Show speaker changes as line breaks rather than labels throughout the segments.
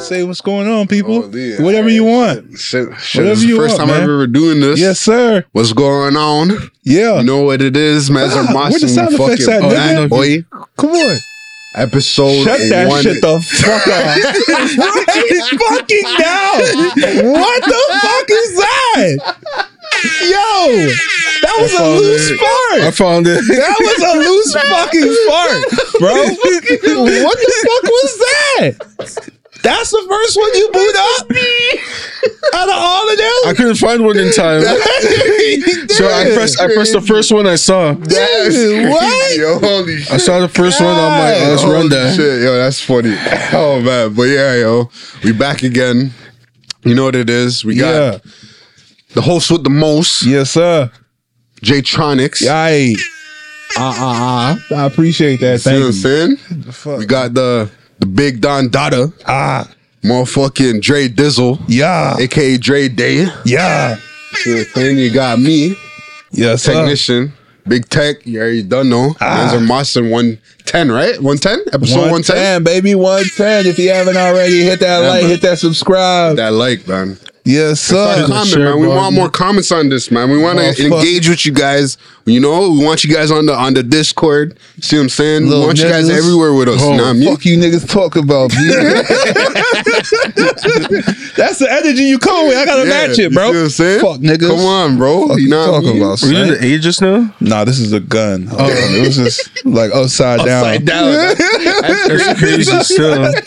Say what's going on, people.
Oh, yeah.
Whatever you want.
Shit, shit,
Whatever
this is the
you want,
first time
man.
I've ever doing this.
Yes, sir.
What's going on?
Yeah.
You know what it is, Mazur
Ah, where the
Masu,
sound effects
fucking
at,
back,
nigga?
Oh,
boy.
Come on.
Episode
Shut that
one.
shit the fuck up. right fucking down. What the fuck is that? Yo, that was a loose
I
fart.
found it.
That was a loose fucking fart, bro. what the fuck was that? That's the first one you boot up out of all of
I
them.
couldn't find one in time. So I
Yeah.
pressed, I pressed the first one I saw.
That's
Dude, what?
crazy, Yo, holy shit.
I saw the first one. I'm like, oh, let's
Holy
run that.
Shit, yo, that's funny. Oh man, but yeah, yo, we back again. You know what it is? We got
Yeah.
the host with the most,
Yes, sir.
J Tronics.
Right.
Ah,
Uh uh uh. I appreciate that.
you know
Thank
what I'm
you.
saying?
fuck?
We got the the big Don Dada,
Ah,
motherfucking Dre Dizzle,
yeah,
aka Dre Day.
yeah.
Then you got me,
Yes, sir.
technician, big tech. You already done know.
Uh. Ah.
Ah. Those are Mossin one ten, right? One ten episode one ten.
110, baby, 110. If you haven't already, hit that like,
man.
hit that subscribe.
That like, man.
yes,
Start
sir.
comment,
share,
man. We
bro.
want more comments on this, man. We want to
Motherfucker.
engage with you guys. You know, we want you guys on the on the Discord. See what I'm saying?
Little
we want you guys
niggas.
everywhere with us.
Oh,
you know what I mean?
fuck you niggas talk about me. That's the energy you come with. I gotta
Yeah,
match it, bro.
You see what I'm saying?
Fuck niggas.
Come on, bro.
Fuck
you know what I
talking
mean?
about?
We're
son?
in the ages now.
Nah, this is a gun. Hold on. It was just like upside,
Upside down.
That's crazy still.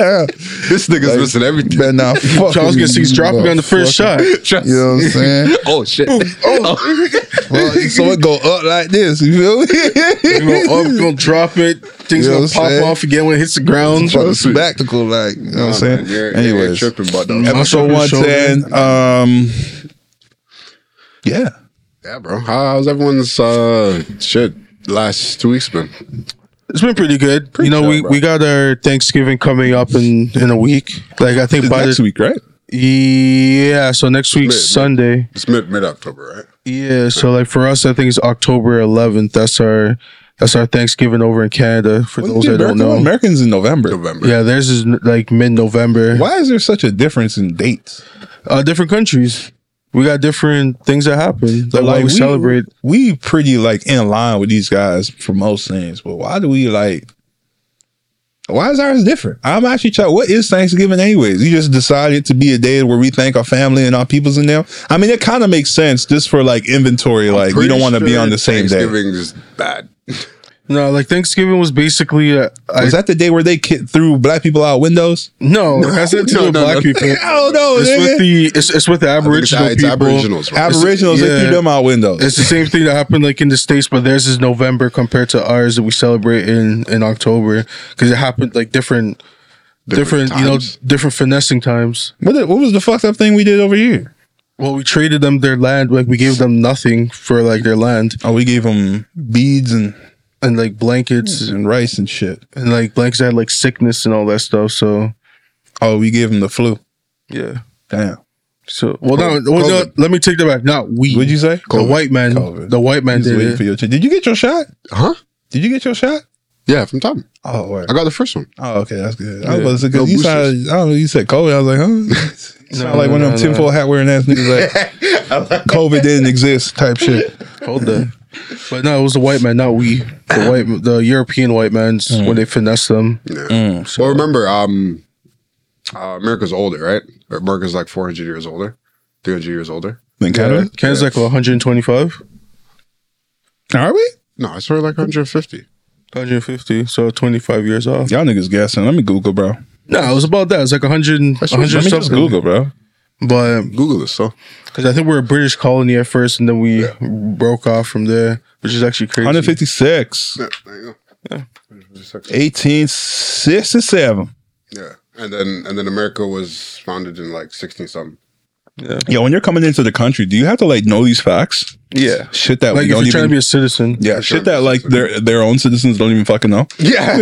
This nigga's missing everything.
Better not fuck
Charles
with
gets
me,
he's dropping on the first
motherfucker.
shot.
Trust-
You know what I'm saying?
Oh shit.
Well, so it go up like this. You feel me?
We're gonna up, gonna drop it. Things
You know
gonna
what I'm
pop
saying?
off again when it hits the ground.
Fucking spectacle, like you know
oh.
what I'm saying.
You're,
Anyways,
you're tripping about that.
episode
Shoulder.
one ten. Um, yeah,
Yeah, bro. How, how's everyone's uh shit last two weeks been?
It's been pretty good. you know,
chill,
we,
bro.
we got our Thanksgiving coming up in in a week. Like I think by the
week, right?
yeah, so next week's
Mid- mid-
Sunday.
It's mid mid October, right?
Yeah, so like for us, I think it's October 11th. That's our that's our Thanksgiving over in Canada. For those that don't know,
Americans in November.
November.
yeah, theirs is like mid November.
Why is there such a difference in dates?
Uh, different countries, we got different things that happen. Like, why we, celebrate.
We pretty like in line with these guys for most things, but why do we like? Why is ours different? I'm actually trying. What is Thanksgiving, anyways? You just decided to be a day where we thank our family and our peoples in there. I mean, it kind of makes sense just for like inventory. like we
Pretty
don't want to be
sure
on the same day.
Thanksgiving is bad.
No, like Thanksgiving was basically uh, I,
Was that the day where they ki- threw black people out windows?
no, it has nothing to do
no,
with
no, Oh,
black
no.
people.
Hell no,
it's
nigga.
with the it's, it's with the
It's,
Aboriginal
it's
people.
Aboriginals, bro.
Aboriginals, they
yeah.
threw them out windows.
It's the same thing that happened like in the states, but theirs is November compared to ours that we celebrate in in October because it happened like different, different,
Different
you know,
times.
different finessing times.
what, the- what was the fucked up thing we did over here?
Well, we traded them their land, like we gave them nothing for like their land
Oh, we gave them beads and,
and like
Hmm.
blankets
and rice and shit.
and like blankets that had like sickness and all that stuff. So
Oh, we gave them the flu.
yeah.
Damn.
So well, no,
COVID.
well, no, let me take that back. Not we.
What'd you say?
the white man.
COVID.
The white man
He's
did
waiting
it.
for your check. Did you get your shot?
Huh?
Did you get your shot?
Yeah, from Tom.
Oh, word.
I got the first one.
oh, okay, that's good. I was
Yeah.
about to say, 'cause
No
you
boosters.
sounded, I don't know, you said COVID. I was like, huh? You sound
No,
like one of them
no, no.
tinfoil hat wearing ass niggas like, COVID didn't exist type shit.
Hold that. But no, it was the white man, not we. The white, the European white man's
Mm.
when they finesse them.
Yeah. Well, remember, um, uh, America's older, right? Or America's like 400 years older, 300 years older.
In Canada?
Canada's like 125,
Are we?
No, I swear like 150.
150, so 25 years off.
Y'all niggas guessing. Let me Google, bro.
No, it was about that. It's like 100, 100
Let me just
something.
Google, bro.
But
Google this, so.
because I think we are a British colony at first, and then we broke off from there, which is actually crazy.
156.
Yeah, there you go. 156.
1867.
Yeah. And then, and then America was founded in like 16 something.
Yeah.
Yo, when you're coming into the country, do you have to like know these facts? Yeah, shit that we
Like if you're
don't
trying to
even.
be a citizen.
yeah,
For sure.
shit that like their their own citizens don't even fucking know.
Yeah,
No,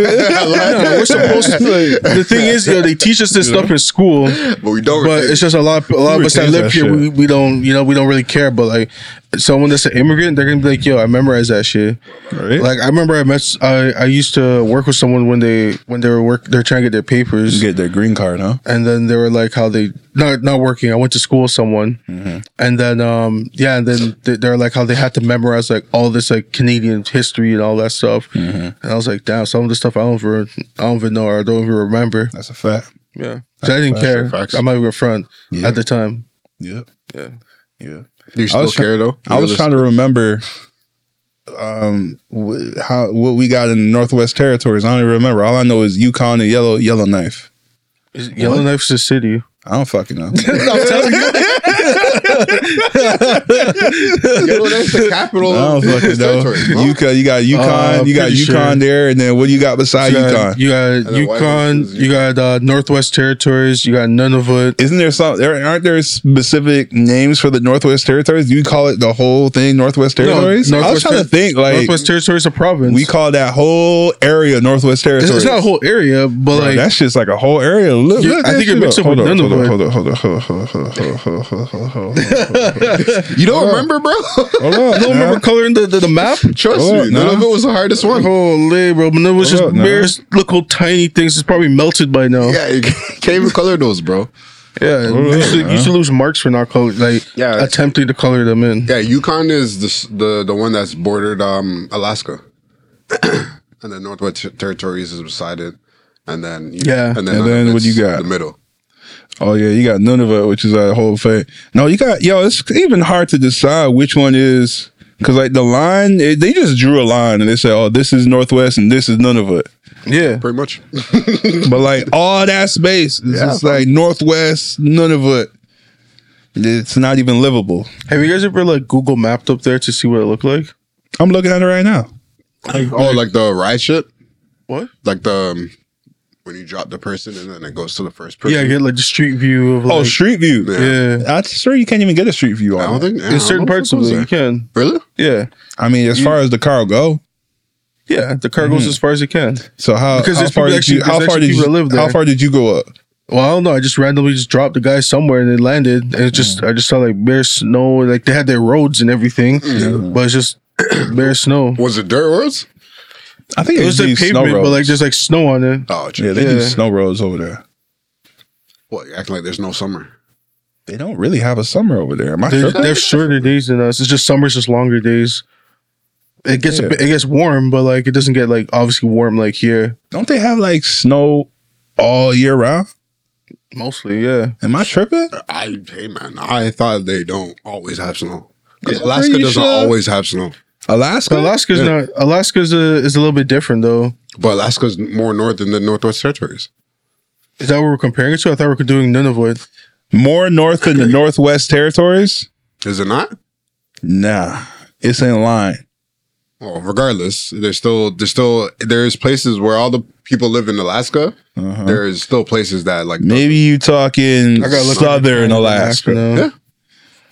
we're supposed to. the thing is, yo, they teach us this stuff in school,
but we don't.
but
retain-
it's just a lot. A lot of us that
retains
live
that
here,
shit.
we, we don't, you know, we don't really care. But like someone that's an immigrant, they're gonna be like, yo, I memorized that shit.
Right?
Like I remember, I met, I, I used to work with someone when they when they were work, they're trying to get their papers.
get their green card, huh?
and then they were like how they not not working. I went to school with someone,
Mm-hmm.
and then um yeah, and then they, they're like how they had to memorize like all this like Canadian history and all that stuff.
Mm-hmm.
And I was like, damn, some of the stuff I don't even, I don't even know or I don't even remember.
That's a fact.
Yeah, so I didn't care.
facts.
I'm not even a friend
Yeah.
at the time.
Yep.
Yeah.
Yeah.
Do you still
was try-
care though?
I was trying to remember um wh- how what we got in the Northwest Territories. I don't even remember. All I know is Yukon and Yellow Yellow Knife.
Yellowknife's a city.
I don't fucking know.
I'm telling you,
Yo, that's the capital.
I don't
of
fucking know.
territory, bro.
Yukon, you got Yukon,
Uh,
you got
pretty sure.
Yukon there, and then what do you got beside
you
Ah, Yukon?
got, you got
then
Yukon,
Whitewater's-
you got uh, Northwest Territories, you got Nunavut.
Isn't there some? There aren't there specific names for the Northwest Territories? Do you call it the whole thing Northwest Territories? I was
Northwest
trying to
Ter-
think like
Northwest Territories is a province.
we call that whole area Northwest
it's,
Territories.
it's not a whole area, but
Bro,
like
that's just like a whole area. Look,
Yeah,
look
I
that
think it
shit
mixed up
Hold
with
on,
Nunavut.
Hold on, hold on, hold on, hold on, hold on, hold on, hold on, hold on, hold on,
You don't remember, bro?
hold on.
I don't remember coloring the, the, the map.
Trust
Hold
me,
up,
none
nah.
of it was the hardest one.
Holy, bro. But it was just
Hold up, nah.
bare little tiny things. It's probably melted by now. Yeah.
Yeah, you can't even color those, bro.
you,
up,
used to,
nah.
used to lose marks for not color, like
Yeah, it's-
attempting to color them in.
Yeah, Yukon is the s- the the one that's bordered um Alaska, and then Northwest Territories is beside it, and then
Yeah.
and then,
And then what
Nunavut's
you got?
The middle.
Oh yeah, you got Nunavut, which is a whole thing. No, you got yo. It's even hard to decide which one is because like the line it, they just drew a line and they said, oh, this is Northwest and this is Nunavut.
Yeah.
Pretty much.
But like all that space is
Yeah.
just like Northwest Nunavut. It's not even livable.
Have you guys ever like Google mapped up there to see what it looked like?
I'm looking at it right now.
oh, like the ride ship,
What?
like the um, when you drop the person and then it goes to the first person.
Yeah, I get like the street view of like.
Oh, Street View.
yeah.
I'm sure you can't even get a Street View
I
on.
don't
it.
think yeah, I
There's
don't
certain
know if
parts of
goes
it you
there.
can.
Really?
Yeah.
I mean, as far as the car go,
Yeah. The car
Mm-hmm.
goes as far as it can.
So how
Because
how
there's
far
people
did
actually-
you how
there's
far
actually
did you
people that live
how
there.
far did you go up?
Well, I don't know. I just randomly just dropped the guy somewhere and it landed. And
Mm.
it just, I just saw like bare snow. Like they had their roads and everything, but it's just bare snow.
Was it dirt roads?
I think
It was like pavement, but like there's like snow on it.
Oh,
yeah,
geez.
they do
yeah.
snow roads over there.
What? you're Acting like there's no summer.
They don't really have a summer over there. Am I
They're,
tripping?
they're shorter days than us. It's just summer's just longer days. It gets a
Yeah.
bit, it gets warm, but like it doesn't get like obviously warm like here.
Don't they have like snow all year round?
Mostly, yeah.
Am I tripping?
I hey man, I thought they don't always have snow. Because
Yeah.
Alaska
Are you
doesn't
sure?
always have snow.
Alaska?
Alaska's not Alaska's a, is a little bit different though.
But Alaska's more north than the Northwest Territories.
Is that what we're comparing it to? I thought we were doing Nunavut.
More north than the Northwest Territories?
Is it not?
Nah, it's in line.
Well, regardless, there's still there's still there's places where all the people live in Alaska.
Uh-huh.
There's still places that like
Maybe you talking
I gotta look
southern Alaska.
now.
Yeah.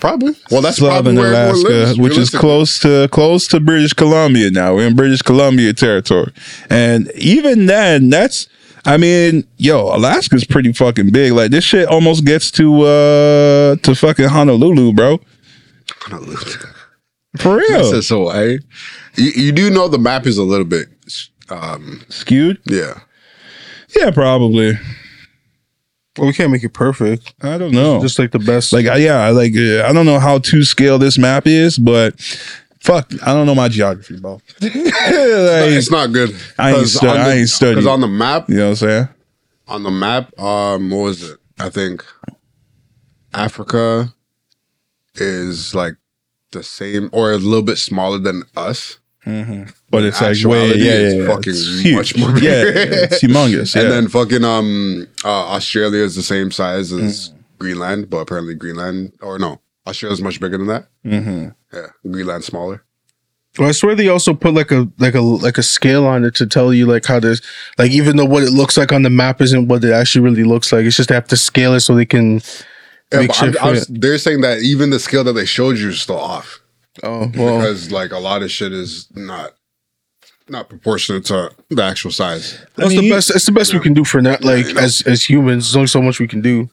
probably. Well, that's
Southern
probably where everyone
Alaska,
lives,
which is
realistically.
close to close to British Columbia now. We're in British Columbia territory, and even then, that's I mean, yo, Alaska's pretty fucking big. Like this shit almost gets to uh to fucking Honolulu, bro. For
That's
real,
just so I, you, you do know the map is a little bit, um,
skewed.
yeah.
Yeah, probably.
Well, we can't make it perfect.
I don't know.
Just like the best.
Like, I- yeah, I like uh, I don't know how to scale this map is, but fuck, I don't know my geography, bro. like,
It's not good.
I ain't stu- I ain't studied.
Because on the map,
you know what I'm saying?
on the map, um, what was it? I think Africa is like the same or a little bit smaller than us. Mm-hmm.
But it's like way,
actuality,
yeah, yeah,
it's
yeah.
fucking
it's huge.
much more
yeah, yeah, it's humongous. Yeah.
And then fucking um uh, Australia is the same size as Greenland, but apparently Greenland or no, Australia's much bigger than that. Mm-hmm. Yeah, Greenland's smaller.
Well, I swear they also put like a like a like a scale on it to tell you like how to like even though what it looks like on the map isn't what it actually really looks like. It's just they have to scale it so they can
Yeah,
make
but
sure
I'm,
for
I'm,
it.
they're saying that even the scale that they showed you is still off.
Oh well,
because like a lot of shit is not not proportionate to the actual size.
that's
mean,
the
you-
best. It's the best we can do for now. Like
you know.
as as humans, there's only so much we can do.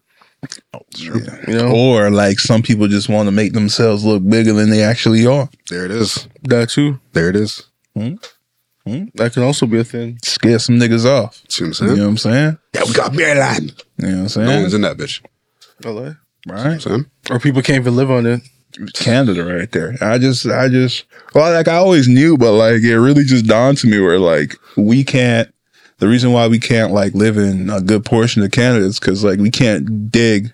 Yeah.
You know
Or like some people just want to make themselves look bigger than they actually are.
There it is.
that too.
There it is.
That can also be a thing.
Scare some niggas off.
See what I'm
You
saying?
know what I'm saying?
Yeah, we got bear land.
You know what I'm
No
saying?
one's in that bitch.
LA.
right.
See what I'm saying?
Or people can't even live on it.
Canada right there. I just, I just, well, like I always knew, but like it really just dawned to me where like we can't, the reason why we can't like live in a good portion of Canada is because like we can't dig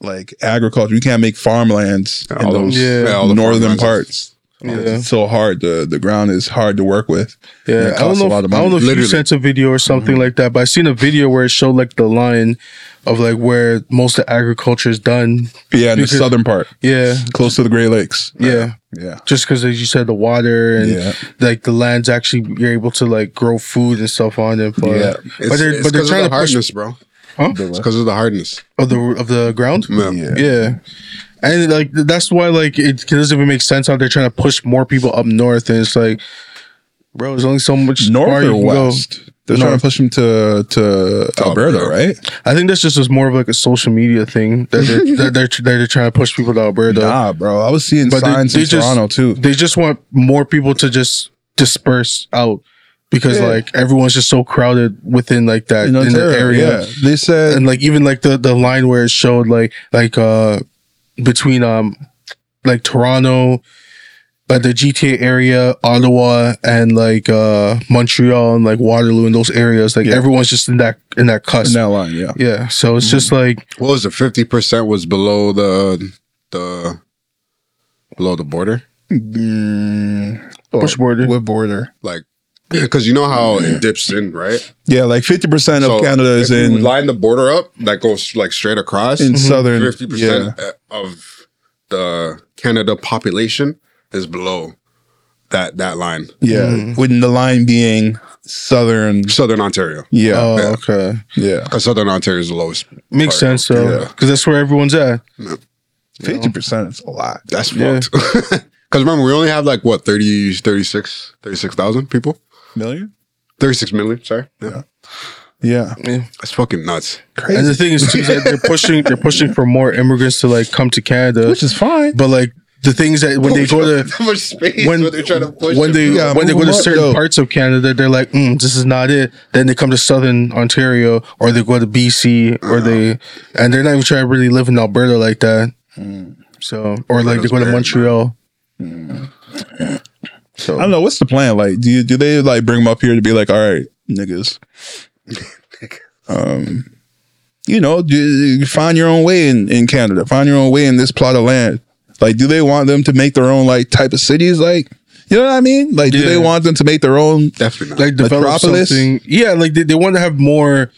like agriculture. We can't make farmlands in
All
those
those-
Yeah.
all the
northern
farmlands.
parts.
Yeah,
It's so hard. The, the ground is hard to work with. And
yeah.
it
I don't
costs a
know.
lot of
If, I
money. Mm-hmm.
don't know if you
Literally.
sent a video or something like that, but I seen a video where it showed like the line of like where most of agriculture is done.
Yeah, in the
Because-
southern part,
Yeah,
close to the Great Lakes.
yeah.
Yeah.
Just because, as you said, the water and
Yeah.
like the land's actually you're able to like grow food and stuff on it. But,
Yeah.
It's,
but they're
it's
but they're
'cause
trying
of
to
the
push
hardness, bro.
The
It's
what?
because of the hardness.
of the of the ground.
Yeah.
Yeah.
Yeah. And like that's why like it doesn't even make sense how they're trying to push more people up north and it's like bro, there's only so much far
North
you
or
can go.
west? They're trying
North.
to push them to to Alberta,
Alberta.
right?
I think that's just is more of like a social media thing that they're that they're, that they're trying to push people to Alberta.
Nah, bro. I was seeing
But they-
signs
they
in
just-
Toronto too.
They just want more people to just disperse out because
Yeah.
like everyone's just so crowded within like that
You know,
in the
there,
area.
yeah. They said
And like even like the the line where it showed like like uh between um like Toronto uh, the GTA area, Ottawa, and like uh Montreal and like Waterloo and those areas, like
Yeah.
everyone's just in that in that
in
cusp.
that Mm-hmm. line, yeah.
Yeah, so it's just like
What was it? Fifty percent was below the the below the border.
Mm,
Which
or-
border?
What border?
Like because you know how it dips in, right?
Yeah, like fifty percent of
So,
Canada
if
is
you
in
line the border up that goes like straight across.
in southern.
Fifty
Yeah,
percent of the Canada population is below that that line.
yeah. With the line being southern.
Southern Ontario,
Yeah,
oh okay,
yeah.
because Southern Ontario is the lowest.
makes
part.
sense though,
Yeah.
because that's where everyone's at.
Fifty percent is a lot.
That's
Yeah.
fucked. Because remember, we only have like what 30, 36, 36,000 people,
Million?
thirty six million. Sorry, yeah,
Yeah,
that's fucking nuts.
And
crazy.
the thing is too, is that they're pushing they're pushing for more immigrants to like come to Canada,
Which is fine.
but like the things that when they go to
how much space
when
when they're trying to push
when
it,
they
bro?
Yeah,
when they go
move
to
up,
certain
though.
parts of Canada, they're like, mm, this is not it. Then they come to southern Ontario or they go to BC or they and they're not even trying to really live in Alberta like that.
Mm.
So or like they
Alberta's
go to
weird,
Montreal. So
I don't know. What's the plan? Like, do you do they like bring them up here to be like, all right, niggas, um, you know, do, you find your own way in in Canada, find your own way in this plot of land. Like, do they want them to make their own like type of cities? Like, you know what I mean? Like, do they
Yeah.
want them to make their own?
definitely not.
like develop
Metropolis?
something. Yeah, like they, they want to have more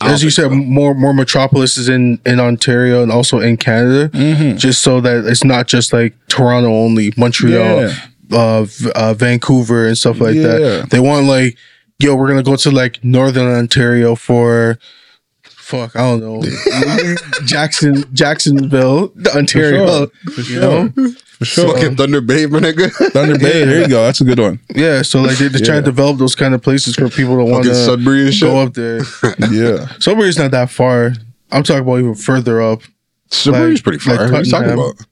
I don't
as you
think
said,
so.
more more metropolises in in Ontario and also in Canada, just so that it's not just like Toronto only, Montreal,
Yeah.
uh, V- uh, Vancouver, and stuff like
Yeah.
that. They want like, yo, we're gonna go to like Northern Ontario for. Fuck, I don't know. Jackson, Jacksonville, Ontario. you know,
For sure.
uh,
fucking Thunder Bay, my nigga.
Thunder Bay. There you go. That's a good one.
yeah. So like they, they're trying to develop those kind of places for people to want
fucking
to
Sudbury and shit.
uh, go up there.
Yeah.
Sudbury's not that far. I'm talking about even further up.
Sudbury's
like-
pretty far.
like
what are you talking
Tottenham.
about?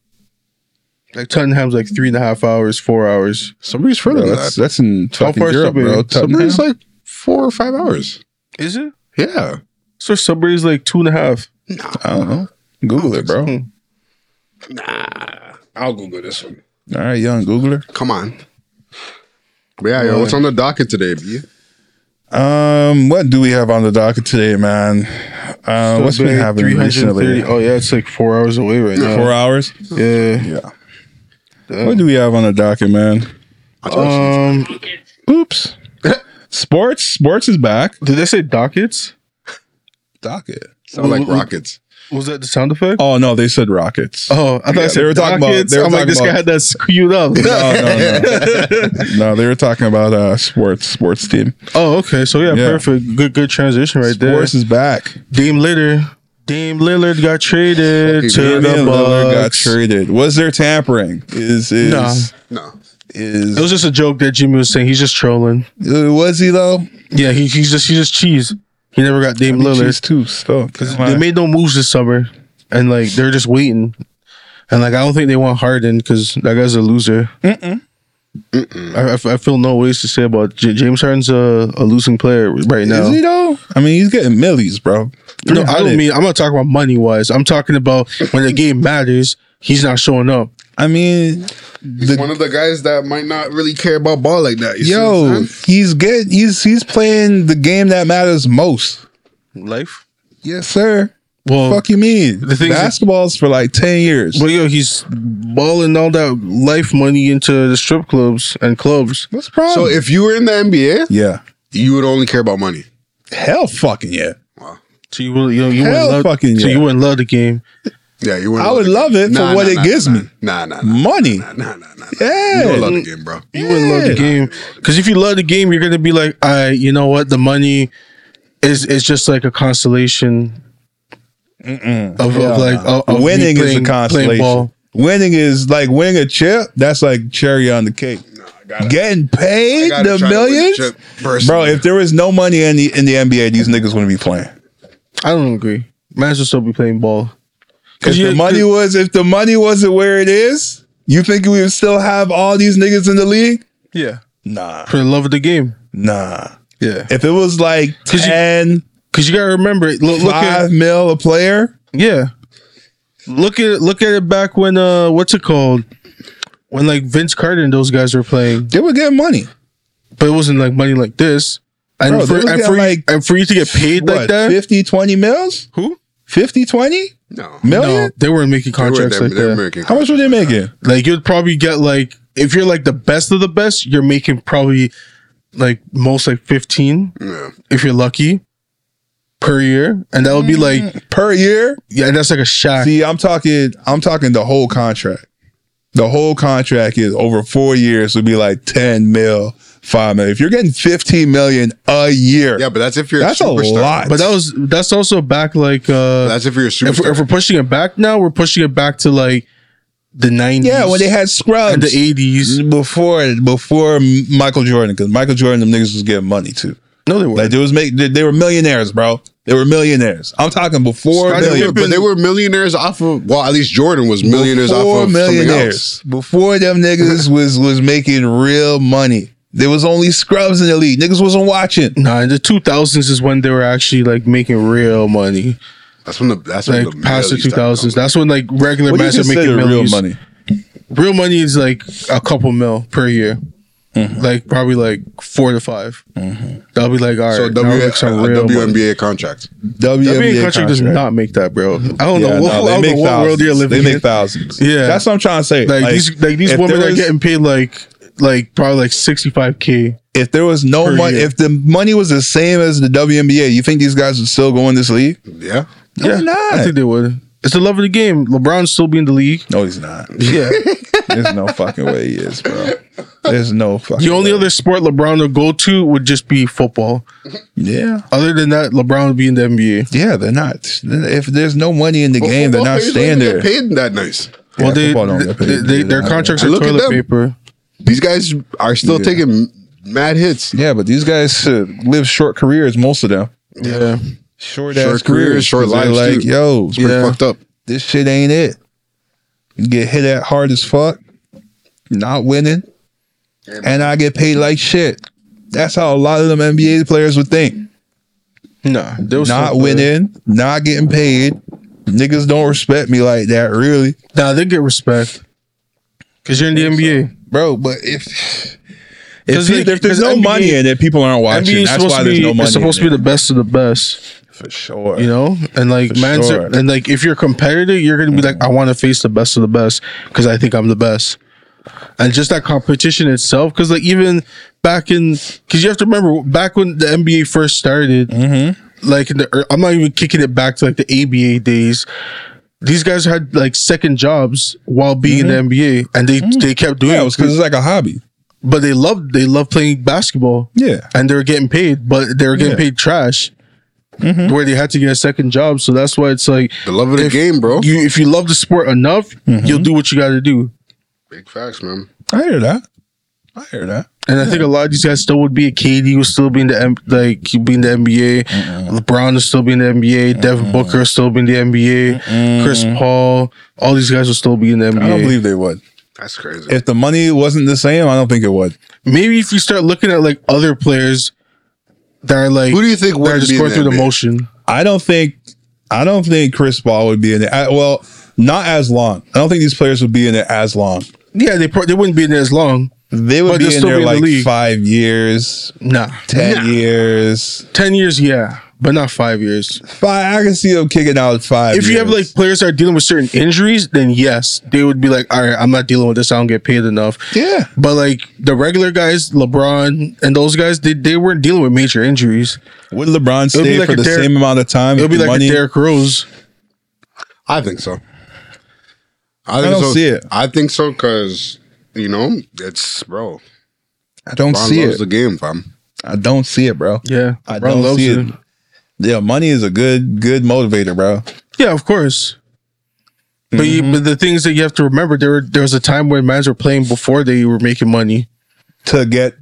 Like Tottenham's like three and a half hours, four hours.
Sudbury's further
Bro,
than
that's
that.
that's in fucking
far is
Europe,
Sudbury?
bro. Tottenham?
Sudbury's like four or five hours.
Is it?
Yeah.
So Sudbury's like two and a half.
I don't know. Google it, bro.
Hmm.
Nah. I'll Google this one.
All right, young Googler.
Come on. But yeah, yo, what's on the docket today, B?
Um, what do we have on the docket today, man? Uh, what's been
Sudbury,
happening
330
recently?
Oh yeah, it's like four hours away right now.
Four hours.
Yeah.
Yeah. What do we have on the docket, man? oh, Uh,
Um,
Oops. Sports. Sports is back.
did they say dockets?
Docket.
Sound like
Ooh,
mm-hmm.
ooh.
rockets.
Was that the sound effect?
Oh no, they said rockets.
Oh, I thought
Yeah,
I said
they were talking about-
dockets.
they were
I'm like,
talking
this guy
about-
had that screwed up.
No, Oh, no, no. no, they were talking about uh sports sports team.
oh, okay. So yeah,
Yeah.
perfect. Good, good transition right
sports is back.
there. Dame later. Dame Lillard got traded
Fucking
to
Dame
the
Lillard got
Bucks.
traded. Was there tampering? Is is
Nah.
No.
is
It was just a joke that Jimmy was saying. He's just trolling.
uh, was he though?
Yeah, he, he's just he's just cheese. He never got Dame Lillard.
She's too stuck.
They made no moves this summer, and like they're just waiting. And like I don't think they want Harden because that guy's a loser. Mm-mm. I, I f- I feel no ways to say about J- James Harden's a, a losing player right now.
Is he though? I mean, he's getting millies, bro.
No, I don't
300.
mean I'm not talking about money wise. I'm talking about when the game matters, he's not showing up.
I mean,
He's one of the guys that might not really care about ball like that. You see what I'm
yo,
saying?
he's getting he's he's playing the game that matters most.
Life.
Yes, sir.
Well,
Fuck you mean?
the thing is-
Basketball's for like ten years.
but yo, he's balling all that life money into the strip clubs and clubs.
What's the problem?
So if you were in the NBA,
yeah,
you would only care about money.
hell, fucking yeah.
So you wouldn't, you, you
Hell
wouldn't love,
fucking
so
yeah.
you wouldn't love the game.
Yeah, you wouldn't
I would
the
love
game.
it for what it gives
nah,
me.
Nah, nah, nah.
Money.
Nah, nah, nah, nah.
Yeah.
You don't love the game, bro.
You wouldn't love the
Yeah.
game because if you love the game, you're gonna be like, I, you know what, the money is is just like a constellation of, of like of, of me
winning is a
playing- playing ball.
consolation. Winning is like winning a chip. That's like cherry on the cake.
I gotta-
Getting paid
gotta
the
try to win the
millions,
chip personally.
bro. If there was no money in the in the NBA, these niggas wouldn't be playing.
I don't agree. Might as well still be playing ball.
If
you-
the money was if the money wasn't where it is, you think we would still have all these niggas in the league?
Yeah,
Nah,
for the love of the game.
nah.
Yeah,
If it was like
'Cause you-
10,
because you gotta remember. it. Look, look at
5 mil a player,
yeah, look at look at it back when uh, what's it called? When like Vince Carter and those guys were playing,
they would get money.
but it wasn't like money like this. And
Bro,
for
those
and
got,
for, you-
like,
and for you to get paid
What,
like that,
50, 20 mils?
who?
50, 20
No.
million?
No, they weren't making
They were-
contracts
they're-
like
they're
that.
American.
How much were they making?
Like you'd probably get like if you're like the best of the best, you're making probably like most like fifteen
Yeah.
if you're lucky per year, and that would be like
Per year?
yeah, that's like a shack.
Mm. See, I'm talking I'm talking the whole contract. The whole contract is over four years would be like 10 mil, 5 mil. If you're getting 15 million a year,
Yeah, but that's if you're
that's
a
a
superstar.
lot.
But that was that's also back like uh
That's if you're a superstar.
if we're, if we're pushing it back now, we're pushing it back to like the nineties,
yeah, when they had scrubs.
and the eighties.
before before Michael Jordan, because Michael Jordan, them niggas was getting money too.
No, they were.
Like they was make they, they were millionaires, bro. They were millionaires. I'm talking before
But they were-
million,
but they were millionaires off of well, at least Jordan was millionaires off
before
of millionaires.
millionaires. Before them niggas was was making real money. There was only scrubs in the league. Niggas wasn't watching.
Nah, in the two thousands is when they were actually like making real money.
That's when the that's when
Like
the
past the
millions
two thousands,
started
that's when like regular
What do you
guys are making
consider real
millions.
money?
real money is like a couple mil per year. Like probably like four to 5 That'll be like all right.
coming.
now we're making
So
some
uh,
w- a
real money.
WNBA contract.
WNBA,
WNBA
E contract,
E contract, does not make that, bro. I don't
Yeah,
know
no,
what, I
they
don't know
make
what
thousands.
world you're living
They make
in.
thousands.
Yeah.
that's what I'm trying to say.
Like, these like these
if
women
there
are
was-
getting paid like like probably like sixty five k.
If there was no
per
money,
year.
if the money was the same as the WNBA, you think these guys would still go in this league?
Yeah.
No, he's not.
I think they would. It's the love of the game. LeBron's still be in the league.
no, he's not.
Yeah,
There's no fucking way he is, bro. There's no fucking.
the only
way.
other sport LeBron would go to would just be football.
Yeah.
Other than that, LeBron would be in the NBA.
Yeah, they're not. If there's no money in the game, they're
Football
not
players
staying
don't even
there.
get Paid that nice.
Yeah,
well, they,
football don't
they,
get paid.
they- their contracts are
Look at
toilet
them.
paper.
These guys are still
Yeah.
taking mad hits.
Yeah, but these guys should live short careers, most of them.
Yeah.
Short,
Short careers, short
'cause they're
lives,
Like,
too.
yo,
It's pretty
Yeah.
fucked up.
this shit ain't it. You get hit at hard as fuck, not winning, and I get paid like shit. That's how a lot of them NBA players would think.
Nah, there was
Not
some-
winning, not getting paid. Niggas don't respect me like that, really.
Nah, they get respect because you're in the NBA.
bro. But if if,
'Cause
pe-
like-
if there's
'cause
no
NBA
money in it, people aren't watching.
NBA is
That's
supposed
why
to
there's
be
no money.
it's supposed to be the best of the best,
for sure.
you know. And like,
For
man,
sure. Mm.
and like, if you're competitive, you're gonna be like, I want to face the best of the best because I think I'm the best. And just that competition itself, because like even back in, because you have to remember back when the NBA first started,
Mm-hmm.
like in the, ear- I'm not even kicking it back to like the ABA days. These guys had like second jobs while being in the NBA, and they they kept doing
Mm-hmm. Mm. yeah,
it
it was because it's like a hobby.
but they loved they loved playing basketball
Yeah,
and they were getting paid, but they were getting
Yeah.
paid trash. where they had to get a second job. So that's why it's like
The love of the
If
game, bro.
you if you love the sport enough, you'll do what you got to do.
Big facts, man.
I hear that. I hear that.
And I think a lot of these guys still would be a KD would still be in the M- like be in the NBA. LeBron would still be in the NBA. Devin Booker would still be in the NBA. Chris Paul, all these guys would still be in the NBA.
I don't believe they would.
That's crazy.
If the money wasn't the same, I don't think it would.
Maybe if you start looking at like other players that are like
Who do you think
that are
would
just
be
going
in
through the
NBA?
motion.
I don't think. I don't think Chris Paul would be in there. I, well, not as long. I don't think these players would be in there as long.
Yeah, they pro- they wouldn't be in there as long.
They would
But they'll
be in
still
there
be in the
like
league.
five years,
Nah,
ten years.
ten years, yeah, but not five years.
Five. I can see them kicking out five.
if you have like
years.
players that are dealing with certain injuries, then yes, they would be like, all right, I'm not dealing with this. I don't get paid enough.
yeah,
But like the regular guys, LeBron and those guys, they, they weren't dealing with major injuries.
would LeBron
be
stay
like
for
a
the
Derrick-
same amount of time?
It'll
if
be
the
like a Derrick Rose.
I think so.
I don't
so.
see it.
I think so because you know it's bro.
I don't
Ron
see
loves
it.
the game, fam.
I don't see it, bro.
Yeah,
I don't see it. Yeah, money is a good good motivator, bro.
Yeah, of course. But, you,
Mm-hmm.
but the things that you have to remember, there were, there was a time when mans were playing before they were making money.
To get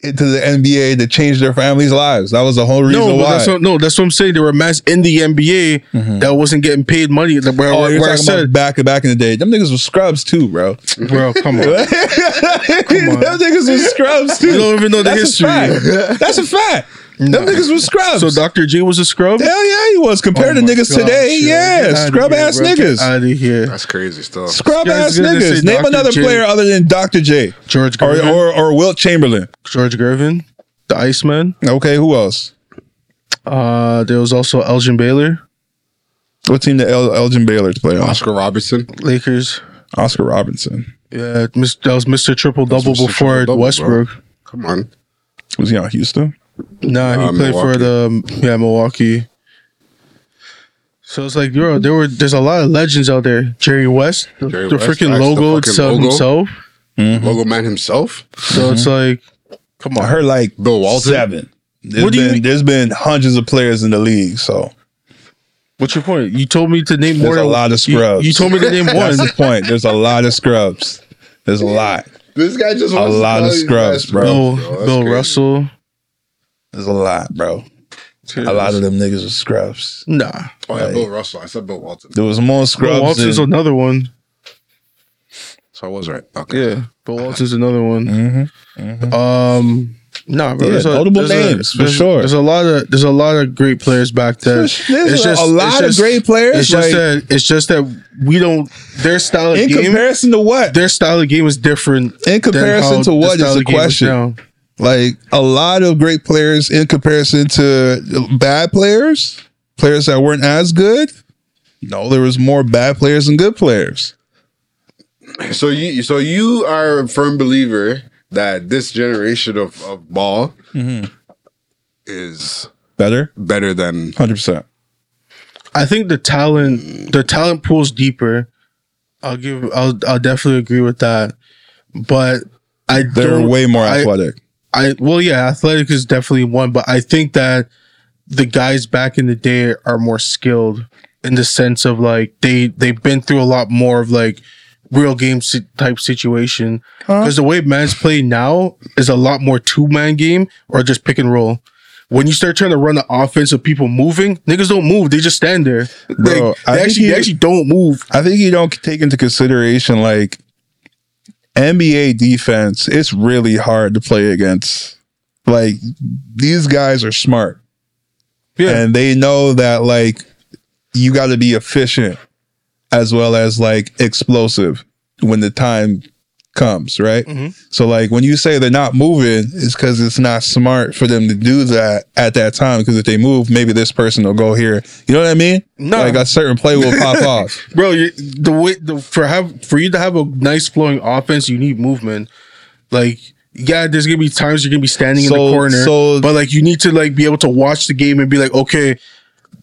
into the NBA to change their families' lives. That was the whole reason
No, but
why. Mm-hmm.
that's what, no, that's what I'm saying. There were mans in the NBA that wasn't getting paid money. Like, Where,
Oh,
where,
you're
I
talking about
said,
back back in the day. Them niggas was scrubs too, bro.
bro, come on.
Them niggas was scrubs too.
You don't even know the
That's
history.
a fact. That's a fact. Them niggas was scrubs.
So Dr. J was a scrub?
Hell yeah, he was compared
Oh
to
my
niggas
gosh,
today.
yo,
Yeah,
get outta
scrub
here,
ass
bro. Get
niggas.
outta here.
That's crazy stuff.
Scrub
Yeah, I
ass
was gonna
niggas.
say
Name
Dr.
another
J.
player other than Dr. J
George
or,
Gervin.
or or Wilt Chamberlain.
George Gervin, the Iceman.
Okay, who else?
Uh, there was also Elgin Baylor,
What team did El- Elgin Baylor play on?
Oscar Robertson.
Lakers.
Oscar Robinson
Yeah, mis- that was Mr. Triple Double
Mr.
before
Triple-double, bro.
Westbrook.
Come on.
was he on Houston?
Nah, he
Uh,
played for the yeah Milwaukee. So it's like, bro, there were there's a lot of legends out there. Jerry West, the,
Jerry
the
West,
freaking
that's the
logo
fucking
itself
logo.
himself.
Mm-hmm.
Logo man himself.
So it's like, come
I
on,
heard like
Bill Walton?
seven. There's
What do you
been-
mean?
there's been hundreds of players in the league, so
what's your point? You told me to name more
there's a
than
lot of
you-
scrubs.
You, told me to name
That's
one.
the point. There's a lot of scrubs. There's a lot.
This guy just
wants to lot of tell you scrubs, guys, bro. bro.
Bill,
that's
Bill
crazy.
Russell.
There's a lot, bro. A lot of them niggas are scrubs.
Nah,
Oh yeah, Bill Russell. I said Bill Walton.
There was more
Bill
scrubs.
Walton's
than-
another one.
So I was right. Okay.
Yeah, Bill Walton's another one.
Mhm.
Um, nah, bro,
Yeah,
there's a-
notable
there's a-
names, for
there's-
sure.
There's a lot of there's a lot of great players back then.
There's- there's
It's
a- a
it's
lot of great players,
It's just
like-
that it's just that we don't their style of
In
game.
comparison to what?
their style of game is different.
In comparison to what is the question?
Now.
Like a lot of great players in comparison to bad players, players that weren't as good. No, there was more bad players than good players.
So you so you are a firm believer that this generation of, of ball
Mm-hmm.
is
Better,
better than
hundred percent.
I think the talent the talent pool's deeper. I'll give I'll I'll definitely agree with that, but I
They're
don't-
way more
I-
athletic.
I well, yeah, athletic is definitely one, but I think that the guys back in the day are more skilled in the sense of like they they've been through a lot more of like real game si- type situation because the way man's play now is a lot more two man game or just pick and roll. When you start trying to run the offense of people moving, niggas don't move; they just stand there.
Bro, I
Like, they
think
actually,
you-
they actually don't move.
I think you don't take into consideration like NBA defense. It's really hard to play against. Like these guys are smart.
Yeah,
and they know that like you got to be efficient as well as like explosive when the time comes right
Mm-hmm.
so like when you say they're not moving it's because it's not smart for them to do that at that time because if they move maybe this person will go here you know what i mean
No.
like a certain play will pop off
bro, you, the way the, for have for you to have a nice flowing offense, you need movement. Like, yeah, there's gonna be times you're gonna be standing in
So-
the corner,
so-
but like you need to like be able to watch the game and be like, okay,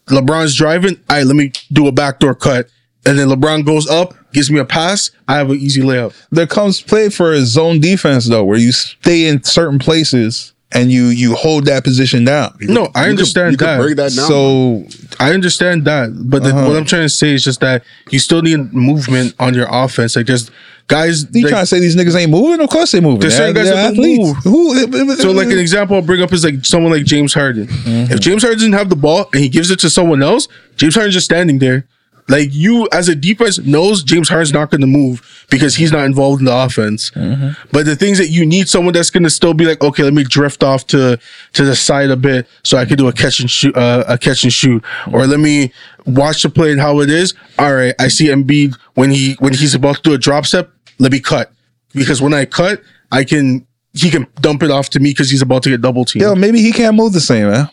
LeBron's driving. All right, let me do a backdoor cut, and then LeBron goes up, gives me a pass. I have an easy layup.
there comes play for a zone defense though where you stay in certain places and you you hold that position down.
No, I
You could-
understand
you could
that.
break that down.
So
I understand that, but the,
Uh-huh.
what I'm trying to say is just that you still need movement on your offense. Like just guys,
you
like-
trying to say these niggas ain't moving? Of course they moving.
The same
They're-
guys
they're
that don't move.
Who? uh,
So, like an example I'll bring up is like someone like James Harden. If James Harden doesn't have the ball and he gives it to someone else, James Harden's just standing there. Like you as a defense knows James Harden's not going to move because he's not involved in the offense. But the things that you need someone that's going to still be like, okay, let me drift off to to the side a bit so I can do a catch and shoot, uh, a catch and shoot, or let me watch the play and how it is. All right, I see Embiid when he when he's about to do a drop step, let me cut because when I cut, I can he can dump it off to me because he's about to get double teamed.
yo, maybe he can't move the same, man.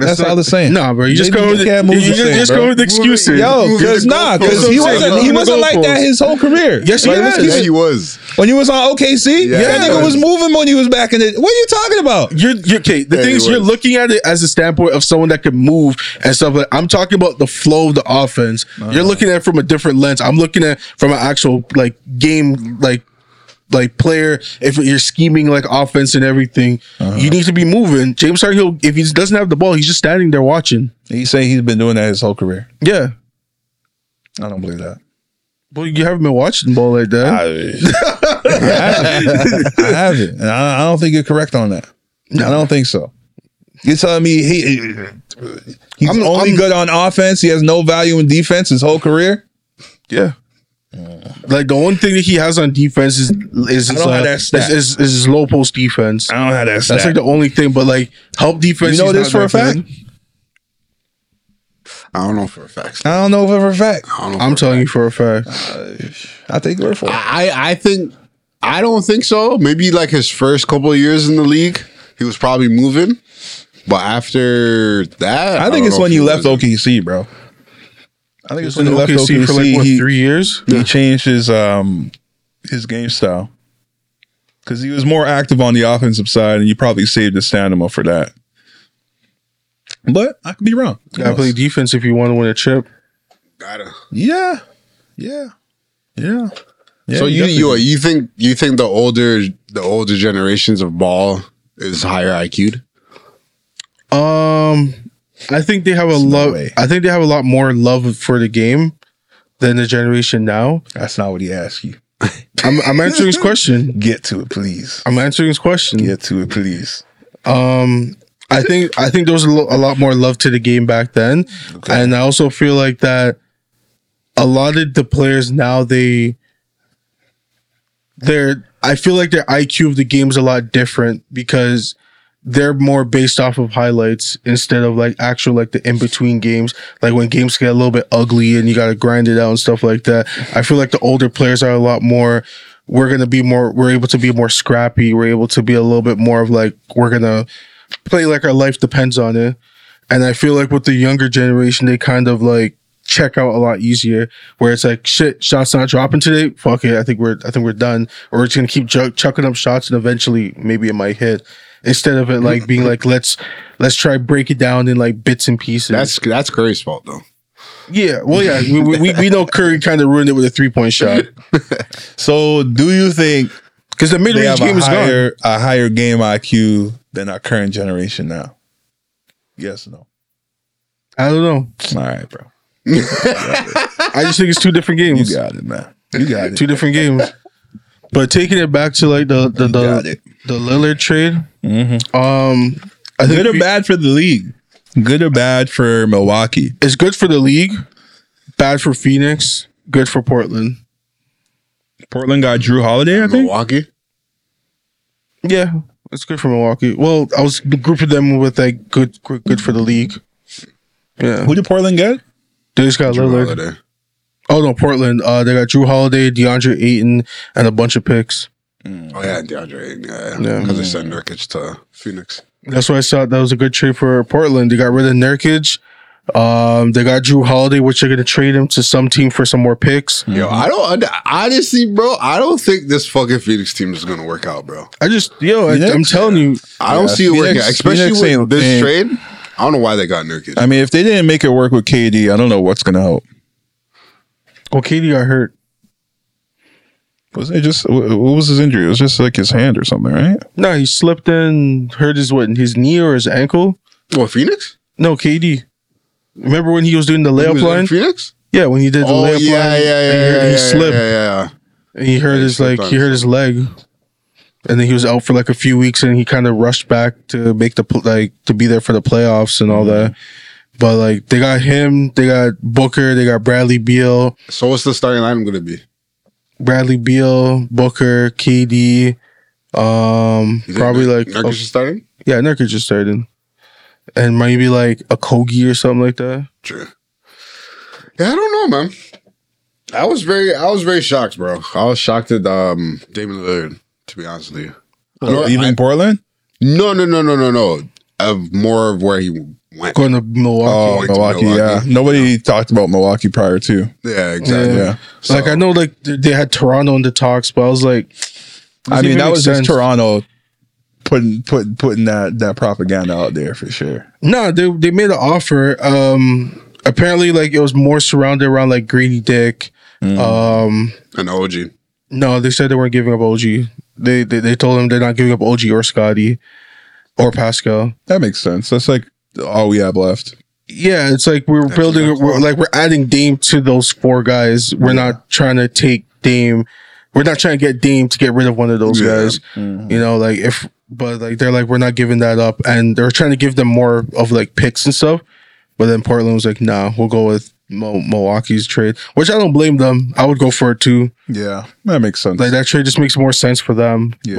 That's, all I'm saying.
Nah, bro, you just
Maybe
go
he
with
can't
the,
move
you
the
just,
same,
just
bro.
go with the excuses.
Yo, because
the
nah, because
goalpost.
he
That's what I'm
wasn't
saying.
he
Moving the
wasn't like that
goalpost.
his whole career.
Yes, he
Like,
has.
let's keep
Yeah, he was.
When you was on OKC,
Yeah.
that nigga was moving when you was back in the. What are you talking about?
You're, you're okay. The thing is, you're
Anyways.
looking at it as a standpoint of someone that can move and stuff. Like I'm talking about the flow of the offense.
Uh-huh.
You're looking at it from a different lens. I'm looking at it from an actual like game like like player. If you're scheming like offense and everything,
Uh-huh.
you need to be moving. James Harden, he'll, if he doesn't have the ball, he's just standing there watching.
He say he's been doing that his whole career.
Yeah.
I don't believe that.
Well, you haven't been watching the ball like that.
I, haven't. I haven't. And I, I don't think you're correct on that. I don't think so. You're telling me he he's
I'm-
only
I'm-
good on offense. He has no value in defense his whole career.
Yeah. Mm. Like the one thing that he has on defense is is
I don't
is,
have
uh,
that
is,
stat.
is- is his low post defense.
don't have that.
That's like the only thing. But like help defense.
You know
he's
this
not
for a
that
fact?
good.
I don't know for a fact.
I don't know for a fact.
I don't know.
I'm
for a
telling you for a fact.
I take your word for it.
I I think I don't think so. Maybe like his first couple of years in the league, he was probably moving. But after that,
I think
don't
it's
know
when
if
you
he
left
was.
OKC, bro. I think it's when
In
you left
OKC
OKC
for like what
he-
three years?
he changed his um his game style because he was more active on the offensive side, and you probably saved the stamina for that. But I could be wrong. Who
Gotta
knows?
play defense if you want to win a chip.
Gotta.
yeah, yeah, yeah. Yeah,
so you you
definitely-
you think you think the older the older generations of ball is higher IQ'd?
Um, I think they have a love.
way.
I think they have a lot more love for the game than the generation now.
that's not what he asked you.
I'm, I'm answering his question.
Get to it, please.
I'm answering his question.
Get to it, please.
Um, I think I think there was a, lo- a lot more love to the game back then, and I also feel like that a lot of the players now they they're I feel like their IQ of the game is a lot different because they're more based off of highlights instead of like actual like the in between games like when games get a little bit ugly and you got to grind it out and stuff like that i feel like the older players are a lot more we're going to be more we're able to be more scrappy we're able to be a little bit more of like we're going to play like our life depends on it and i feel like with the younger generation they kind of like check out a lot easier where it's like shit shots not dropping today fuck it i think we're i think we're done or it's going to keep ju- chucking up shots and eventually maybe it might hit instead of it
Mm-hmm.
like being like let's let's try break it down in like bits and pieces
That's that's Curry's fault though.
yeah, well, yeah, we, we- we, we know Curry kind of ruined it with a three point shot
So, do you think
because the mid
they
range
have a
game is gone.
higher a higher game IQ than our current generation now? Yes, or no.
I don't know.
All right, bro.
I just think it's two different
You
games,
got it, man. You got it.
two different games. But taking it back to like the the
got
the,
it.
the Lillard trade,
Mhm.
um, I think
good or
we-
bad for the league. Good or bad for Milwaukee.
it's good for the league, bad for Phoenix, good for Portland.
Portland got Drew Holiday, I think.
Milwaukee.
Yeah, it's good for Milwaukee. Well, I was grouping them with like good good, good for the league. Yeah,
Who did Portland get?
they just got
Drew
Lillard.
Holiday.
Oh no, Portland. Uh, they got Drew Holiday, DeAndre Ayton, and a bunch of picks.
Oh yeah, DeAndre. Ayton, Yeah,
Yeah.
because they sent Nurkic to uh, Phoenix.
That's why I thought that was a good trade for Portland. They got rid of Nurkic. Um, they got Drew Holiday, which they're going to trade him to some team for some more picks.
Mm-hmm.
Yo, I don't und- honestly, bro. I don't think this fucking Phoenix team is gonna work out, bro.
I just, yo, I,
Phoenix?
I'm telling you,
I don't
Yeah,
see it working,
Phoenix-
out, especially
Phoenix
with
ain't-
this
ain't-
trade. I don't know why they got Nurkic.
I mean, if they didn't make it work with
oh,
KD, I don't know what's going to help.
well, Katie got hurt.
Was it just what what was his injury? It was just like his hand or something, right?
No, he slipped in, hurt his what, his knee or his ankle?
What Phoenix?
No, KD. Remember when he was doing the
He was
layup
in
line?
Phoenix?
Yeah, when he did the
oh yeah,
layup
yeah,
line,
yeah,
and he,
yeah,
he
yeah,
slipped
yeah, yeah.
and he hurt
Yeah, he
his
slipped
like
on
he hurt his leg, and then he was out for like a few weeks, and he kind of rushed back to make the pl- like to be there for the playoffs and all
Mm-hmm.
that. But like they got him, they got Booker, they got Bradley Beal,
So what's the starting line going to be?
Bradley Beal, Booker, KD, um,
You think
probably
Nurk-
like
Nurkic
oh,
is starting.
yeah, Nurkic just started, and maybe like a Kogi or something like that.
True. Yeah, I don't know, man. I was very, I was very shocked, bro. I was shocked at um, Damon Lillard. To be honest with you, I know-
Uh, Even
Uh, I-
in Portland?
no, no, no, no, no, no. Of more of where he went.
Going to Milwaukee.
Oh,
went to
Milwaukee, yeah.
Milwaukee.
Nobody talked about Milwaukee prior to.
Yeah, exactly.
Yeah.
Oh, So-
Like I know, like th- they had Toronto in the talks, but I was like,
I mean, that was
just
just Toronto putting putting putting that that propaganda out there for sure.
No, they they made an offer. Um, apparently, like it was more surrounded around like greedy dick.
Mm-hmm. Uh,
Um,
And OG.
no, they said they weren't giving up OG. They, they they told them they're not giving up OG or Scotty or Pascal.
That makes sense. That's like all we have left.
Yeah, it's like we're building,
next
we're, like we're adding Dame to those four guys. We're not trying to take Dame. We're not trying to get Dame to get rid of one of those
Yeah.
guys. You know, like if, but like they're like we're not giving that up, and they're trying to give them more of like picks and stuff. But then Portland was like, nah, we'll go with Mo- Milwaukee's trade, which I don't blame them. I would go for it too.
Yeah, that makes sense.
Like that trade just makes more sense for them.
Yeah.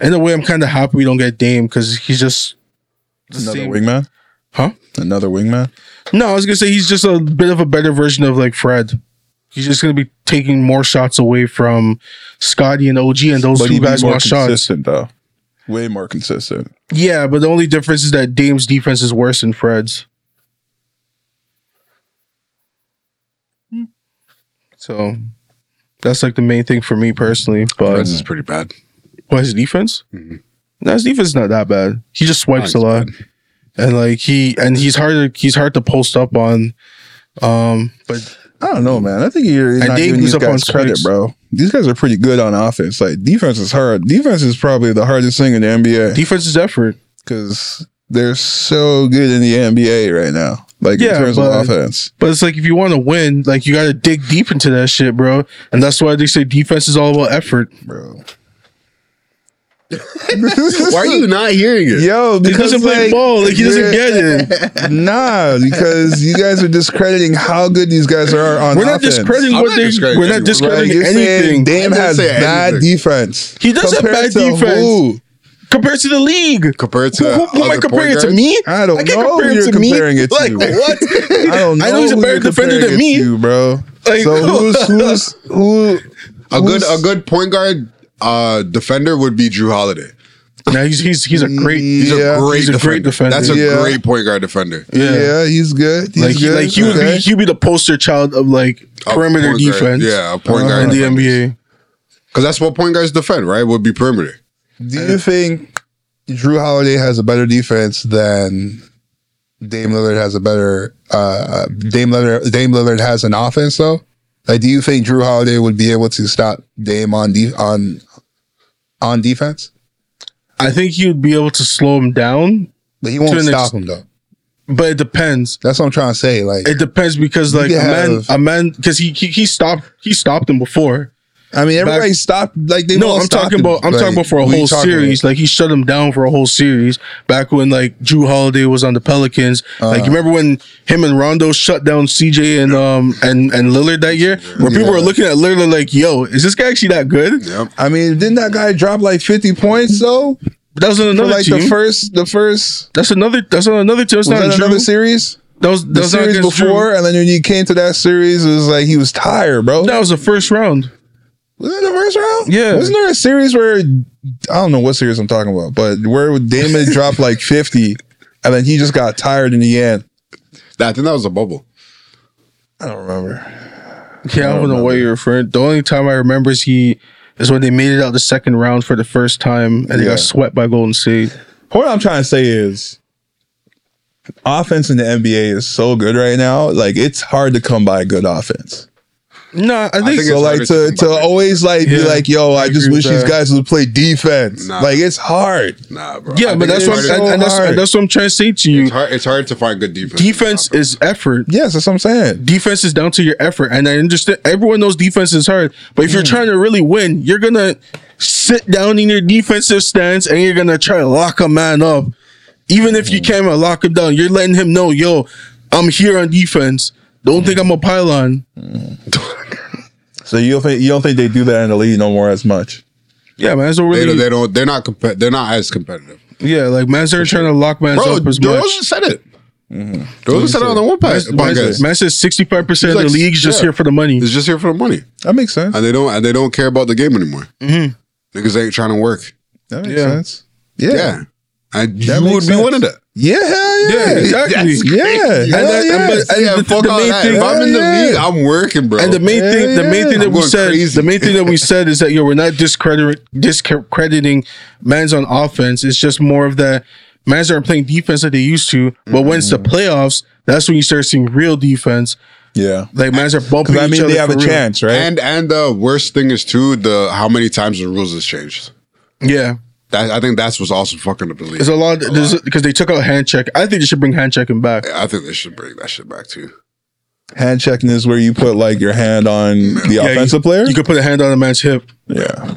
But in a way, I'm kind of happy we don't get Dame because he's just the
Another
same-
wingman?
Huh?
Another wingman?
No, I was gonna say he's just a bit of a better version of like Fred. He's just gonna be taking more shots away from Scotty and OG, and those
But
two
he'd be
guys
more
want shots.
consistent though. Way more consistent.
Yeah, but the only difference is that Dame's defense is worse than Fred's. So that's like the main thing for me personally. But
This is pretty bad.
what his defense?
Mhm.
No, his defense is not that bad. He just swipes a
Not
lot, and like he and he's hard to he's hard to post up on. Um, but
I don't know, man. I think you're
And
not
Dave
giving
was
these
up on
guys credit,
Sixers.
bro. These guys are pretty good on offense. Like defense is hard. Defense is probably the hardest thing in the NBA
defense is effort.
because they're so good in the NBA right now. Like
Yeah,
in terms
but-
of offense,
But it's like if you want to win, like you got to dig deep into that shit, bro. And that's why they say defense is all about effort.
bro.
Why are you not hearing it?
Yo,
He
because
doesn't play
like,
ball, like he doesn't
yeah.
get it.
Nah, because you guys are discrediting how good these guys are on
We're not
offense.
discrediting
I'm
what
not
they.
discrediting
We're not
anyone.
Like,
discrediting
you're saying
anything
Dame
I didn't
has
say
bad
anything.
defense.
He does have
Compared
bad
to
defense.
who?
compared to the league.
Compared to
Who, who, who am I
other point
comparing it to
guards?
me?
I don't
can't
know
compare
who
it
you're
to me.
comparing it to.
Like what?
I don't know.
I know he's a
who
better
you're
defender than
comparing it
me.
to, bro.
Like-
so who's who's who?
A good,
who's-
a good point guard uh, defender would be Drew Holiday.
no, he's he's he's a great.
He's
Yeah.
a great,
He's a
defender.
great defender.
That's a
Yeah.
great point guard defender.
yeah. he's good. He's
like he,
good.
like he would be
Okay.
he'd be the poster child of like
A
perimeter
point guard.
defense. Uh-huh.
Yeah, a point
in
guard
the
defender.
NBA.
Because that's what point guards defend, right? Would be perimeter.
Do you think Drew Holiday has a better defense than Dame Lillard has a better uh, Dame Lillard? Dame Lillard has an offense though. Like, do you think Drew Holiday would be able to stop Dame on de- on on defense?
I think he'd be able to slow him down,
But he won't
To an
stop
ex-
him though.
but it depends.
That's what I'm trying to say. Like,
It depends because like
could
a man,
have-
a man, because he, he he stopped he stopped him before.
I mean, everybody stopped. Like, they
No,
all
I'm
stopped
talking
him.
about I'm
Like,
talking about for a
what you
whole
talking about?
series. Like he shut him down for a whole series back when like Drew Holiday was on the Pelicans. like
Uh-huh.
you remember when him and Rondo shut down CJ and um and and Lillard that year, where people were looking at Lillard like, "Yo, is this guy actually that good?"
Yep.
I mean, didn't that guy drop like 50 points though?
But that was on
For
another
like
team.
the first, the first.
that's another. That's on another team. That's
Was
not
that
Drew.
another series?
that was that
the
was not
series
against
before,
Drew.
and then when he came to that series, it was like he was tired, bro.
That was the first round.
Was that the first round?
Yeah.
Wasn't there a series where I don't know what series I'm talking about, but where Damon dropped like 50, and then he just got tired in the end.
That, I think that was a bubble.
I don't remember.
Yeah, I don't, know what you're referring. The only time I remember is he is when they made it out the second round for the first time and they
Yeah.
got swept by Golden State.
What I'm trying to say is, offense in the NBA is so good right now. Like it's hard to come by good offense.
No, I think,
So
think it's
like
harder
to, to
to come by.
always like be
Yeah,
like, yo, I,
I
just
agree
wish
with
these
that.
guys would play defense.
Nah.
Like it's hard.
Nah, bro. I
yeah,
think
but that's
it's
what I'm,
so
hard-
and- and that's,
hard.
that's what I'm trying to say to you.
It's hard. It's hard to find good defense.
Defense is effort.
Yes, that's what I'm saying.
Defense is down to your effort, and I understand everyone knows defense is hard. But if
Mm.
you're trying to really win, you're gonna sit down in your defensive stance and you're gonna try to lock a man up, even if you
Mm.
can't even lock him down. You're letting him know, yo, I'm here on defense. Don't
Mm.
think I'm a pylon.
So you don't think you don't think they do that in the league no more as much?
Yeah, man's not
They,
really.
don't- they don't. They're not. Comp- they're not as competitive.
yeah, like man's not trying to lock man's
Bro,
up as
DeRozan
much. Mm-hmm.
said it. DeRozan said it on the one pass. podcast.
Man says 65 percent of
He's
the
like,
league's just
yeah.
here for the money.
It's just here for the money,
That makes sense.
and they don't. And they don't care about the game anymore.
Mm-hmm.
Niggas ain't trying to work.
That makes
Yeah.
sense. Yeah. Yeah.
Yeah, and
That
you
makes
would be
sense.
one of that.
Yeah, hell yeah.
Yeah,
yeah.
exactly.
Yeah,
And
hell
that-
yeah.
and but- and
yeah,
the-
fuck
the
all
main
that.
thing-
if I'm in the
Yeah.
league, I'm working, bro.
And the main
Hell
thing, the
yeah.
main thing that
I'm
we
going
said,
crazy.
the main thing that we said is that yo, we're not discredit, discrediting man's on offense. It's just more of that man's aren't playing defense like they used to. But when it's the
Mm.
playoffs, that's when you start seeing real defense.
Yeah.
Like man's are bumping.
Because
Each
I mean,
other
they have
for
a
real.
chance, right?
and and the worst thing is too the how many times the rules has changed.
Yeah,
That I think that's what's also fucking up the league.
there's a lot because they took out hand check. I think they should bring hand checking back.
I think they should bring that shit back too.
hand checking is where you put like your hand on the
Yeah,
offensive player.
You could put a hand on a man's hip.
yeah.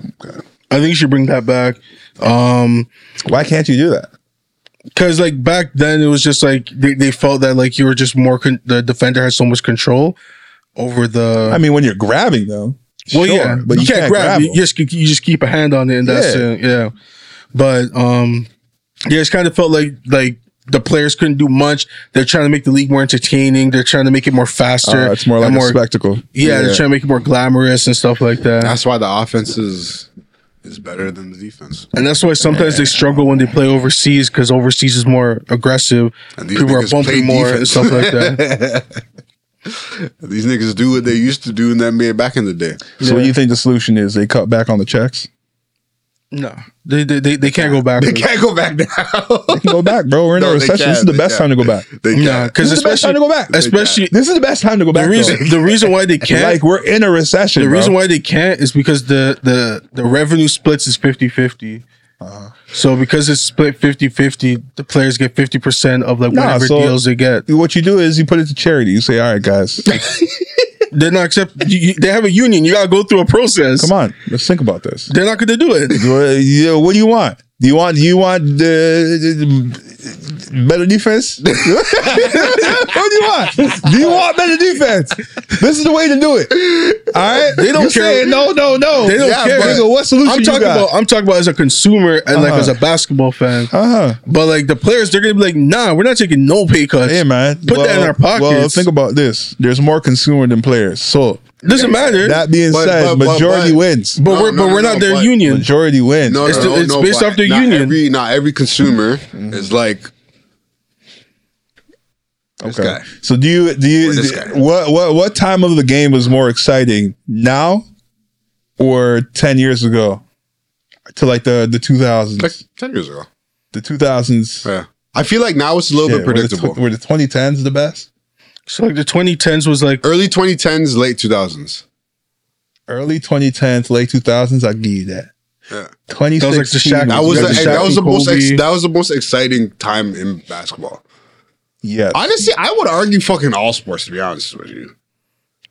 I think you should bring that back. Um,
Why can't you do that?
Cause like back then it was just like they, they felt that like you were just more con- the defender had so much control over the
I mean, when you're grabbing though.
well
sure,
yeah
but you, can't, grab.
you
them.
just you just keep a hand on it and that's
Yeah.
it yeah but um yeah it's kind of felt like like the players couldn't do much they're trying to make the league more entertaining they're trying to make it more faster
Uh, it's more like
and
a spectacle.
yeah, they're trying to make it more glamorous and stuff like that
That's why the offense is is better than the defense.
and that's why sometimes they struggle when they play overseas because overseas is more aggressive
And these
people are
niggas play
bumping more and
defense.
stuff like that
These niggas do what they used to do in that NBA back in the day.
So what do you think the solution is? They cut back on the checks.
No, they they they, they can't go back.
They can't go back now.
You can go back, bro. We're in a
No, they
recession.
can't.
This is the
They
best time
can't.
to go back.
they
No,
can't.
because
This is the best time
especially
to go back.
especially
This is the best time to go back.
the
though.
reason the reason why they can't
like we're in a recession.
the
bro.
reason why they can't is because the the the revenue splits is 50-50.
Uh-huh.
So because it's split 50-50, the players get 50% of like
Nah,
whatever
so-
deals they get.
what you do is you put it to charity. You say, "All right, guys,
They're not accept you, you- they have a union. You got to go through a process.
come on, let's think about this.
They're not going to do it.
What, yeah, what do you want? Do you want? Do you want the, the- better defense? what do you want? Do you want better defense? This is the way to do it. All right, they
don't care.
no, no, no.
They don't care.
but nigga, what solution
I'm talking
you got?
about I'm talking about as a consumer and like
Uh-huh.
as a basketball fan.
uh huh.
But like the players they're going to be like, "Nah, we're not taking no pay cuts."
Hey man,
Put that in our pockets.
Well, think about this. There's more consumer than players. So
Doesn't matter.
that being
But-
said,
but- but-
majority
but-
wins.
But
No,
we're
no,
but
no,
we're not
no,
their
but-
union.
majority wins.
No,
It's
no,
the-
no,
it's
no,
based
but
off their
not
union.
Every, not every consumer is like this guy.
So do you do you
Or this guy.
what what what time of the game is more exciting now or ten years ago? To like the the two
Like
thousands,
ten years ago.
the two thousands.
Yeah, I feel like now it's a little bit predictable.
Were the twenty tens the best?
So like the 2010s was like
Early 2010s, late 2000s.
Early twenty tens, late two thousands. I give you that.
Yeah.
Twenty
That was like the
sixteen.
Shaq-
That was
Yeah,
the,
the
hey,
Shaq
that was the
and
most ex-
Kobe.
that was the most exciting time in basketball.
yeah.
Honestly, I would argue fucking all sports to be honest with you.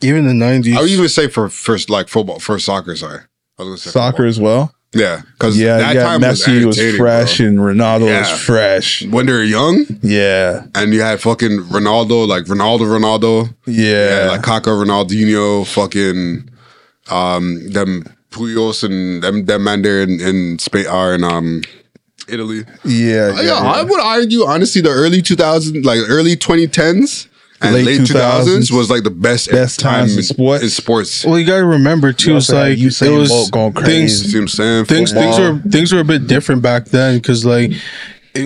even the 90s.
I would even say for first like football, for soccer. Sorry, I was gonna say
Soccer
football.
as well.
Yeah, because
Yeah,
that
yeah.
time
Messi was,
was, entertaining,
fresh and Ronaldo
Yeah.
was fresh.
bro. When they were young,
Yeah,
and you had fucking Ronaldo, like Ronaldo, Ronaldo,
yeah.
yeah, like Kaka, Ronaldinho, fucking um them Puyos and them them man there in, in Spain are in um Italy.
yeah,
oh, Yeah, I would argue honestly the early 2000s, like early 2010s and
Late
late, 2000s,
2000s
was like the best,
Best times in sports.
in sports.
well, you got to remember too.
You
It's
also had
like
Usain
it was
Bolt going
You
crazy.
things
see what I'm saying?
things things
Football.
were things were a bit different back then because like. it-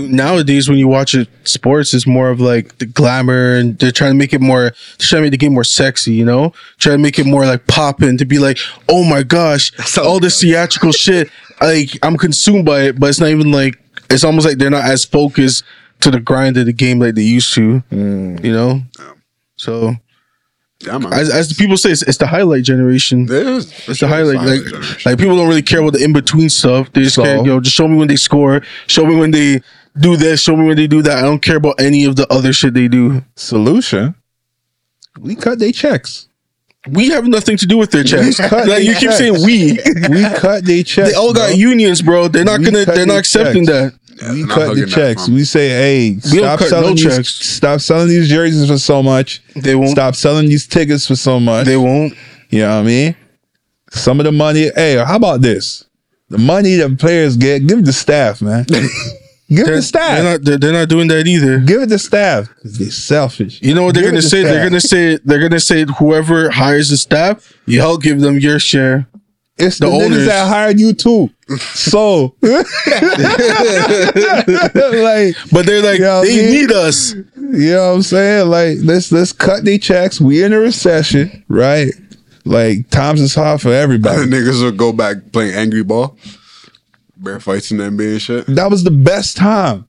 Nowadays, when you watch it, sports is more of like the glamour, and they're trying to make it more, they're trying to make the game more sexy, you know, trying to make it more like poppin' to be like, oh my gosh,
sounds
all this theatrical shit, like I'm consumed by it, but it's not even like it's almost like they're not as focused
Mm.
to the grind of the game like they used to, you know. So
Yeah, man.
As, as the people say, it's, it's the highlight generation.
It is.
It's the highlight. Like, like people don't really care about the in between stuff. They just
So?
care, yo, just show me when they score. Show me when they do this. Show me when they do that. I don't care about any of the other shit they do.
Solution. We cut their checks.
We have nothing to do with their checks.
cut
like you
their
keep saying we.
We cut their checks.
They all got
bro.
unions, bro. They're not
We
gonna.
cut
They're not
these
accepting
checks.
that.
We
I'm not
cut the
hugging that
checks.
from-
We say, hey, stop
cut no
selling these,
checks.
stop selling these jerseys for so much.
They won't.
Stop selling these tickets for so much.
They won't.
You know what I mean? Some of the money. Hey, how about this? The money that players get, give it to staff, man. give it
They're,
to staff.
they're not. They're, they're not doing that either.
give it to staff. 'cause They're selfish.
You know what they're
Give it
gonna
to
say? They're
staff.
gonna say. They're gonna say whoever hires the staff, y'all give them your share.
It's the,
the
niggas
owners.
that hired you too. So, like,
But they're like,
Yeah, I
they
mean-
need us.
You know what I'm saying? Like, let's let's cut their checks. We in a recession, right? Like times is hard for
The
everybody.
niggas will go back playing angry ball, bear fights in the NBA and shit.
That was the best time.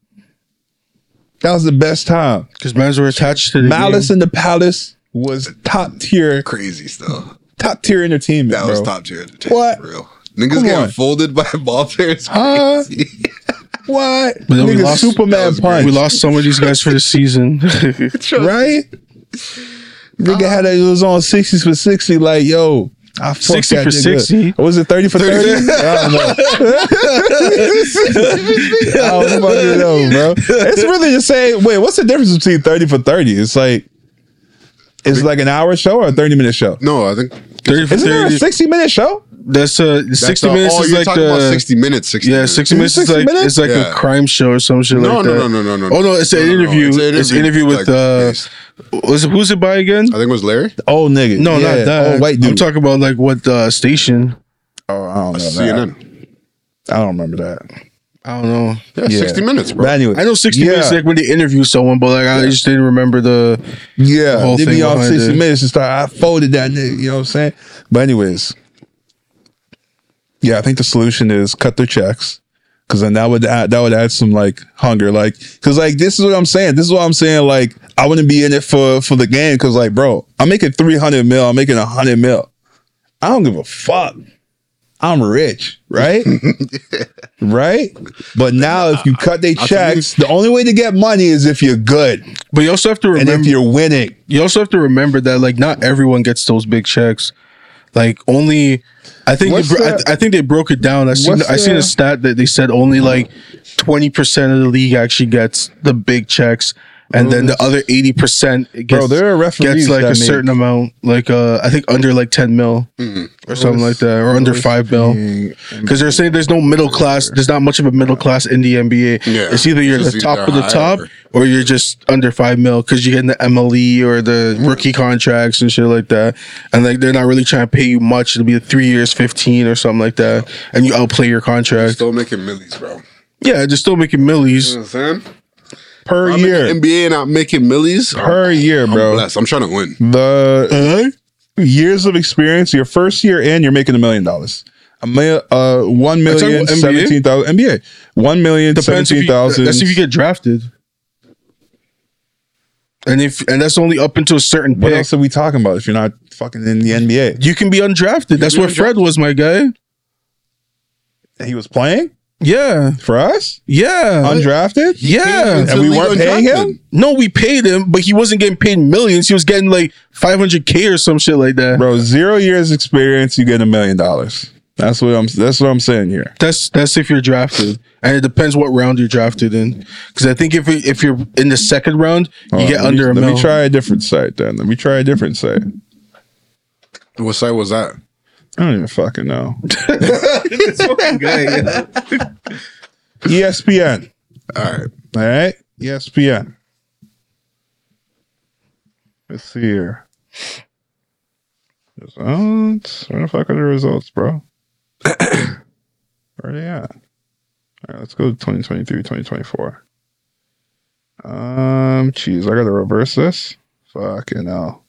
That was the best time.
Because mans were attached to the
Malice
game.
in the Palace was top tier,
Crazy stuff.
top tier entertainment.
That
bro.
was top tier. entertainment,
What?
for Real niggas
Come
getting
on.
folded by ball players.
Huh?
Crazy.
What?
But then we
Nigga,
lost-
that
Superman
was
punch.
We lost some of these guys for the season.
right? Nigga had a, it was on sixty for sixty. Like yo, I fucked
60
that
for
nigga.
60?
Or was it thirty for thirty? I don't know. I don't fucking know, bro. It's really the same. Wait, what's the difference between thirty for thirty? It's like it's like an hour show or a thirty minute show.
No, I think
30 for
Isn't there a
30.
sixty minute show?
That's uh, 60
uh,
minutes
Oh,
is
you're
like
talking about
the.
sixty minutes. Sixty.
Yeah,
minutes.
60 minutes is
60
like
minutes?
it's like
Yeah.
a crime show or some shit
No,
like
no,
that.
no, no, no, no.
Oh no, it's an
No, no, no.
interview. It's an interview, with
like, Uh,
uh,
yes.
was it, who's it by again?
I think it was Larry.
Oh nigga,
No,
Yeah,
not that.
oh,
old white dude.
I'm talking about like what uh, station?
oh, I don't know. That.
CNN.
I don't remember that.
I don't know.
Yeah,
Yeah.
sixty minutes, bro.
But anyway,
I know 60
yeah,
minutes is like when they interview someone, but like I just didn't remember the.
Yeah,
whole
they be
thing
on
behind
60
it.
minutes and start. I folded that nigga, you know what I'm saying? But, anyways, yeah, I think the solution is cut their checks because then that would add, that would add some like hunger, like because like this is what I'm saying. This is what I'm saying. Like I wouldn't be in it for for the game because like bro, I'm making 300 mil. I'm making 100 mil. I don't give a fuck. I'm rich, right? right? But now, if you cut their checks, the only way to get money is if you're good
But you also have to
and
remember
if you're winning.
you also have to remember that like not everyone gets those big checks. Like only, I think
What's
they bro- I,
the-
I think they broke it down. I seen
what's
I seen
the-
a stat that they said only like twenty percent of the league actually gets the big checks, and then the other eighty percent gets
Oh. Bro, there are referees
gets like
that
a
make-
certain amount, like uh I think under like ten mil
Mm-hmm.
or something like that, or under five mil. Because they're saying there's no middle class. There's not much of a middle class in the NBA.
Yeah.
It's either you're
It's
the
just
top
either
of the
high
top
or-
or you're just under five mil because you're getting the MLE or the rookie contracts and shit like that. And like they're not really trying to pay you much. It'll be three years, 15 or something like that. And you outplay your contract.
Still making millies, bro. You know
Yeah, just still making millies.
what I'm saying?
per
I'm
year
in the NBA and I'm making millies
per year
I'm
bro
blessed. I'm trying to win.
the
Uh-huh.
years of experience your first year in you're making a million dollars a million uh one
That's
million
like what, NBA?
seventeen thousand nba one million
Depends if
seventeen
you,
thousand
that's if you get drafted. And if and that's only up until a certain
what
pick.
else are we talking about if you're not fucking in the nba
You can be undrafted. That's
be
what Fred was, my guy.
And he was playing
Yeah.
for us
Yeah.
undrafted
yeah.
It's
and we
illegal
weren't paying
drafting.
him
No, we paid him, but he wasn't getting paid millions. He was getting like 500k or some shit like that.
bro zero years experience you get a million dollars that's what i'm that's what i'm saying here
That's that's if you're drafted, and it depends what round you're drafted in. Because I think if it- if you're in the second round, you
Hold on,
get
Oh, let me-
under a
let
mil.
me try a different site then let me try a different site
What site was that?
I don't even fucking know. E ESPN.
All right.
All right. E ESPN. Let's see here. Results. Where the fuck are the results, bro? Where are they at? All right, let's go to 2023, 2024. Um, jeez, I gotta reverse this. Fucking hell.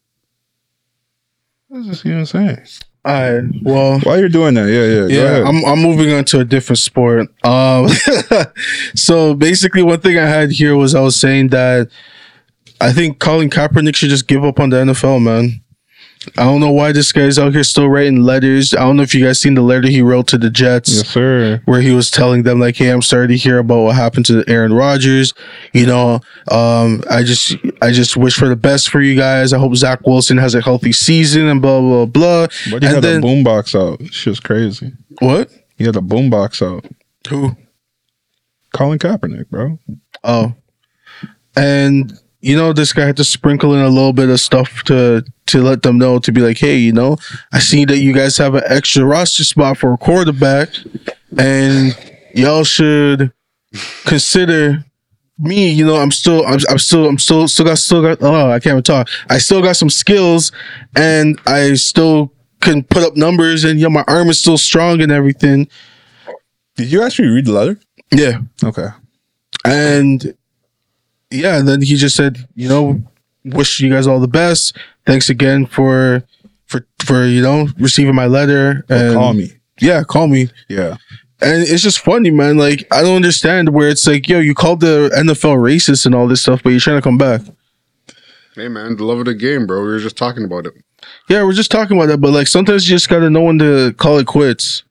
What is this even saying?
All right. Well,
While you're doing that, yeah, yeah, go
yeah,
ahead.
I'm I'm moving on to a different sport. Um, so basically, one thing I had here was I was saying that I think Colin Kaepernick should just give up on the NFL, man. I don't know why this guy's out here still writing letters. I don't know if you guys seen the letter he wrote to the Jets
sir.
where he was telling them like, "Hey, I'm sorry to hear about what happened to Aaron Rodgers. You know, um, I just I just wish for the best for you guys. I hope Zach Wilson has a healthy season and blah blah blah."
But he
and
had
then
a boombox out. Shit's crazy.
what?
He had a boombox out.
Who?
Colin Kaepernick, bro.
Oh, and you know this guy had to sprinkle in a little bit of stuff to to let them know to be like, hey, you know, I see that you guys have an extra roster spot for a quarterback, and y'all should consider me. You know, I'm still, I'm, I'm still, I'm still, still got, still got. Oh, I can't even talk. I still got some skills, and I still can put up numbers, and you know, my arm is still strong and everything.
Did you actually read the letter?
Yeah,
Okay.
And yeah, and then he just said, you know, wish you guys all the best. Thanks again for for for you know receiving my letter. And
Call me.
Yeah, call me.
Yeah.
And it's just funny, man. Like I don't understand where it's like, yo, you called the NFL racist and all this stuff, but you're trying to come back.
Hey man, the love of the game, bro. We were just talking about it.
Yeah, we're just talking about that, but like sometimes you just gotta know when to call it quits.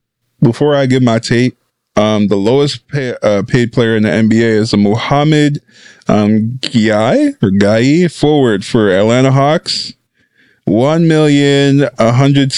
Before I give my tape, um, the lowest pay, uh, paid player in the NBA is a Muhammad um, Guy or Guy forward for Atlanta Hawks. One million one hundred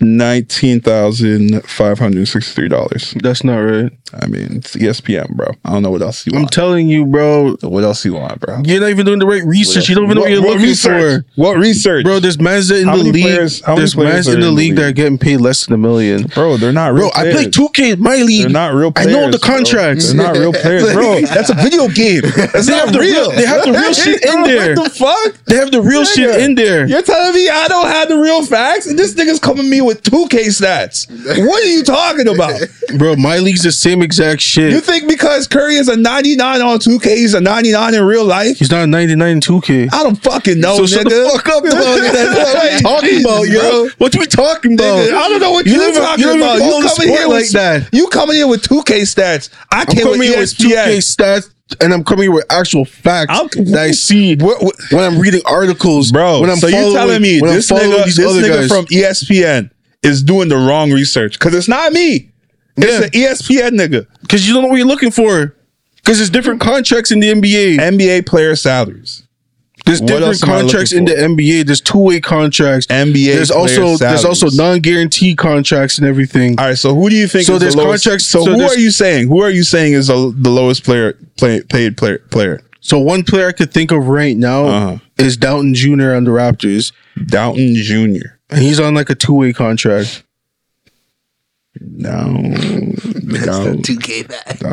nineteen thousand five hundred sixty-three dollars.
That's not right.
I mean, it's E ESPN, bro. I don't know what else you
I'm
want.
telling you, bro.
what else you want, bro?
You're not even doing the right research. You don't even know what you're looking for.
research? What research,
Bro, there's man's in
How
the
many
league.
players- how many
there's
players
man's
are
in the
in the
league that are
league?
getting paid less than a million.
Bro, they're not real.
Bro, I play
players.
2K in my
They're
league.
not real
I
players.
know the
bro.
contracts.
They're not real players, bro. That's a video game. That's
They have
not
the
real.
real- they have the real shit in
Bro,
there.
What the fuck?
They have the real shit in there.
You're telling me I don't have the real facts, and this nigga's coming to me with 2K stats. What are you talking about?
Bro, my league's the same exact shit.
You think because Curry is a 99 on 2K, he's a 99 in real life?
He's not a 99 in 2K.
I don't fucking know,
so
Oh, nigga.
shut the fuck up about it. That's What are we talking about, yo? What are we talking about?
Nigga, I don't know what
You
you
don't
are
even-
talking
you don't even
about.
follow
You
the
coming
sport
here
like
with
that.
You coming here with 2K stats. I
I'm
came with
coming here with E 2K
ESPN.
stats and I'm coming here with actual facts
I'm-
that I see
What- what-
when I'm reading articles.
Bro,
when I'm
so you
following-
telling me
when I'm
this
following
nigga,
these
this
other
nigga
guys.
from E ESPN is doing the wrong research because it's not me. It's E the ESPN nigga.
Because you don't know what you're looking for. Because there's different contracts in the NBA.
NBA player salaries.
There's
What
different
else am I looking
contracts in the
for?
NBA. There's two way contracts.
NBA
There's
player
also there's
salaries.
also non guaranteed contracts and everything.
All right, so who do you think?
So
is the
there's
lowest-
contracts-
So,
so
who
there's-
are you saying? Who are you saying is the the lowest player play, paid player player?
so one player I could think of right now
Uh-huh.
is Downton Jr. on the Raptors,
Downton Jr.
and he's on like a two way contract.
No, no, two K facts. No.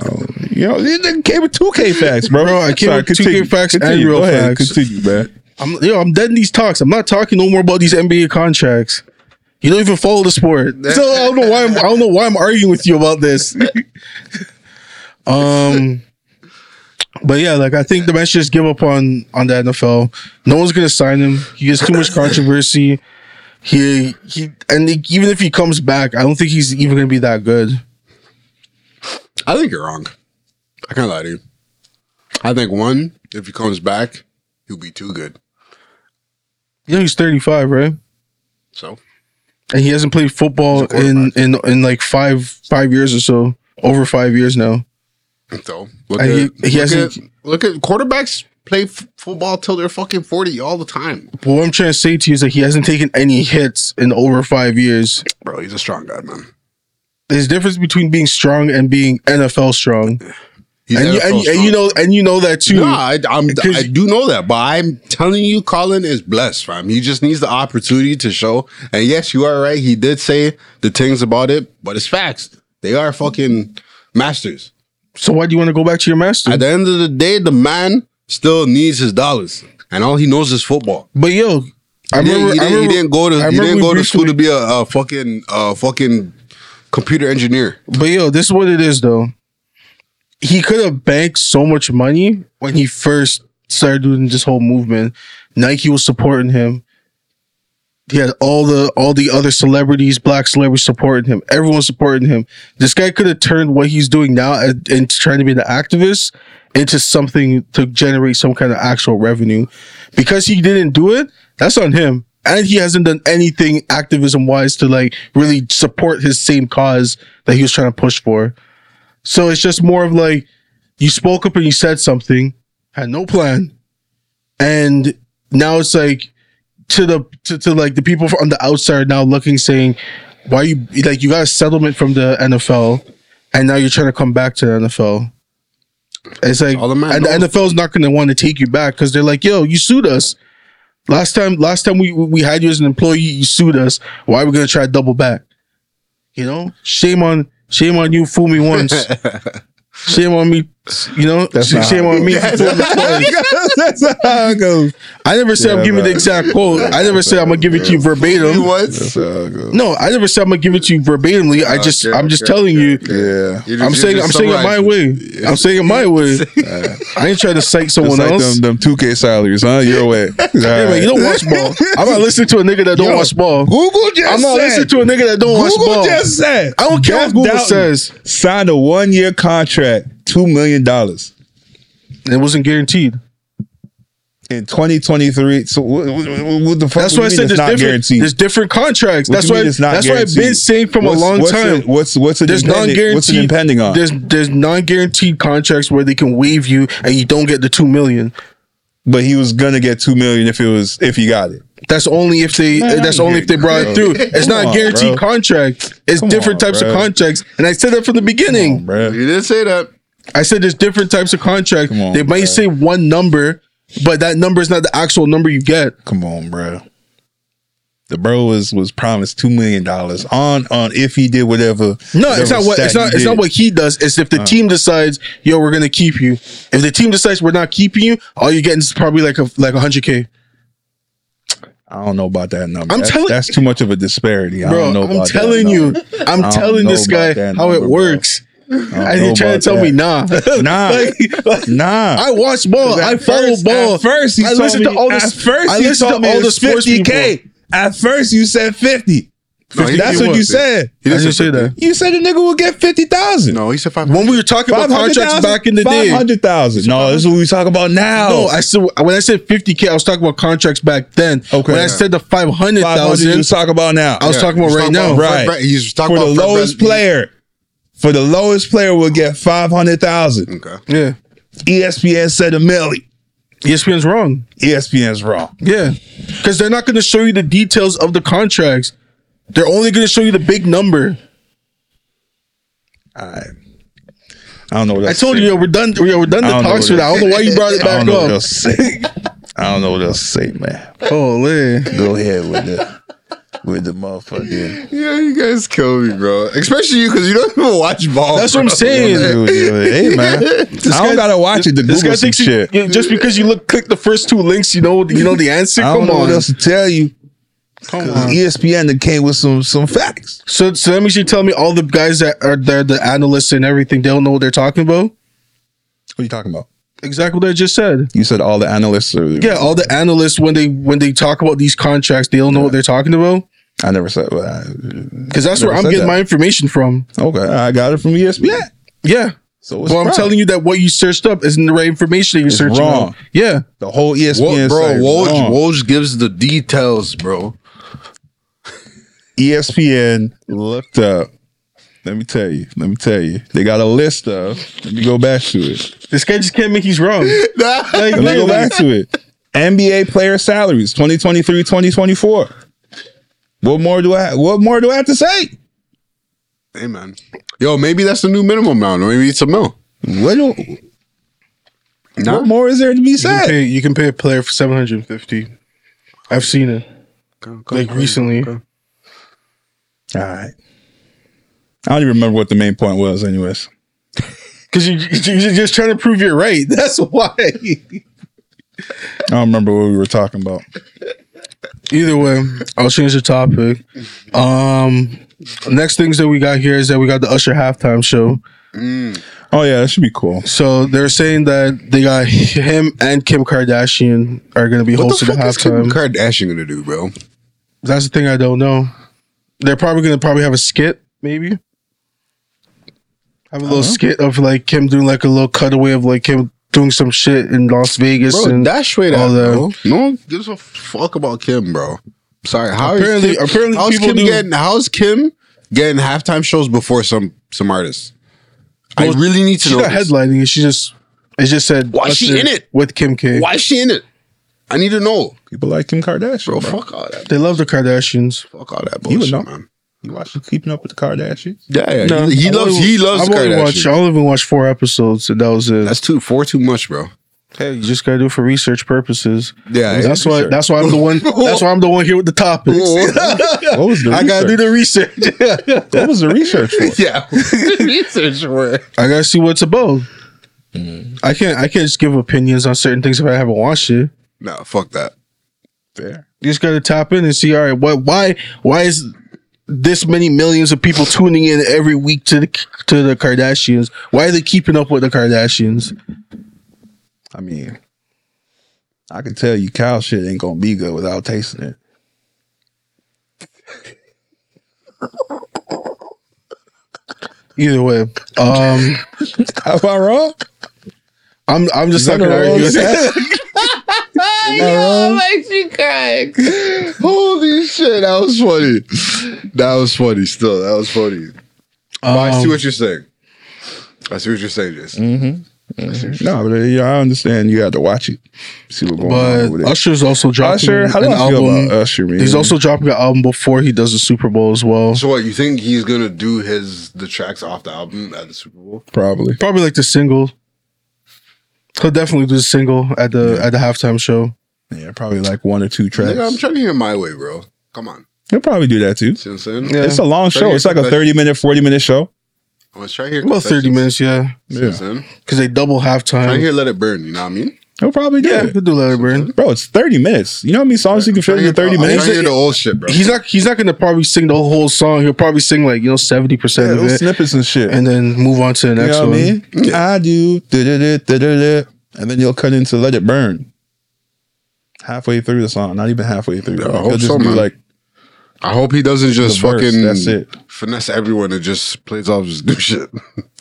You know, you nigga came with two K facts, bro.
Bro, I came
Sorry,
with 2K
continue.
facts and
Continue.
real
Go ahead,
facts.
Continue, man.
I'm yo, I'm dead in these talks. I'm not talking no more about these NBA contracts. You don't even follow the sport. So I don't know why I'm I don't know why I'm arguing with you about this. um but yeah, like I think the man should just give up on on the NFL. No one's gonna sign him. He gets too much controversy. He he and like, even if he comes back, I don't think he's even gonna be that good.
I think you're wrong. I can't lie to you. I think one, if he comes back, he'll be too good.
You know, he's 35, right?
So
And he hasn't played football
He's a
in in in like five five years or so. Over five years now.
So look at,
And he- he
look,
hasn't-
at, look at quarterbacks play f- football till they're fucking forty all the time,
But what I'm trying to say to you is that he hasn't taken any hits in over five years.
bro. He's a strong guy, man.
There's a difference between being strong and being NFL strong.
He's
and, you,
NFL
and, you- and you know and you know that too.
Nah, I, I'm,
Because-
I do know that, but I'm telling you, Colin is blessed, fam. He just needs the opportunity to show. And yes, you are right. He did say the things about it, but it's facts. They are fucking masters.
So why do you want to go back to your master?
At the end of the day, the man still needs his dollars, and all he knows is football.
but yo,
He
I remember,
didn't- he,
I
didn't,
remember
he didn't go to
I
he
remember
didn't
we
go to
briefly-
school to be a, a fucking uh, fucking computer engineer.
But yo, this is what it is though. He could have banked so much money when he first started doing this whole movement. Nike was supporting him. He had all the all the other celebrities, black celebrities supporting him. Everyone supporting him. This guy could have turned what he's doing now and and trying to be an activist into something to generate some kind of actual revenue. Because he didn't do it, that's on him. and he hasn't done anything activism wise to like really support his same cause that he was trying to push for. So it's just more of like you spoke up and you said something, had no plan, and now it's like to the to, to like the people on the outside now looking saying, why you like you got a settlement from the NFL, and now you're trying to come back to the NFL. It's like
all that
and
matters.
the NFL's not going to want to take you back because they're like, yo, you sued us. Last time, last time we we had you as an employee, you sued us. Why are we gonna try to double back? You know, shame on shame on you. Fool me once, shame on me. You know,
not
shame on me. fool me twice.
That's how it goes.
I never said I'm
Yeah,
giving you the
man.
exact quote. I never said I'm gonna give it to you
He
verbatim.
was.
That's how it goes.
No, I never said I'm gonna give it to you verbatimly. I just
Okay,
I'm just
okay,
telling
Yeah.
You
you.
just-
I'm
you
saying
just
I'm saying it my
summarized
way. I'm saying it my way. I ain't trying to psych someone
Just like
else.
them, them 2K salaries, huh? Your way.
Anyway, you don't watch ball. I'm not listening to a nigga that don't
Yo,
watch ball.
Google just
I'm not
said-
listening to a nigga that don't watch
Google
ball.
just said.
I don't care what
Jeff
Google
Doughton
says.
Signed a one year contract, two million dollars
It wasn't guaranteed.
in 2023. So what, what- what the fuck?
That's
what
why
you mean
I said
it's
there's
not
different.
guaranteed.
There's different contracts.
What
that's
you
why.
mean it's not
That's why I've been
guaranteed?
saying from
What's-
a long
what's
time.
It, what's what's it?
there's
depending-
non-guaranteed.
What's it depending on?
There's there's non-guaranteed contracts where they can waive you and you don't get the two million.
But he was gonna get two million if it was if he got it.
That's only if they.
Man,
that's
I
only
hear
if they
you,
brought
bro.
it through. It's
Come
not a
on,
guaranteed
bro.
contract. It's
Come
different
on,
types of
bro.
contracts, and I said that from the beginning.
Bruh.
You didn't say that.
I said there's different types of contracts.
Come on,
they might
bro.
say one number, but that number is not the actual number you get.
Come on, bro. The bro was was promised two million dollars on on if he did whatever.
No,
whatever
it's not what it's
stat
not
he
it's not
did. Uh.
what he does. It's if the team decides, yo, we're gonna keep you. If the team decides we're not keeping you, all you're getting is probably like a like hundred k.
I don't know about that number.
I'm
that's,
telling-
that's too much of a disparity. I don't
Bro,
know
I'm
about that
telling
number.
you, I'm
don't
telling
know
this guy
about that
how it
number, bro.
works. And
know
he trying to
about
tell me
that.
nah,
Nah.
Like- like,
Nah,
I watch ball.
At
I follow
first-
ball.
At first, he
I
told
listen
me,
to all the
At
s-
first,
I
he
listen to
told me
all
it
the
was
sports
50k. At first, you said 50.
No, he
That's
didn't
what
say
you
it.
said.
He
I
didn't
didn't say that.
You said the nigga would get fifty thousand.
No, he said five.
When we were talking about contracts back in the
five
day.
hundred Oh. thousand. No, this is what we talk about now.
No, I said when I said 50k, I was talking about contracts back then.
Okay.
When I said the
five hundred. You
500,000,
talk about now.
I was talking about
He's
right
talking
now.
about Fred
Right.
Bre- he's talking
for the
about Fred
lowest
Bre-
player. For the lowest player, will get five hundred thousand. E
Okay.
Yeah,
ESPN said a E milli. E
ESPN's wrong.
ESPN's wrong.
Yeah, because they're not going to show you the details of the contracts. They're only going to show you the big number.
All right. I don't know what
I
else to
told
say.
you, yo, we're done. yo, We're done
I
the
don't know
talks for that. I don't know why you brought it
I don't
back
know what else
up.
to say. I don't know what else to say, man.
Holy.
Go ahead with the with the motherfucker.
Yeah, you guys kill me, bro. Especially you, because you don't even watch ball.
That's what I'm
bro.
saying.
Hey man, I
guy-
don't gotta watch it to
This guy
Google some
thinks you-
shit.
you- just because you look click the first two links, you know you know the answer.
I don't
Come
know what
on.
else to tell you.
Come
'Cause E
on.
ESPN that came with some some facts.
So so that means you tell me all the guys that are there, the analysts and everything, they don't know what they're talking about.
What are you talking about?
Exactly what I just said.
You said all the analysts are.
Yeah, all the analysts when they when they talk about these contracts, they don't know what they're talking about
I never said. Well, I,
because that's where
Never
I'm
said
getting
that.
my information from.
okay, I got it from E ESPN.
Yeah.
So
Well, I'm telling you that what you searched up isn't the right information that you're searching
wrong.
up. Yeah.
the whole E ESPN.
Wo- bro,
site
Woj,
wrong.
Woj gives the details, bro.
E ESPN looked up. Let me tell you. Let me tell you. They got a list of. Let me go back to it.
This guy just can't make he's wrong. Like,
Let me go
literally.
back to it. NBA player salaries 2023 2024. What more do I what more do I have to say?
hey, man. Yo, maybe that's the new minimum amount. Or maybe it's a mil.
What do,
Nah.
what more is there to be
you, can
said?
pay, you can pay a player for 750. I've seen it. Like recently.
All right. I don't even remember what the main point was anyways.
Because you, you're just trying to prove you're right. That's why.
I don't remember what we were talking about.
Either way, I'll change the topic. Um, next things that we got here is that we got the Usher halftime show.
Oh yeah, that should be cool.
So they're saying that they got him and Kim Kardashian are going to be
What the
hosting the
fuck is Kim
halftime.
Kardashian gonna do, bro?
That's the thing I don't know. They're probably gonna probably have a skit, maybe. Have a
Uh-huh.
little skit of like Kim doing like a little cutaway of like him doing some shit in Las Vegas
Bro,
and
that's straight
all
out,
that.
bro. No one gives a fuck about Kim, bro. Sorry, how is
Apparently-
Kim,
apparently
how's
people
Kim
do-
getting how's Kim getting halftime shows before some some artists?
Well,
I really need to
She's
know.
not
this.
headlining it. She just it just said
Why is she
usher
in it?
with Kim K.
Why is she in it? I need to know,
People like Kim Kardashian,
bro.
bro.
Fuck all that.
They love the Kardashians.
Fuck all that
You would
bullshit,
know.
man.
You watching Keeping Up with the Kardashians?
Yeah, yeah.
No,
he, he
I've
loves.
only-
He loves
I've only
Kardashian.
watched. I only watched four episodes, and that was it.
That's too four too much, bro.
Hey,
you just gotta do it for research purposes.
Yeah,
that's why.
research.
That's why I'm the one. That's why I'm the one here with the topics.
what was the
I gotta do
research?
the research.
What was the research for?
yeah. Research work.
I gotta see what it's about.
Mm-hmm.
I can't. I can't just give opinions on certain things if I haven't watched it.
Nah, fuck that.
Fair.
You just gotta tap in and see. All right, what? Why? Why is this many millions of people tuning in every week to the to the Kardashians? Why are they keeping up with the Kardashians?
I mean, I can tell you cow shit ain't gonna be good without tasting it.
Either way, um,
Am I wrong?
I'm I'm just
Is that
not gonna
the wrong
argue.
side?
That
makes me cry.
Holy shit, that was funny. That was funny. Still, that was funny. But I see
Um, Mm-hmm.
what you're saying. I see what you're saying, Jason.
no, but uh, yeah, I understand. You had to watch it, see what's going on
But
with it.
Usher's also dropping
Usher, how do
an
you feel
album.
about uh, Usher? Man?
He's also dropping an album before he does the Super Bowl as well.
So what you think he's gonna do his the tracks off the album at the Super Bowl?
probably.
Probably like the single. He'll definitely do the single at the at the halftime show.
Yeah, probably like one or two tracks.
Nigga, I'm trying to hear my way, bro. Come on.
He'll probably do that too.
See what I'm saying?
Yeah.
It's a long show.
Thirty
It's like a
minutes.
thirty minute, forty minute show.
I was trying to hear
About thirty minutes, yeah,
Yeah. Trying
because they double
to
halftime.
hear Let It Burn, you know what I mean?
He'll probably do
Yeah,
it,
he'll do Larry Bird.
bro. It's thirty minutes. You know how many songs you can fit into thirty
I'm trying
minutes?
to hear the old shit, bro.
He's not he's not gonna probably sing the whole song. He'll probably sing like you know seventy
Yeah,
percent of
little
it,
snippets and shit.
and then move on to the
you
next
know what
one.
I mean? I do, da-da-da, da-da-da, and then you'll cut into "Let It Burn." Halfway through the song, not even halfway through.
I
Like,
hope
he'll
so,
do,
man.
like
I hope he doesn't just
The verse,
fucking
that's it.
finesse everyone and just plays off his new shit.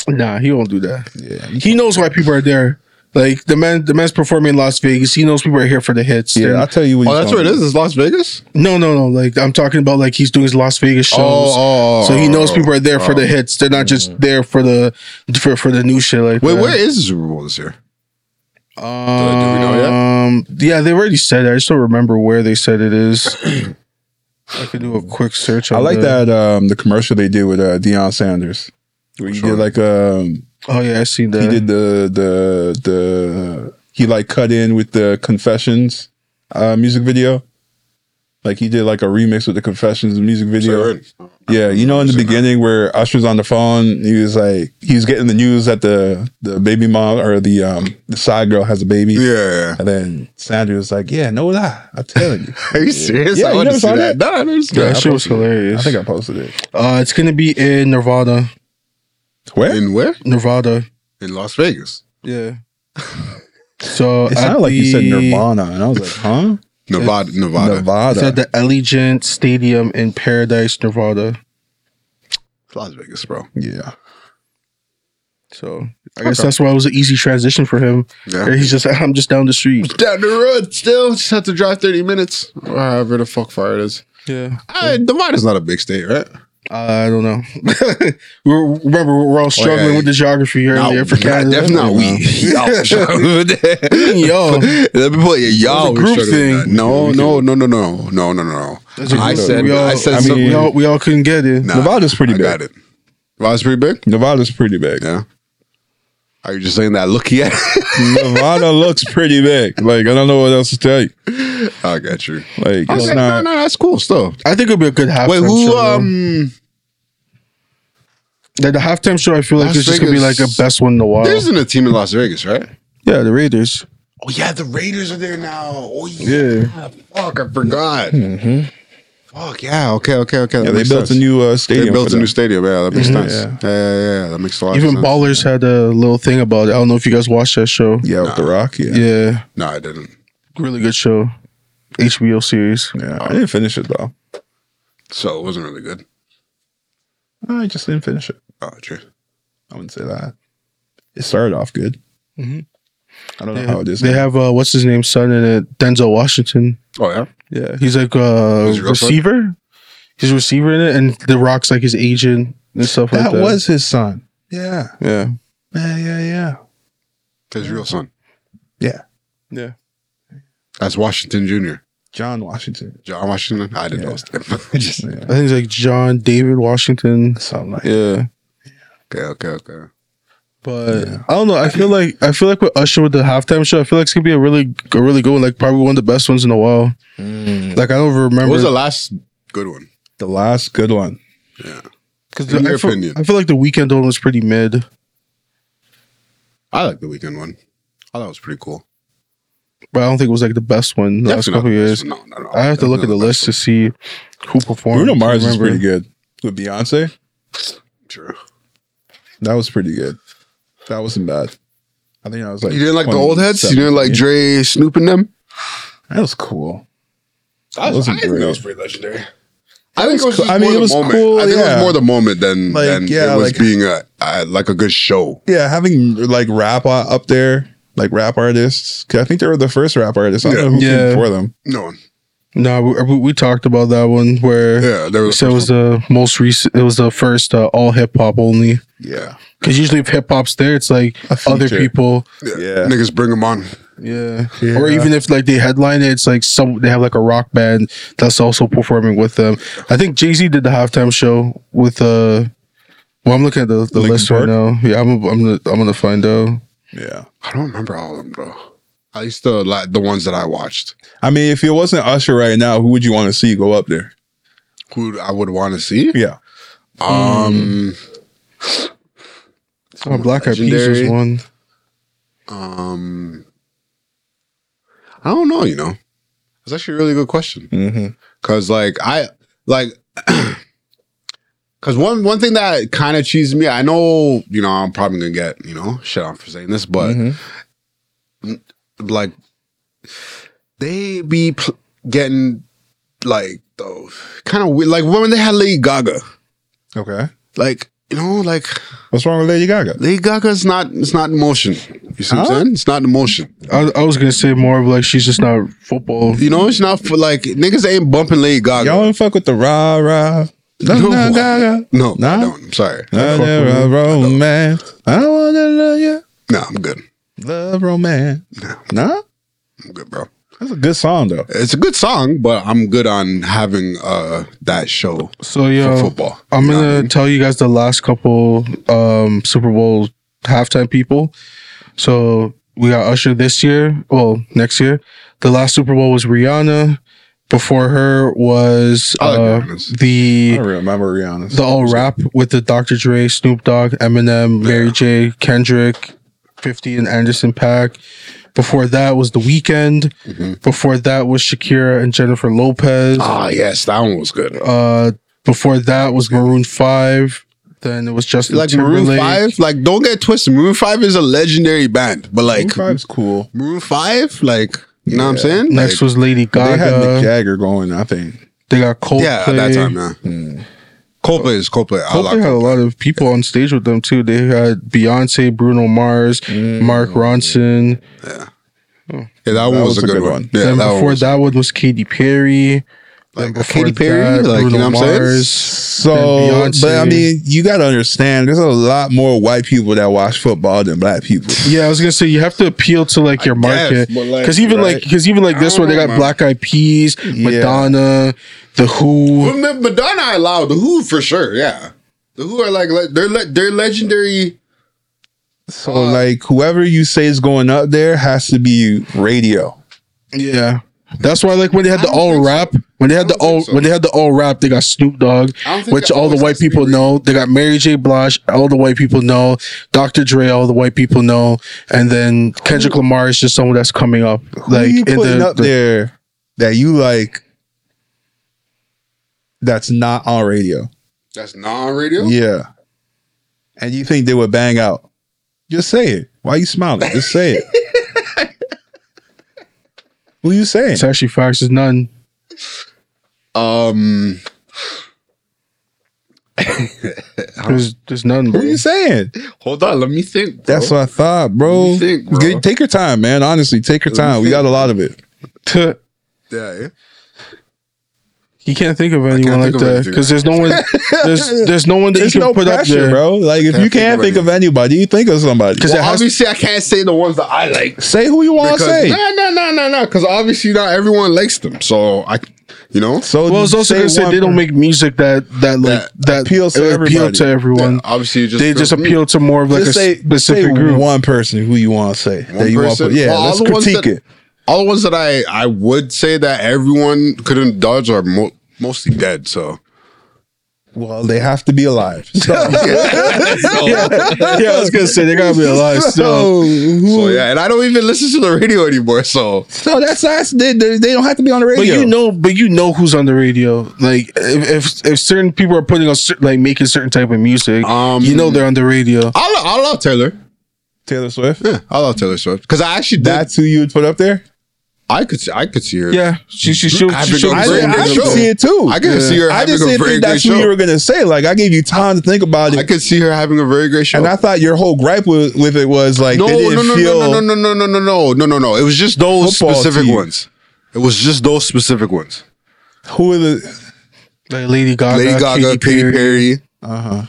Nah, he won't do that.
Yeah.
he knows why people are there. Like the man, the man's performing in Las Vegas. He knows people are here for the hits.
yeah.
And-
I'll tell you what.
Oh,
he's
that's
gonna
where it
do.
is. It's Las Vegas.
No, no, no. Like I'm talking about like he's doing his Las Vegas shows.
Oh, oh,
so he knows
oh, Mm-hmm.
people are there for the hits. They're not just there for the for, for the new shit like
Wait,
that.
where is the Super Bowl this year? do we know yet?
Um yeah, they already said it. I just don't remember where they said it is. I could do a quick search
I
on
like
the-
that um, the commercial they did with uh, Deion Sanders. Where he
Which one?
did like um,
Oh yeah, I seen that.
he did the the the he like cut in with the Confessions uh, music video. Like he did like a remix with the Confessions music video. Yeah, you know, in the beginning where Usher's on the phone, he was like, he was getting the news that the the baby mom or the um the side girl has a baby,
Yeah, yeah.
and then Sandra was like, "Yeah, no lie, I'm telling you."
Are you serious?
Yeah,
I
you
want to
never
see
saw
that.
that?
No, I never saw
yeah, that
that.
shit was hilarious.
I think I posted it.
uh, it's gonna be in Nevada.
Where?
In where?
Nevada.
In Las Vegas.
Yeah. So
it
at
sounded like you said
the-
Nirvana, and I was like, "Huh?"
Nevada, Nevada.
Nevada.
It's at the Allegiant Stadium in Paradise, Nevada.
It's Las Vegas, bro.
yeah.
So I guess that's why it was an easy transition for him.
Yeah.
Or He's just I'm just down the street.
Down the road, still just have to drive 30 minutes or however the fuck far it is.
Yeah.
Uh, Nevada's not a big state, right?
Uh, I don't know. we were, remember we're all struggling
Oh, yeah.
with the geography earlier for Canada.
Definitely not we. Y'all.
Yo,
Let me put it. Y'all
It was a
were
group
struggling with
thing.
that. No, no, no, no, no, no, no, no,
That's a
no. I
group.
said,
we all,
I said,
mean,
something.
we all we all couldn't get it.
Nah,
Nevada's pretty
I
big.
Got it. Nevada's pretty big.
Nevada's pretty big.
Yeah. Are you just saying that? Look, yeah.
Nevada looks pretty big. Like I don't know what else to tell you.
I got you.
Like it's
Okay,
not.
no, no, that's cool stuff.
I think it'll be a good halftime
Wait, who?
show. though.
Um,
the, the halftime show, I feel like
Las
it's just gonna be like
Vegas-
a best one in a while.
there isn't a team in Las Vegas, right?
Yeah, the Raiders.
Oh yeah, the Raiders are there now. Oh
Yeah.
Fuck, I forgot. Mm-hmm. Fuck yeah. Okay, okay, okay.
Yeah, they built a new uh, stadium.
They built
for
a new
them.
stadium. Yeah, that makes sense. Yeah.
Yeah.
Yeah, yeah, yeah, that makes a lot.
Even
of sense.
Ballers had a little thing about it. I don't know if you guys watched that show.
Yeah, with the Rock. Yeah. yeah,
Yeah,
No, I didn't.
really good show. HBO series.
I didn't finish it though.
So it wasn't really good.
I just didn't finish it.
Oh, true.
I wouldn't say that. It started off good. I don't know how it is.
They have uh, what's his name son in it, Denzel Washington.
Oh yeah.
Yeah, he's like uh,
Is it real
receiver. He's a receiver in it, and The Rock's like his agent and stuff like
That
that.
was his son. Yeah.
yeah,
Yeah, yeah, yeah.
His real son.
Yeah.
yeah.
That's Washington Jr.
John Washington.
John Washington. I didn't know his name. Just-
Yeah.
I think it's like John David Washington.
Something like
Yeah,
Okay, okay, okay.
but I don't know. I feel like I feel like with Usher with the halftime show, I feel like it's gonna be a really a really good one. Like probably one of the best ones in a while.
Mm.
Like I don't
What
remember.
was the last good one?
The last good one.
Cause
in
I
your
feel,
opinion?
I feel like the weekend one was pretty mid.
I like the weekend one. I thought it was pretty cool.
but I don't think it was like the best one the last
Definitely not
couple
the best
years.
one. No, no, no.
I have to look at the
Definitely
list to see who performed.
Bruno Mars
I
is pretty
remember.
good. With Beyonce,
best one. True.
that was pretty good. That wasn't bad. I think I was like
You didn't like the old heads? You
27.
didn't like Dre, Snoop, and them?
That was cool.
That
was- I think that was
pretty legendary. I think it was.
cool.
just
I mean,
more
it
the
was
moment.
cool,
I think it
yeah.
was more the moment than
Like,
than
yeah,
it was
like-
being a, a like a good show.
Yeah, having like rap uh, up there, like rap artists. 'cause I think they were the first rap artists. I don't
Yeah.
know who
Yeah.
came before them.
No,
No, we, we- we talked about that one where
yeah, there
we
was.
said it was the most recent. It was the first uh, all hip hop only.
Yeah,
Because usually if hip hop's there, it's like
feature.
other people.
yeah.
Yeah.
niggas bring them on.
Yeah. Or even if like they headline it, it's like some they have like a rock band that's also performing with them. I think Jay Z did the halftime show with uh. Well, I'm looking at the, the
Linkin
list right
Park?
now. Yeah, I'm I'm gonna, I'm gonna find out.
yeah.
I don't remember all of them though. I used to like the ones that I watched.
I mean, if it wasn't Usher right now, who would you want to see go up there?
Who I would want to see?
Yeah,
Um,
Oh, Black Eyed Peas was
legendary.
one.
um, I don't know. You know, that's actually a really good question.
mm-hmm.
Cause like I like cause one one thing that kind of cheesed me, I know, you know, I'm probably gonna get, you know, shit on for saying this, but Mm, like they be pl- getting like though kind of weird like when they had Lady Gaga.
okay.
Like, you know, like
What's wrong with Lady Gaga?
Lady Gaga's not it's not emotion. You see
Huh?
what I'm saying? It's not emotion.
I, I was gonna say more of like she's just not football.
You know, it's not for like niggas ain't bumping Lady Gaga.
Y'all don't fuck with the rah rah. No,
No.
no, Gaga.
no,
Nah?
I don't. I'm sorry.
I
fuck with
never
you.
romance. I wanna love you.
No, I'm good.
Love romance. Nah,
I'm good, bro.
that's a good song though.
it's a good song, but I'm good on having uh that show
So
for
yeah,
football.
I'm
You know
gonna tell you guys the last couple um, Super Bowl halftime people. So we got Usher this year. Well, next year. The last Super Bowl was Rihanna. Before her was
I like
uh,
Rihanna's.
I
the
don't remember Rihanna's.
the all rap with the Dr. Dre, Snoop Dogg, Eminem, Mary J, Kendrick, 50 and Anderson Pack. Before that was The Weeknd.
Mm-hmm.
Before that was Shakira and Jennifer Lopez.
Ah, yes, that one was good.
Uh, before that was Maroon Five. Then it was Justin
Like
Timberlake.
Maroon Five, like don't get twisted. Maroon Five is a legendary band, but like
Maroon Five's cool.
Maroon Five, like you know what I'm saying?
Next
Like,
was Lady
They had Mick
Gaga.
Jagger going. I think.
They, got Coldplay.
yeah, at that time, yeah. Coldplay is Coldplay. I
Coldplay had a
like
lot of people on stage with them too. They had Beyonce, Bruno Mars,
Mm.
Mark Ronson.
yeah, that one was, a good, one. Yeah,
then
that
before
one was,
that one was Katy Perry.
like,
before
Katy Perry,
that,
like you
Bruno
know what I'm saying?
Mars.
So,
Then Beyonce.
but I mean, you gotta understand. There's a lot more white people that watch football than black people.
Yeah, I was gonna say you have to appeal to like your market
but, like,
because even
right.
like because even like
I
this
don't
one they
know,
got
man.
Black Eyed Peas, Madonna, The Who.
Well, Ma- Madonna I allowed the Who for sure. Yeah, the Who are like le- they're le- they're legendary.
So, like, whoever you say is going up there has to be radio.
Yeah. That's why, like, when they had the
don't
all
think so.
rap, when they had the
don't think
all,
so.
when they had the all rap, they got Snoop Dogg,
I don't think
which
that
all the
always
white
has to be
people know. They got Mary J. Blige, all the white people know. Dr. Dre, all the white people know. And then Kendrick Lamar is just someone that's coming up,
Like,
like
you
in
putting
the,
up
the-
there that you like that's not on radio.
That's non radio.
Yeah. And you think they would bang out. Just say it. Why you smiling? Just say it. Who you saying?
It's actually facts. Is none.
Um,
There's, there's none,
Who
bro.
you saying?
hold on, let me think. bro.
That's what I thought, bro.
What do you think, bro?
Get- take your time, man. Honestly, take your time. We got a lot of it.
Tuh.
Yeah, yeah.
You can't think of anyone like
think of
that
anything.
because there's no one. There's there's no one that
There's
you can
no
put
pressure,
up there.
bro. Like if
Can't
you
think
can't
of
think of anybody, you think of somebody.
'Cause it
Well,
has-
obviously, I can't say the ones that I like.
Say who you want to
Because-
say.
No, no, no, no, no. Because obviously, not everyone likes them. So I, you know,
So
Well, it's also
say
gonna say
one
they don't
per-
make music that that like
That
that,
appeals to
uh, appeal
everybody.
to everyone.
Yeah, obviously, you just
they just
feel-
appeal to more of like
just
a
say,
specific
say
group.
One person who you want to say
One
that you want to
person?
put. Yeah,
Well, all
let's
the ones
critique
that-
it.
All the ones that I I would say that everyone could indulge are mo- mostly dead. So
Well, they have to be alive. So,
yeah, I was gonna say they gotta be alive still.
so,
so yeah, and I don't even listen to the radio anymore. So
so that's that's they, they, they don't have to be on the radio.
But you know, but you know who's on the radio. Like if if, if certain people are putting on cer- like making certain type of music,
Um,
you know they're on the radio.
I lo- I love Taylor.
Taylor Swift.
Yeah, I love Taylor Swift because I actually did.
That's who you would put up there.
I could see I could see her.
Yeah, she she she,
I
she,
think
she,
I'm
I,
Very
did, I
good
could
show.
see it too.
I could see her
I
having
just
a
didn't
very
think
good
that's what
show.
you were gonna say. Like I gave you time to think about
I
it,
could see her having a very great show.
and I thought your whole gripe with, with it was like
no,
they
no,
didn't
no, no,
feel.
no, no, no, no, no, no, no, no, no, no. It was just those
Football
specific
team.
ones. It was just those specific ones.
Who are the?
like Lady Gaga,
Lady Gaga,
Katy Perry.
Perry.
Uh huh.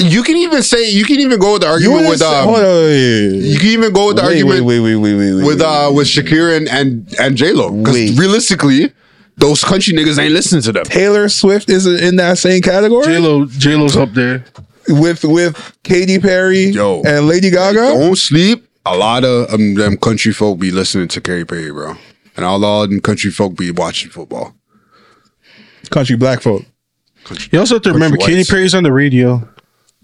You can even say you can even go with the
You
argument
were
with
with
um,
hold on, wait,
you
wait,
can even go with the
wait,
argument
wait, wait, wait, wait, wait,
with
wait.
uh with Shakira and and, and J Lo because
Wait.
realistically, those country niggas ain't listening to them.
Taylor Swift is in that same category
J Lo J Lo's up there.
with with Katy Perry
Yo.
and Lady Gaga.
Don't sleep. A lot of um, them country folk be listening to Katy Perry, bro, and a lot of them country folk be watching football.
Country black folk.
You also have to remember
Whites.
Katy Perry's on the radio.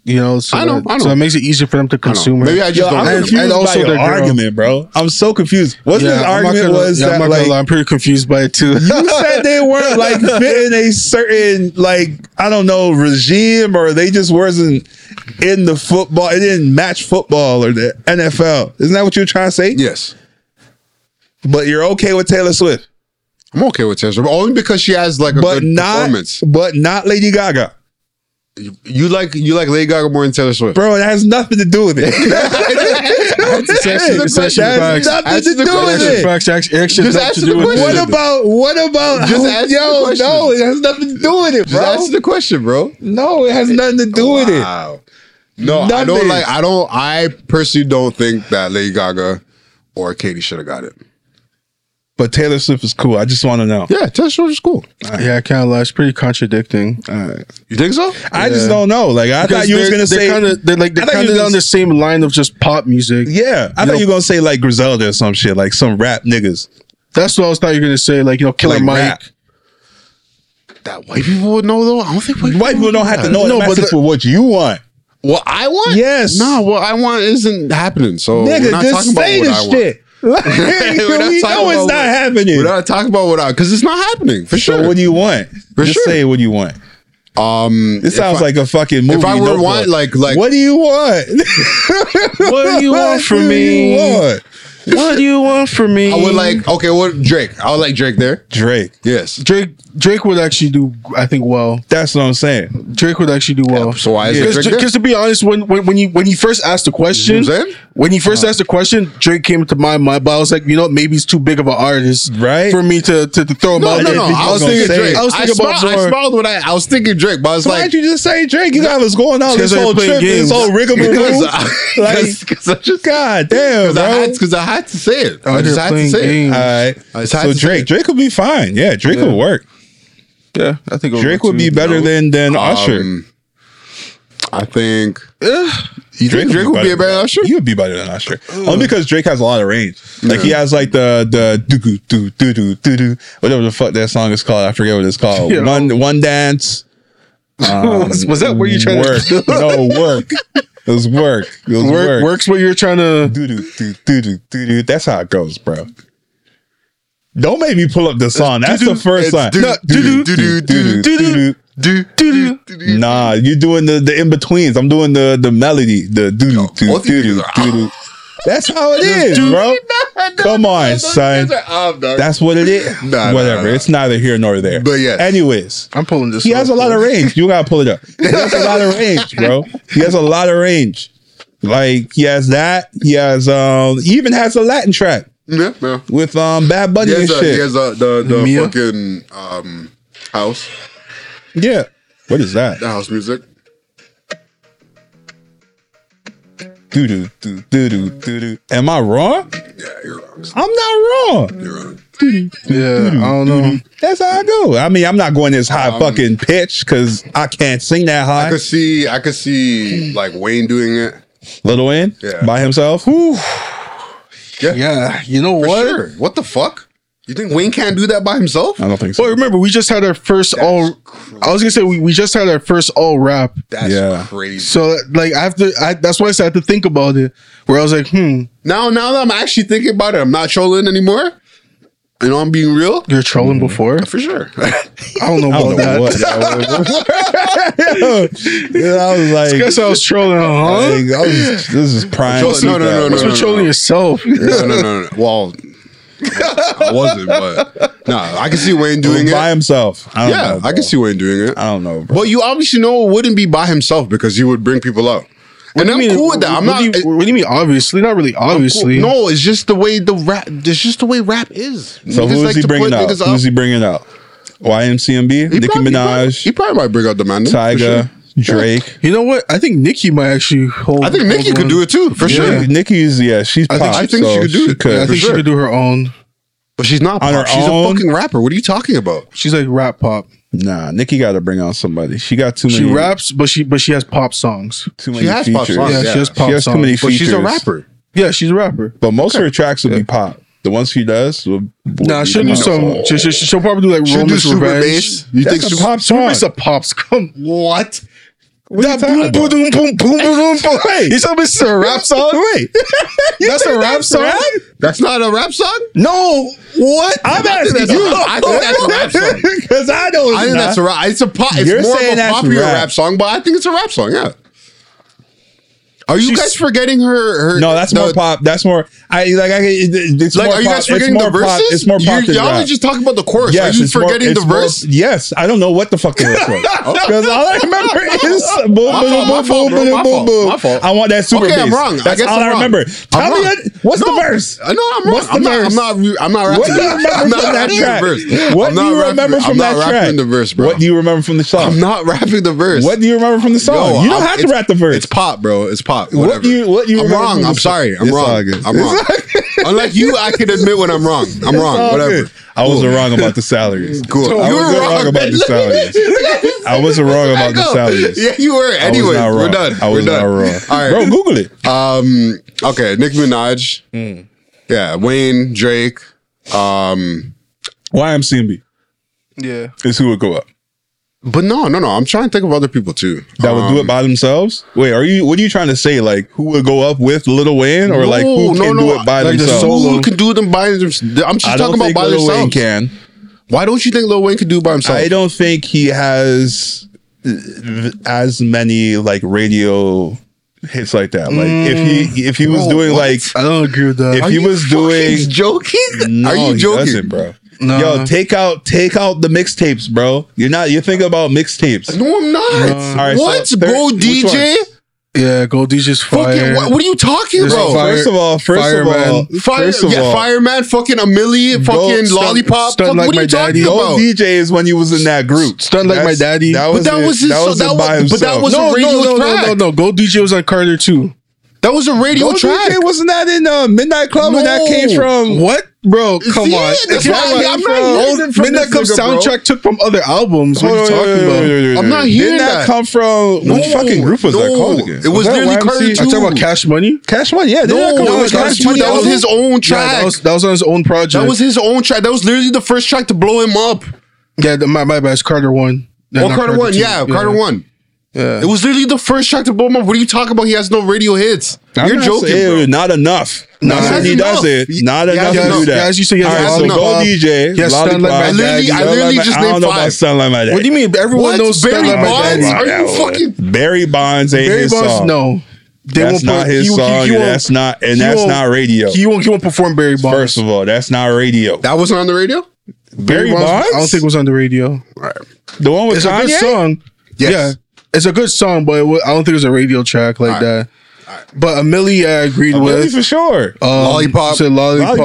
You know, so,
I know,
that,
I
so
know.
that makes it easier for them to
I don't
consume
know.
her.
Maybe I just
Yo,
don't.
I'm
like them.
and-
confused
and
by
also
your
the girl.
argument, bro. I'm so confused. What this
I'm not
argument
gonna-
was
yeah, I'm
that
not gonna
like
lie, I'm pretty confused by it too.
you said they weren't like fitting a certain like I don't know regime or they just wasn't in the football. It didn't match football or the NFL. Isn't that what you're trying to say?
Yes,
But you're okay with Taylor Swift,
I'm okay with Taylor, Swift, only because she has like a
but
good
not
performance.
but not Lady Gaga,
You, you like you like Lady Gaga more than Taylor Swift.
bro. It has nothing to do with it.
It's actually- it's actually
That has
facts.
nothing
Answer
to
the
do with
question.
it.
Facts actually, actually
Just
have
answer
to do
the
with it.
What
question.
about what about
Just
oh,
answer the
yo?
question.
No, it has nothing to do with it,
Just
bro.
answer the question, bro.
no, it has nothing to do with it.
Wow. No, I don't
Nothing.
like. I don't. I personally don't think that Lady Gaga or Katie should have got it.
But Taylor Swift is cool. I just want to know.
Yeah, Taylor Swift is cool.
Yeah, I can't lie. It's pretty contradicting.
You think so?
I just don't know. Like I thought you was gonna say,
kinda, they're like
I
they're
thought you
kind of
was
on
gonna-
the same line of just pop music.
yeah. I thought
know-
you were gonna say like Griselda or some shit, like some rap niggas.
That's what I was thought you were gonna say. Like you know, Killer
Like
Mike.
rap.
That white people would know though. I don't think white,
White people don't have to know. No,
No, but
but
the-
for what you want,
What I want?
Yes.
No, what I want isn't happening. So we're
nigga,
not
just
talking about
say
what
the
I want.
shit. Like,
We're not
we
talking
know it's
about
not
what-
happening.
We're not talking about what I because it's not happening for
so
sure.
what do you want?
For
just
sure.
say what you want.
um,
This sounds
I-
like a fucking movie.
I were
notebook.
want, like- like-
what do you want?
What do you want from me?
What?
What do you want from me?
I would like okay. What Drake? I would like Drake there.
Drake.
Yes.
Drake. Drake would actually do. I think well.
That's what I'm saying.
Drake would actually do well.
So why is it Drake there?
Because to be honest, when, when when you when you first asked the question,
You know what I'm saying? Uh-huh.
when you first asked the question, Drake came to my mind, but I was like, you know, what, maybe he's too big of an artist,
Right.
for me to to, to throw him
No,
out
no,
there.
no. I was
gonna
thinking
say
Drake.
it.
I was thinking about I
more-
smiled when I, I was thinking Drake, but I was
So why'd
like,
you just say Drake? You got what's going on
Because
this
I
whole
play
trip,
games.
this whole
because
rigmarole.
I,
like,
because I just
God damn,
because I,
bro.
had, because I had to say it. I
Out
just
here
had to
playing
say
games.
it.
All right.
I just had
So
to say
Drake,
it.
Drake would be fine. Yeah, Drake would work.
Yeah, I think
Drake would be better than than Usher.
Um, I think. You think Drake would be
better
a better
than-
usher?
He would be better than Usher. Only because Drake has a lot of range. Like he has like the the doo doo doo doo doo doo doo whatever the fuck that song is called. I forget what it's called.
Yeah.
One one dance.
was, was that where you trying
Work.
to
no work. It was work. It was
work,
work.
works where you're trying to?
Doo doo doo doo doo doo doo. That's how it goes, bro. Don't make me pull up the song. That's the first
It's
line.
doo-
No,
doo-
doo-
doo-
doo- doo-
doo-
doo- doo-
Do, do, do, do.
Nah, you're doing the the in betweens. I'm doing the the melody, the doo doo
Oh, both of you
doo
are-
doo. That's how it is, bro. Come on, son. That's what it is.
Nah, nah,
Whatever.
nah, nah.
It's neither here nor there.
But yes.
Anyways,
I'm pulling this.
he has a lot of range. You gotta pull it up. He has a lot of range, bro. He has a lot of range. Like he has that. He has um. He even has a Latin track
yeah, yeah.
with um Bad Bunny
He has,
and
a,
shit.
he has a, the the
Mia?
fucking um House.
Yeah. What is that?
The house music.
Do do do do do do do. Am I wrong?
Yeah, you're wrong.
I'm not wrong.
You're wrong.
Yeah, I
Mm-hmm.
don't know.
That's how I go. I mean, I'm not going this high fucking pitch because I can't sing that
I
high.
could see I could see like Wayne doing it.
Little Wayne
Yeah.
by himself.
Yeah, you know
For
what?
sure. What the fuck? You think Wayne can't do that by himself?
I don't Oh, think
Well,
so.
remember we just had our first all. I was gonna say we, we just had our first all rap.
That's
Yeah.
crazy.
So like I have to. I, that's why I said I had to think about it. Where I was like, hmm,
Now now that I'm actually thinking about it, I'm not trolling anymore. You know I'm being real?
you're trolling
Mm-hmm.
before.
For sure.
I don't know
I don't
about
know
that.
what. that was. Yeah, I was like,
Guess I was trolling, uh-huh. huh?
like, I was- this is prime.
No, no, no, no,
What's
no,
with trolling yourself?
no, no, no, no. Well I wasn't, but no, I can see Wayne doing
by
it.
himself. I don't
Yeah,
know,
I
bro.
can see Wayne doing it.
I don't know, bro.
But you obviously know it wouldn't be by himself because he would bring people out. and I'm cool with that. I'm
what
not
Do you, what do you mean? Obviously, not really. Obviously,
No, it's just the way the rap. It's just the way rap is.
So
Niggas
who is
like
he
to
bringing
put
out?
niggas
Who's he bringing out? YMCMB,
He
Nicki
probably- he probably-
Minaj,
He probably might bring out the man.
Tyga, Drake.
You know what? I think Nikki might actually hold.
I think Nicki
hold
could
on.
do it too, for
Nikki-
sure.
Nicki's yeah, she's
I
pop.
think- I think she
so
could do it.
Yeah, I
for
think
sure.
she could do her own.
But she's not
On
pop.
her
She's a
own?
fucking rapper. What are you talking about?
She's like rap pop.
Nah, Nikki got to bring out somebody. She got too many.
She raps, but she but she has pop songs.
Too many
She has pop
features.
songs,
Yeah,
yeah.
she has
She
pop
has too
songs.
many
But
features.
she's a rapper.
yeah, she's a rapper.
But most of her tracks will be pop. The ones she does, will, will
Nah,
be
she'll do
pop.
some. She, she, she'll probably do like
She'll do
Roman's
super
Revenge.
bass. You
That's
think
a
super
pop song.
It's a pops. Come.
What?
What are you talking
Boom, boom,
about?
boom, boom, boom, boom, boom, boom.
Wait.
You tell me this is a rap song?
Wait,
That's a rap song?
rap?
That's not a rap song.
no. What? I'm
I think
asking
that's
you.
a- I think that's a rap song.
Because I know it's
I think that's a rap. It's a pop. It's
You're
more
saying
of a
that's
popular
rap.
rap. song, but I think it's a rap song. Yeah. Are you
She's-
guys forgetting her? her
No, that's
the-
more pop. That's more. I like. I, it- it's
Like,
more
are you
pop.
guys forgetting
it's
the
more
verses?
Pop, it's more pop
You,
than
y'all
rap.
are just talking about the chorus. are you
it's more-
forgetting
it's
the
more-
verse?
yes, I don't know what the fuck the verse was because all I remember is boom, boom,
fault, my
boom, boom,
fault, bro,
boom,
my
boom,
fault, my
boom.
fault.
I want that super
okay,
bass.
I'm wrong.
That's
I guess
all
I'm wrong.
remember.
I'm
Tell me
wrong.
it. What's
No,
the verse?
I know I'm wrong.
What's the
I'm,
verse?
Not, I'm not. re- I'm not
What
rapping.
do you
I'm
remember
not
from that
rapping
track?
the verse.
What
I'm
do
not
you
rapping-
remember from
I'm
that
not
track?
rapping the verse, bro.
What do you remember from the
I'm
song?
not rapping the verse.
What do you remember from the
Yo,
song? You don't
I'm-
have to
it's-
rap the verse.
It's pop, bro. It's pop.
What
Whatever.
you- what you
I'm
remember from
wrong.
the
I'm
song?
sorry. I'm
It's
wrong.
all good.
I'm wrong. Unlike you, I can admit when I'm wrong. I'm
It's
wrong.
all
Whatever.
good. I wasn't wrong about the salaries.
Cool.
I
You were
wasn't wrong
wrong.
about the salaries. I wasn't wrong
I
about the
know.
salaries.
Yeah, you were.
I was
Anyway,
not
we're
wrong.
done.
I was
we're
not
done.
wrong.
All right.
bro, Google it.
Um. Okay. Nicki Minaj. Yeah. Wayne. Drake. Um.
YMCMB
Yeah.
is who would go up.
But no, no, no. I'm trying to think of other people too. Um,
That would do it by themselves. Wait, are you? What are you trying to say? Like who would go up with Lil Wayne, or like who can do it by
like the
themselves?
Who can do them by themselves? I'm just
I don't
talking about
think
by
Lil Wayne
themselves.
can.
Why don't you think Lil Wayne can do it by himself?
I don't think he has uh, as many like radio hits like that. Like if he if he was
Mm. Bro,
doing
what?
like
I don't agree with that.
If
Are
he
you
was
fucking
doing-
joking?
No,
Are you
he
joking,
doesn't, bro?
Nah.
Yo, take out take out the mixtapes, bro. You're not you think about mixtapes.
No, I'm not.
All right, so
what,
thir-
bro?
which
DJ,
yeah, Gold DJ's
fucking
fire.
what, what are you talking,
There's
bro?
fire-
first of all, first
Fireman.
of all,
Fire,
first of
yeah,
all,
fireman, fucking Amelie, fucking
stunt-
lollipop.
stunt
Fuck,
like
what are
my
you talking
daddy.
no
about?
DJ is when he was in that group.
Stunt Like My
That's-
Daddy.
That
But
was
that
it.
was his-
that
so
was
that
it
was-
by
but
himself.
that was
no,
a
no, no,
radio
no,
track.
no, no, no. Gold DJ was on Carter too.
That was a radio
Gold
track.
DJ wasn't that in uh, Midnight Club when that came
No.
from?
What, bro? Come
See,
on.
that's
It
why
came
I'm
from-
not hearing it from
Midnight
this
Club
nigga, bro.
soundtrack took from other albums. What
Hold
are you
on, wait,
talking
wait, wait,
about?
wait, wait,
I'm
wait.
not
Didn't
hearing
that
that.
come from? Which
No,
fucking group was that
no.
called again?
It was
that
nearly
YMCA?
Cardi
I'm talking about Cash Money.
Cash Money. Yeah,
No,
didn't that come
that
from
was
Cash
Cash Money. That was his own track.
Yeah, that, was, that was on his own project.
that was his own track. That was literally the first track to blow him up.
yeah, the, my, my bad. It's Carter one. Yeah,
Well,
not
Carter one,
two.
yeah, Carter one.
Yeah.
It was literally the first track to blow him up. What are you talking about? He has no radio hits.
I'm
You're
not
joking,
saying-
bro.
Not enough.
Nah,
Not when
that's
he does
enough.
it. Not
Yeah,
enough to
yeah,
do that.
yeah, as you say, yeah,
All right,
that's
so
enough.
go DJ.
Yeah, Sound Like
Lollipop,
My
Sound
Daddy. I literally
My-
just
I don't
named
know
five.
about Sound Like My Daddy.
What do you mean? Everyone
What?
knows
Barry
Stunt Like
Bonds?
My Daddy.
Are you fucking-
Barry Bonds ain't
Barry
his
Bonds,
song.
no. They
That's not his
he- he-
song,
he
and
won't-
that's not- and
he
that's
won't-
not radio.
He won't. He won't perform Barry Bonds.
First of all, that's not radio.
That wasn't on the radio?
Barry Bonds.
I don't think it was on the radio.
the one with
It's a good
Kanye.
song.
Yes.
Yeah, it's a good song, but it wa- I don't think it was a radio track like that. But Amelie, I agreed
Really,
with.
for sure.
Um,
Lollipop.
you said lollipop.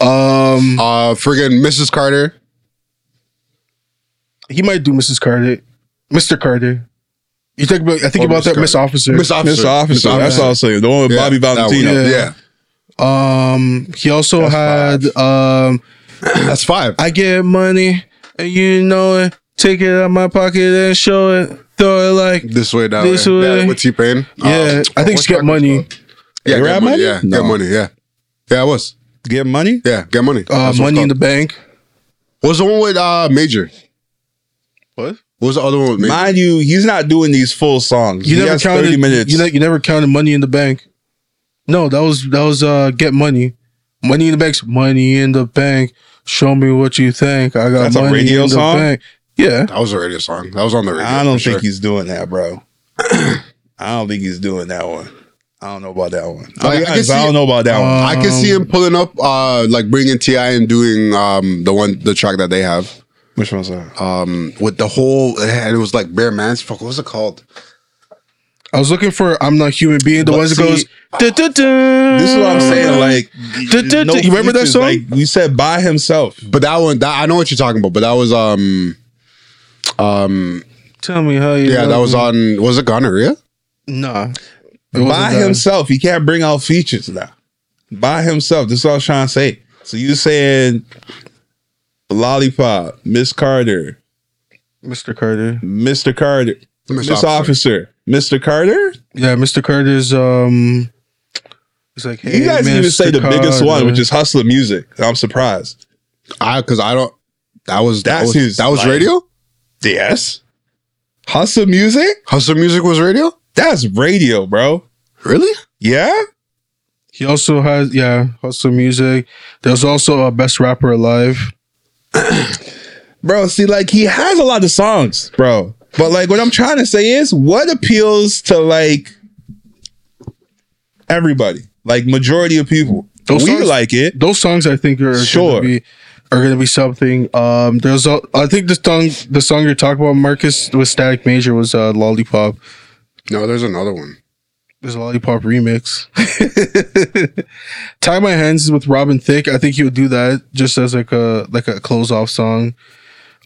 Lollipop.
Um,
Uh friggin' Mrs. Carter.
he might do Mrs. Carter, Mr. Carter. You think about I think
Or
about
Miss
that
Carter.
Miss Officer.
Miss Officer.
Miss Officer.
Miss
That's
Officer.
all I'm saying. The one with
Yeah,
Bobby
that one.
Valentino.
Yeah.
yeah.
Um, he also
That's
had um,
That's five.
I get money, and you know it. Take it out of my pocket and show it. Throw it like uh,
This way, that
This
way.
way.
Yeah, what's he paying? Uh,
yeah. I think it's get money.
Yeah,
They
get
Rap
money.
Money?
Yeah,
No.
get money. Yeah, yeah, I was.
Get money?
Yeah, get money.
Uh,
That's what
money in
it's
the bank.
called. What's the one with uh Major?
What?
What was the other one with Major?
Mind you, he's not doing these full songs.
You
he
never
has
counted.
30 minutes.
You, ne- you never counted money in the bank. No, that was that was uh, get money. Money in the bank's money in the bank. Show me what you think. I got
That's a
money
radio
in the
song?
bank. Yeah.
That was a radio song. That was on the radio.
I don't
for sure.
think he's doing that, bro. I don't think he's doing that one. I don't know about that one.
Like, I
I,
can
honest, I,
see-
don't know about that
Uh,
one.
I can see him pulling up, uh, like bringing Ti and doing um the one the track that they have.
Which one's that?
um with the whole and it was like bare man's fuck what was it called
I was looking for I'm not human being. The
But
ones that
see,
goes. "Du-du-du."
This is what I'm saying. Like,
Duh, duh, duh. Mm. You remember that
features.
song?
Like, we said by himself.
but that one that i know what you're talking about but that was um um
Tell me how you.
yeah that
love
was
me.
on was it gonorrhea
Nah. It wasn't
By
that.
himself, he can't bring out features now. By himself. This is all I was trying to say. So you saying Lollipop, Miss Carter,
Mr. Carter.
Mr. Carter,
Miss
Miss Officer, Mr. Carter?
Yeah, Mr. Carter's um he's like hey,
you guys didn't even
Mr.
say the biggest one,
Carter.
which is Hustler Music. I'm surprised.
i because i don't that was that
That's
was,
his,
that was
like-
radio
Yes. Hustler Music?
hustle music was radio
That's radio, bro.
really
Yeah?
He also has yeah, hustle music. There's also a best rapper alive.
Bro, see, like he has a lot of songs, bro. But like what I'm trying to say is what appeals to like everybody, like majority of people.
Those
we
songs-
like it.
Those songs I think are
Sure.
gonna be are gonna be something. Um there's a, I think the song the song you're talking about, Marcus with Static Major was uh Lollipop.
no there's another one
There's a lollipop remix. Tie My Hands is with Robin Thicke. I think he would do that just as like a like a close off song.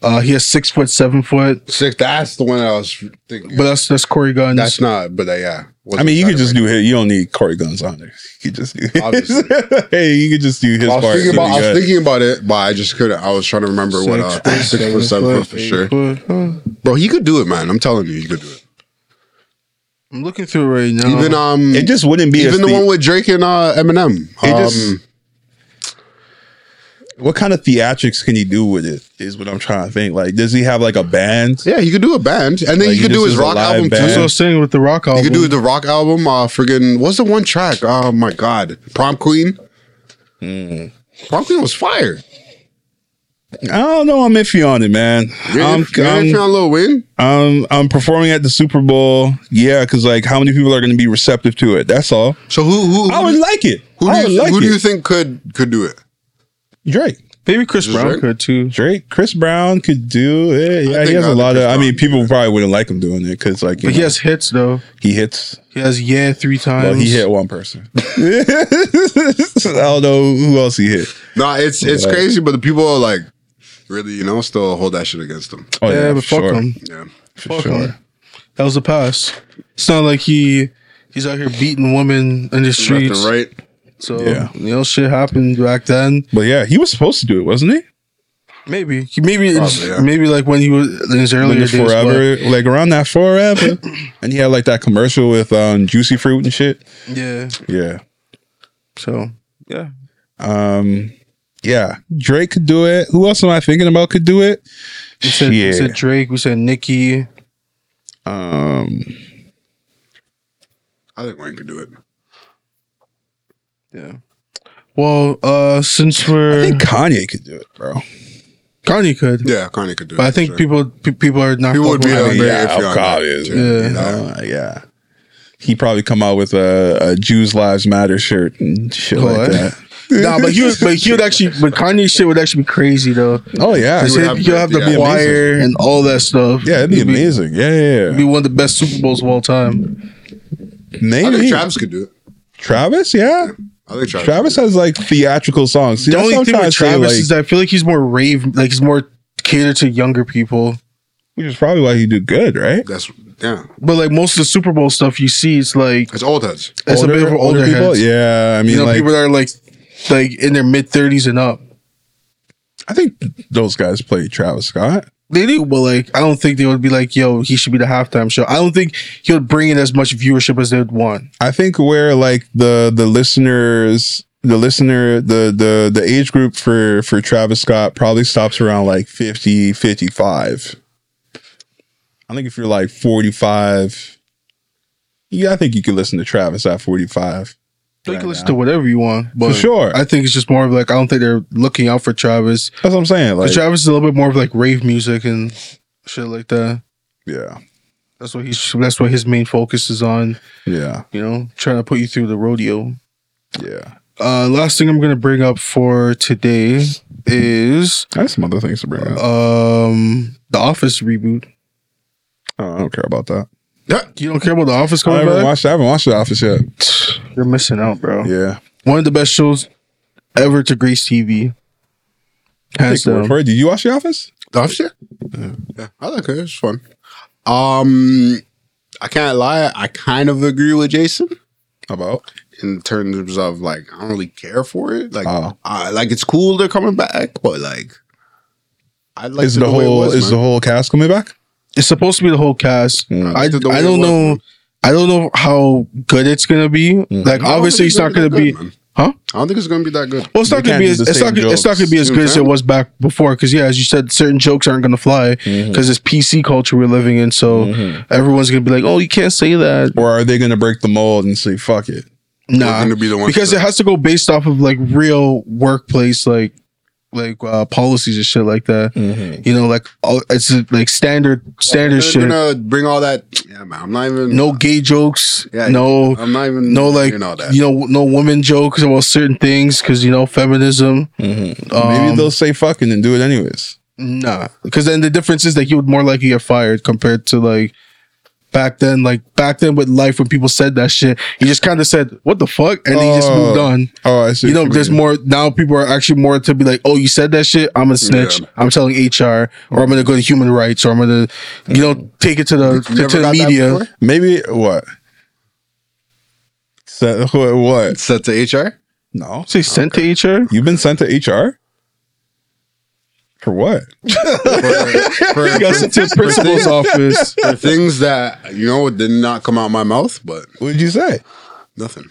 Uh he has six foot, seven foot.
six that's the one i was thinking
But that's that's Corey Guns.
that's not but uh, yeah
I mean, you could just do his. You don't need Corey Guns on there. You could just do. His.
Obviously.
hey, you could just do his
I was,
part.
thinking about, I
Pretty
was
good.
thinking about it, but I just couldn't. I was trying to remember what uh, six foot seven foot for sure, bro. He could do it, man. I'm telling you, he could do it.
I'm looking through it right now.
Even um,
Uh, it just wouldn't be
even
a
the
the
one with Drake and uh, Eminem.
It
um,
just- What kind of theatrics can he do with it? Is what I'm trying to think. Like, does he have like a band?
yeah, he could do a band, and
Like,
then he
he
could do
just
his
is a
rock
live
album
band.
that's what I
too.
was saying with the rock album.
He could do the rock album. Uh, friggin' what's the one track? Oh my god, Prom Queen. Hmm. Prom Queen was fire.
I don't know. I'm iffy on it, man.
Um,
I'm,
if, if
I'm,
you're on Lil Wayne,
I'm Um, I'm performing at the Super Bowl. Yeah, because like, how many people are going to be receptive to it? That's all.
so who who
I
who,
would like it.
who
I
do
would
you
like
who do
it.
you think could could do it?
Drake.
Maybe Chris
Just
Brown
right?
could too.
Drake, Chris Brown could do it. Yeah, he
think
has
I
a
think
lot of.
Chris
I mean,
Brown-
people probably wouldn't like him doing it because, like, you
But he
know,
has hits though.
he hits
He has yeah three times.
Well, he hit one person. I don't know who else he hit.
Nah, it's it's
Like-
crazy, but the people are like really, you know, still hold that shit against him.
Oh,
yeah, but
for
fuck
sure.
him.
Yeah.
For
Fuck
sure.
him. That was a pass. It's not like he he's out here beating women in the
Left and
streets.
right.
So
Yeah.
you know shit happened back then.
But yeah, he was supposed to do it, wasn't he?
Maybe he- maybe it's-
Probably, yeah.
maybe like when he was in his
When
earlier
the
days. Forever.
forever, like around that forever, and he had like that commercial with um, Juicy Fruit and shit.
yeah.
Yeah,
So yeah.
um, yeah. Drake could do it. Who else am I thinking about could do it?
We said, we said Drake. We said Nicki.
Um,
I think Wayne could do it.
Yeah. Well, uh, since
I
we're
think Kanye could do it, bro.
Kanye could.
Yeah, Kanye could do it.
But I
for
think
sure.
people pe- people are not.
People would
fucking
be
with
like,
him.
Yeah, if you're
of
on
course,
that,
yeah,
you
yeah. yeah. He probably come out with a, a Jews Lives Matter shirt and shit like
What?
that.
nah, but he would, but he would actually, but Kanye shit would actually be crazy though.
Oh yeah,
Because
would
he'll
have-
have, the
it'd be
choir and all that stuff.
Yeah, it'd be amazing. Yeah, yeah,
It'd
yeah.
be one of the best Super Bowls of all time.
I
Maybe Travis.
think Travis could do it.
yeah.
I think Travis.
Travis has like theatrical songs. See,
The
that's
only
what I'm trying
thing with
to say,
Travis
like-
is I feel like he's more rave, like he's more catered to younger people.
Which is probably why he did good, right?
That's yeah.
But like most of the Super Bowl stuff you see, it's like
It's old heads.
it's a bit of older,
people.
heads.
Yeah, I mean,
you know,
like,
people that are like like in their mid thirties and up.
I think those guys played Travis Scott.
They do, but like I don't think they would be like, yo, he should be the halftime show. I don't think he would bring in as much viewership as they'd want.
I think where like the the listeners, the listener, the the the age group for for Travis Scott probably stops around like 50, 55. I think if you're like 45, yeah, I think you can listen to Travis at 45.
They
Right
can listen
now.
to whatever you want, but
For sure.
I think it's just more of like I don't think they're looking out for Travis.
That's what I'm saying.
But
Like,
Travis is a little bit more of like rave music and shit like that.
yeah,
That's what he's. That's what his main focus is on.
yeah,
You know, trying to put you through the rodeo.
yeah.
Uh, last thing I'm gonna bring up for today is
I have some other things to bring
Uh,
up.
um the Office reboot.
Oh, I don't care about that.
You don't care about the Office
I
coming
haven't
back?
watched. I haven't watched The Office yet.
You're missing out, bro.
Yeah,
One of the best shows ever to grace TV.
Take
Hands
your word
down.
for it. Did you watch The Office?
Doves, yeah. yeah. I like it. It's fun. Um, I can't lie. I kind of agree with Jason
About
in terms of like I don't really care for it. Like,
Oh.
I, like it's cool they're coming back, but like, I like
is the
way it
whole
was,
is the
man.
whole cast coming back?
It's supposed to be the whole cast.
Mm.
I, I
The way it
don't
was,
know.
man.
I don't know how good it's gonna be. Like
I don't think
obviously it's not
gonna
gonna
be
be.
that good,
Huh?
man. I don't think it's gonna be that good.
Well, it's
They
not gonna
can't
be
do
as
the
it's
same
not gonna- it's not
jokes.
gonna be as
You
good as it
know?
was back before. Because yeah, as you said, certain jokes aren't gonna fly
Mm-hmm.
because it's PC culture we're living in. So everyone's gonna be like, "Oh, you can't say that."
Or are they going to break the mold and say fuck it?
Nah,
gonna be the ones
because
to-
it has to go based off of like real workplace like like uh, policies and shit like that. You know, like all, it's uh, like standard standard
They're
shit.
gonna bring all that. Yeah, man. I'm not even.
no gay jokes.
Yeah,
no.
I'm not even.
no, like
hearing all that.
you know, no woman jokes about certain things because you know feminism.
Uh, Maybe
Um,
they'll say fucking and do it anyways.
Nah, because then the difference is that you would more likely get fired compared to like back then. Like back then with life, when people said that shit, you just kind of said "What the fuck," and then you just
Oh,
moved on.
Oh, I see.
You know,
what
there's
mean.
more now. People are actually more to be like, "Oh, you said that shit. I'm a snitch.
Yeah.
I'm telling HR, or I'm gonna go to human rights, or I'm gonna, you know, take it to the
You
to,
never
to the
got that
media."
before?
Maybe what? Sent, what? what?
Set to HR.
No,
Say sent to HR.
you've been sent to HR for what?
For- for-
You got sent to the principal's office.
for things that you know did not come out my mouth, but
What did you say?
nothing.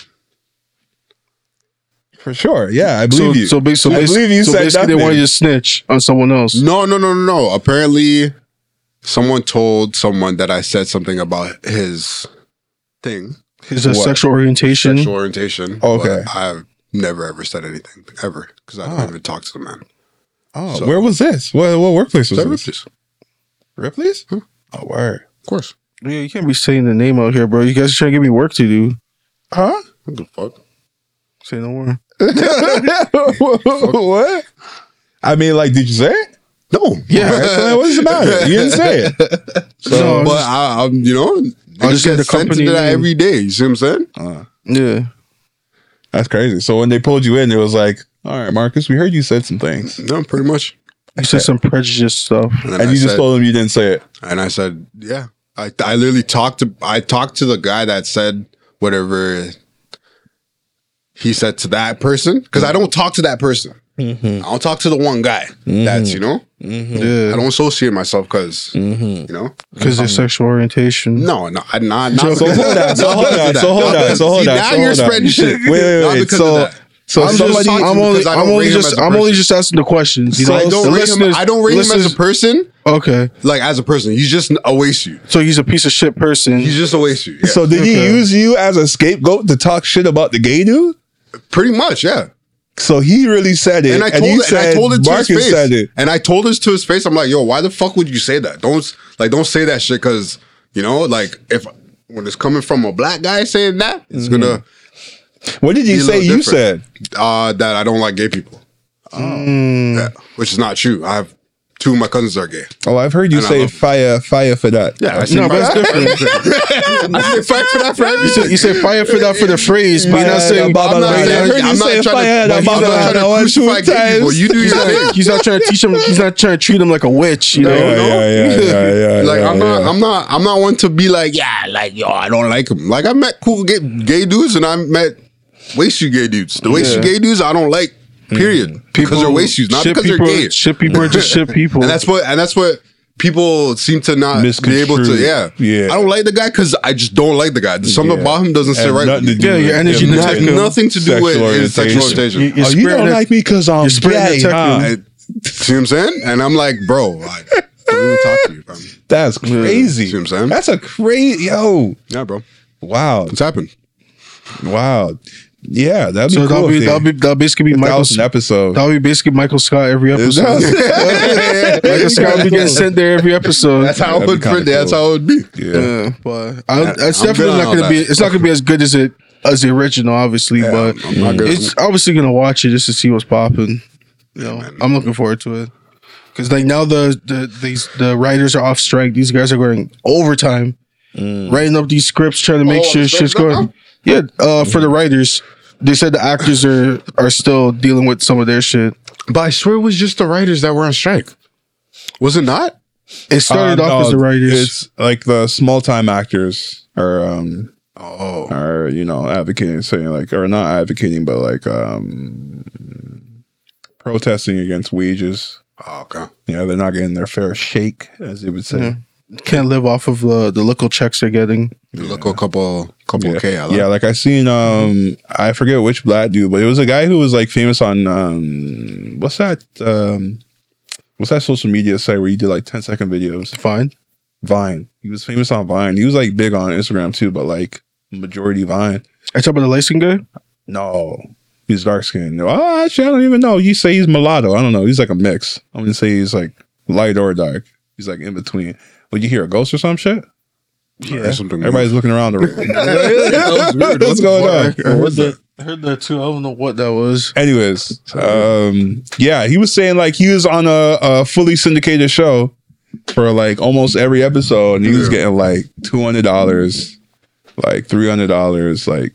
For sure. Yeah, I believe
So,
you.
so, ba- so,
I
basi-
believe you
so
said
basically, they
nothing.
wanted you to snitch on someone else.
No, no, no, no, no. Apparently, someone told someone that I said something about his thing,
Is a
What?
sexual orientation.
sexual orientation.
Okay.
but I've never ever said anything ever because I don't even talk to the man.
Oh, where was this? What, what workplace was
Is that
this?
racist?
Ripley's? Oh, word.
Of course.
Yeah, you can't be saying the name out here, bro. You guys are trying to give me work to do.
Huh?
What the fuck?
Say no more.
what? I mean, like, did you say it?
No.
All right, so then what's the matter? You didn't say it.
but
No, I'm just-
I, I'm, you know, I just
just said
get
the
sent to
company
that
name.
every day. You see what I'm saying?
yeah.
That's crazy. So when they pulled you in, it was like, all right, Marcus, we heard you said some things.
No, pretty much.
You said some prejudice stuff.
then
And
I
you just
said-
told them you didn't say it.
And I said, yeah. I, I literally talked to I talked to the guy that said whatever he said to that person because I don't talk to that person.
Mm-hmm.
I don't talk to the one guy that's you know Mm-hmm. I
Yeah.
don't associate myself because
Mm-hmm.
you know
Because their sexual orientation.
no no I not not
So
because-
hold on, so
not
hold
because
on,
of
so hold
that. Not
on,
because-
so hold
see,
on.
Now
so
you're
hold on.
spreading shit.
Wait, wait,
Not
wait.
because of
So,
that.
so
I'm just
somebody,
talking-
I'm only,
because I don't
I'm only
rate him
just
as a
I'm only
person.
just asking the questions. You know,
I
the
don't rate him.
listeners-
I don't rate him as
listeners-
a person.
Okay,
Like as a person, he's just a waste. You.
so he's a piece of shit person.
He's just a waste. You. Yeah.
so did he
Okay.
use you as a scapegoat to talk shit about the gay dude?
pretty much, yeah.
So he really said it,
and I told
you
it, and I told it to his
Marcus
face.
said it.
And I told this to his face. I'm like, yo, why the fuck would you say that? Don't like don't say that shit because you know, like if when it's coming from a black guy saying that, it's gonna
What did he
be a
say?
little
You
different.
said Oh.
uh, that I don't like gay people, Yeah, which is not true. I've two of my cousins are gay.
Oh, I've heard you
And I
say
love-
fire, fire for that.
Yeah, I said
No, but
fight-
it's
I said fight for that for
You
everything.
said, you said fire for that for the phrase, but you're not
Fire,
saying.
blah, blah,
I'm
blah.
not
I
saying-
heard you
I'm not
say
trying to-
fire,
but he's
blah,
not
blah,
trying to
blah, one, two
crucify gay people.
times.
You do
He's
your thing.
not, he's not trying to teach him. He's not trying to treat him like a witch. You know.
Yeah,
know?
yeah, yeah, yeah, yeah,
like
yeah,
I'm
yeah.
not, I'm not, I'm not one to be like, yeah, like yo, I don't like him. Like I met cool gay, gay dudes, and I met wasted gay dudes. The wasted
Yeah.
gay dudes, I don't like. Period. because they're wasted, not
shit
because they're
people,
gay.
Shit people are just shit people.
And that's what, and that's what people seem to not be able to.
Misconstrued.
Yeah,
Yeah.
I don't like the guy because I just don't like the guy. Something
Yeah.
about him doesn't sit
Have
right.
nothing to
with me.
do
Yeah,
with
your energy
him.
It
to
has
take him.
nothing to do
Sexual
with his
orientation.
sexual orientation.
You- you're
oh, you
spreading
don't
it-
like me because I'm
you're spreading
gay,
it
huh?
I, see what I'm saying? And I'm like, bro, like, don't even talk to you, bro.
That's crazy.
See what I'm saying?
That's a crazy. Yo,
Yeah, bro.
wow,
It's happened.
wow. Yeah, that'd be
so
cool.
that'll be that'll be that'll basically be Michael.
thousand episode.
That'll be basically Michael Scott every episode. Michael Scott will be getting sent there every episode.
That's how
That'd
it
be
would.
kinda
That's
cool.
how it would be.
yeah.
Yeah, but I, it's
I'm good
definitely
on
not
all
gonna be.
that.
It's not gonna be as good as it as the original, obviously. but
I'm not good.
it's obviously gonna watch it just to see what's popping. You know, I'm looking forward to it because like now the the these the writers are off strike. These guys are going overtime, writing up these scripts, trying to make
Mm. Oh,
sure
strike
shit's
now?
going. Yeah, uh, for the
Mm-hmm.
writers, they said the actors are are still dealing with some of their shit.
But I swear it was just the writers that were on strike. Was it not?
It started
Uh,
off
no,
as the writers.
It's like the small time actors are um
Oh,
are you know advocating saying like or not advocating but like um protesting against wages.
oh okay.
You know, they're not getting their fair shake, as they would say.
Mm-hmm. Can't live off of uh, the the local checks they're getting.
You look a couple, couple
Yeah.
K. I like.
yeah, like I seen um I forget which black dude, but it was a guy who was like famous on um what's that um what's that social media site where you do like 10 second videos?
Fine.
Vine. He was famous on Vine. He was like big on Instagram too, but like majority Vine.
I talk about the light skin guy.
No. He's dark skinned. Oh, actually, I don't even know. You say he's mulatto. I don't know. He's like a mix. I'm gonna say he's like light or dark. He's like in between. Would you hear a ghost or some shit?
Or something.
Everybody's looking around the room.
That was weird.
What's going on?
I heard that. I heard that too. I don't know what that was.
Anyways, um, yeah, he was saying like he was on a, a fully syndicated show for like almost every episode, and he was
Yeah.
getting like two hundred dollars, like three hundred dollars, like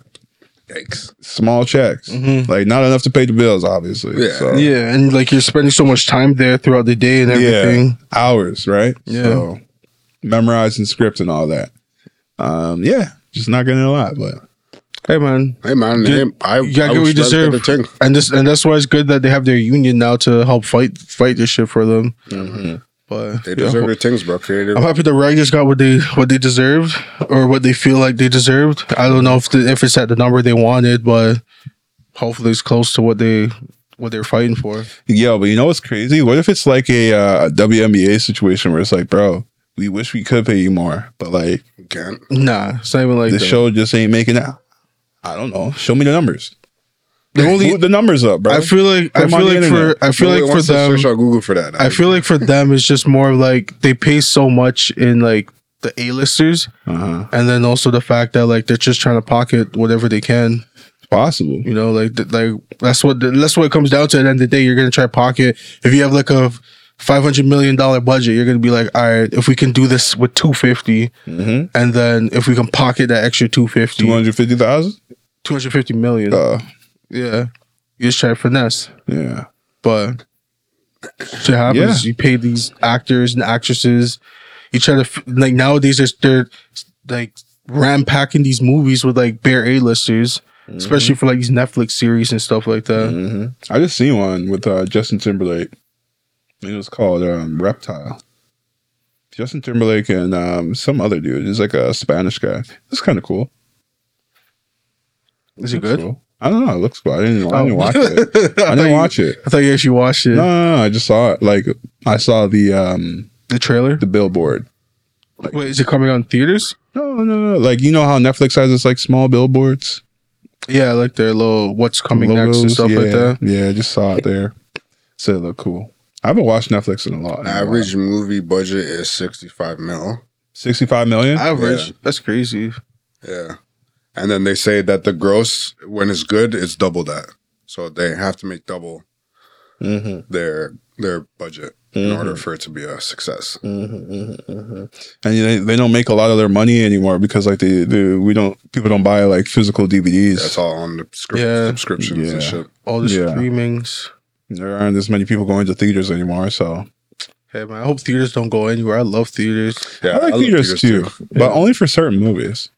Yikes. Mm-hmm.
small checks, like not enough to pay the bills, obviously.
Yeah.
so,
Yeah, and like you're spending so much time there throughout the day and
yeah,
everything.
hours, right?
Yeah.
so, memorizing script and all that. Um, yeah, just not getting a lot, but
Hey man,
Hey man,
Dude,
I, I
you gotta
I
get what you
was trying to
deserve.
get the thing.
And this and that's why it's good that they have their union now to help fight fight this shit for them.
Mm-hmm.
But
They
yeah.
deserve their things, bro. Creative.
I'm happy the writers got what they what they deserved or what they feel like they deserved. I don't know if the, if it's at the number they wanted, but hopefully it's close to what they what they're fighting for.
Yo, but you know what's crazy? What if it's like a uh, WNBA situation where it's like, bro, we wish we could pay you more, but like
Can't.
Nah, it's not even like
the
that.
show just ain't making it. I don't know. Show me the numbers.
The only-
Move the numbers up, bro.
I feel like
Put
I
'em on
feel
the
like
internet.
for I feel
Nobody
like for
wants to
them
Search on Google for that.
I feel like for them it's just more like they pay so much in like the A-listers
uh-huh.
and then also the fact that like they're just trying to pocket whatever they can,
It's possible.
you know, like th- like that's what that's what it comes down to at the end of the day you're going to try to pocket if you have like a 500 million dollar budget you're going to be like all right if we can do this with 250
Mm-hmm.
and then if we can pocket that extra 250
Two hundred fifty thousand.
250 million
Uh,
yeah you just try to finesse
yeah.
but shit happens. You pay these actors and actresses. You try to f- like nowadays they're, they're like rampacking these movies with like bare A listers,
Mm-hmm.
especially for like these Netflix series and stuff like that.
uh, I just seen one with uh, Justin Timberlake. It was called um, Reptile. Justin Timberlake and um, some other dude. He's like a Spanish guy. It's kind of cool.
Is it
Looks
good?
cool. I don't know. It looks cool. I didn't. I didn't
Oh.
watch it. I
thought
didn't
you-
watch it.
I thought you actually watched it.
No, no, no, I just saw it. Like I saw the um
The trailer.
the billboard.
Wait, is it coming out in theaters?
No, no, no. Like you know how Netflix has this like small billboards,
Yeah, like their little what's coming next and
logos?
stuff
yeah,
like that.
Yeah, I just saw it there. So it looked cool. I haven't watched Netflix in a lot.
average movie budget is sixty five mil.
sixty-five million.
Average. That's crazy.
Yeah, and then they say that the gross when it's good, it's double that. So they have to make double
Mm-hmm,
their their budget in order for it to be a success.
mm-hmm,
and they, they don't make a lot of their money anymore because like they, they we don't people don't buy like physical DVDs.
That's all on the scri-
Yeah.
subscriptions and
Yeah.
shit.
All the
Yeah.
streamings.
there aren't as many people going to theaters anymore. So
Hey man, I hope theaters don't go anywhere. I love theaters.
Yeah,
I like
love
theaters, too, but
Yeah.
only for certain movies.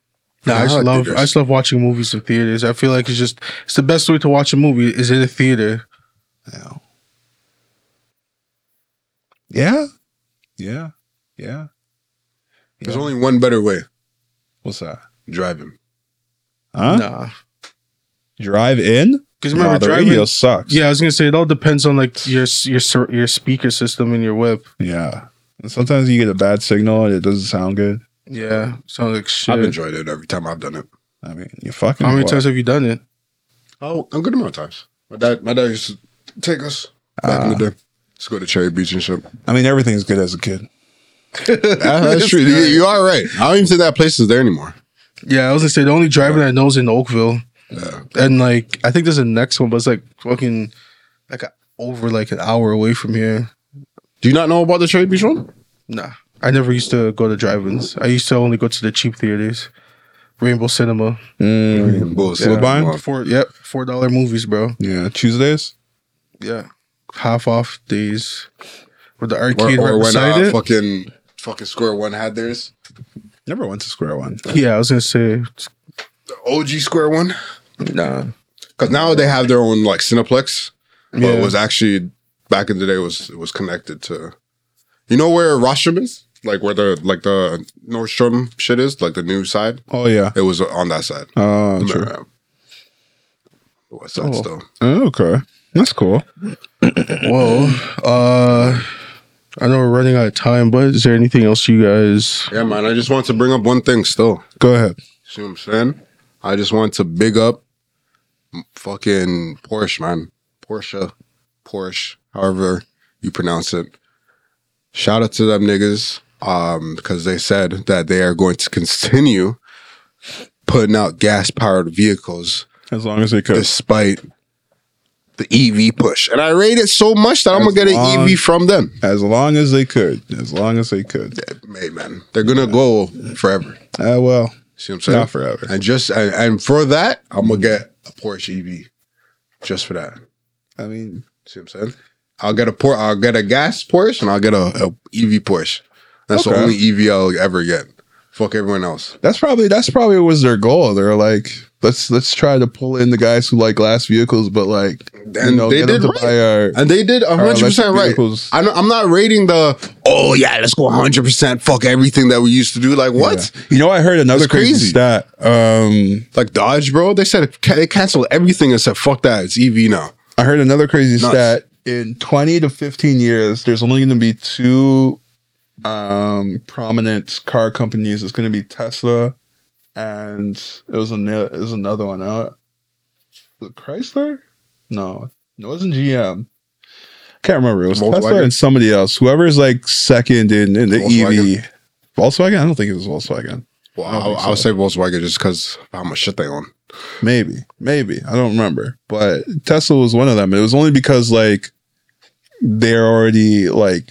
Nah, I,
I
just
like
love
theaters.
I just love watching movies in theaters. I feel like it's just it's the best way to watch a movie is in a theater.
Yeah, yeah, yeah.
There's only one better way:
What's that?
driving.
Huh?
Nah,
Drive in?
because remember
Nah, the
driving.
radio sucks.
Yeah, I was gonna say it all depends on like your your sur- your speaker system and your whip.
yeah. And sometimes you get a bad signal and it doesn't sound good.
Yeah, sounds like shit.
I've enjoyed it every time I've done it.
I mean, you fucking.
How many
what?
times have you done it?
Oh, a good amount of times. My dad, my dad used to take us back in the day. Let's go to Cherry Beach and shit.
I mean, everything's good as a kid.
Ah, that's true. You, you are right. I don't even think that place is there anymore.
Yeah, I was gonna say the only driving I know is in Oakville,
Yeah.
and like I think there's a next one, but it's like fucking like a, over like an hour away from here.
Do you not know about the Cherry Beach one?
Nah, I never used to go to drive-ins. I used to only go to the cheap theaters, Rainbow Cinema.
Mm.
Bullshit.
Woodbine?
Well,
Four, yep, four dollar movies, bro.
Yeah, Tuesdays.
Yeah, half off days with the
Or,
arcade
or
right
when
beside
uh,
it.
fucking fucking Square One had theirs,
Never went to Square One.
Yeah, I was gonna say
the OG Square One.
nah.
Because now they have their own like Cineplex, but
Yeah.
it was actually back in the day it was it was connected to, you know where Rostrum is, like where the like the Nordstrom shit is, like the new side.
Oh yeah.
It was on that side.
Oh, true.
The West side
Oh.
still.
Oh, okay. That's cool.
Whoa. Uh, I know we're running out of time, but is there anything else you guys?
Yeah, man. I just want to bring up one thing still.
Go ahead.
See what I'm saying? I just want to big up m- fucking Porsche, man. Porsche, Porsche, however you pronounce it. Shout out to them niggas um, because they said that they are going to continue putting out gas powered vehicles
As long as we could.
despite the EV push. And I rate it so much that I'm going to get
long-
an EV from them.
As long as they could. As long as they could.
Hey, man. They're going to go forever.
Ah, well,
See what I'm saying?
not forever.
And just and, and for that, I'm gonna get a Porsche EV. Just for that.
I mean,
See what I'm saying? I'll get a Por- I'll get a gas Porsche and I'll get a, a EV Porsche. That's
Okay.
the only EV I'll ever get. Fuck everyone else.
that's probably that's probably was their goal. They're like, let's let's try to pull in the guys who like glass vehicles, but like you
And
know,
they
get them to
did right.
buy our
And they did
our
100
electric
percent right.
vehicles.
I don't, I'm not rating the oh yeah, let's go 100 percent. Fuck everything that we used to do. Like what?
You know, I heard another
That's
crazy,
crazy.
stat. Um,
Like Dodge, bro. They said ca- they canceled everything and said fuck that. It's EV now.
I heard another crazy
Nuts.
stat. In 20 to 15 years, there's only going to be two um, prominent car companies. It's going to be Tesla, and it was, an, it was another one. Uh, was it Chrysler? No, it wasn't GM. Can't remember. It was Tesla
Volkswagen?
and somebody else. Whoever's like second in, in the
Volkswagen.
EV. Volkswagen? I don't think it was Volkswagen.
Well,
I don't
I'll,
think
I'll say Volkswagen just because how much shit they own.
Maybe, maybe. I don't remember. But Tesla was one of them. It was only because like they're already like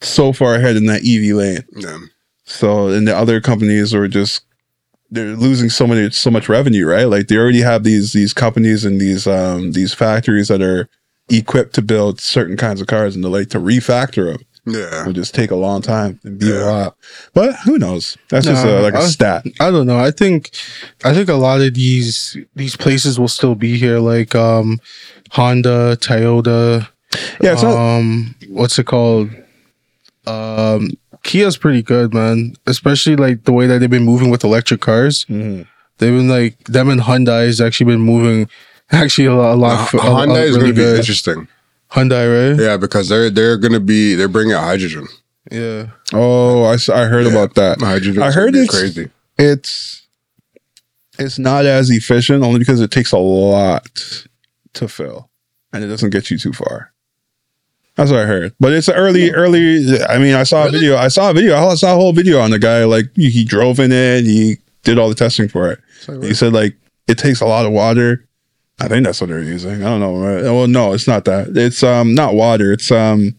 so far ahead in that EV lane.
Yeah.
So and the other companies are just they're losing so many so much revenue, right? Like they already have these these companies and these um these factories that are equipped to build certain kinds of cars and they like to refactor them
Yeah.
will just take a long time and be a
Yeah.
while. But who knows? That's just
Nah,
a, like a
I-
stat.
I don't know. I think, I think a lot of these these places will still be here, like um, Honda, Toyota.
Yeah, it's not
um, what's it called? Um, Kia's pretty good, man. Especially like the way that they've been moving with electric cars.
Mhm.
They've been like them and Hyundai has actually been moving. Actually, a lot. A lot a, lot
Honda Uh, is
really
going to be
good.
interesting.
Hyundai, right?
Yeah, because they're they're gonna be they're bringing out hydrogen.
Yeah.
Oh, I, s- I heard about that.
Hydrogen.
I heard
it's
it's-
crazy.
It's it's not as efficient only because it takes a lot to fill, and it doesn't get you too far. That's what I heard. But it's an early, early. I mean, I saw a video. I saw a video. I saw a whole video on the guy. Like he he drove in it. He did all the testing for it. He said like it takes a lot of water I think that's what they're using. I don't know. Right? Well, no, it's not that. It's um not water. It's um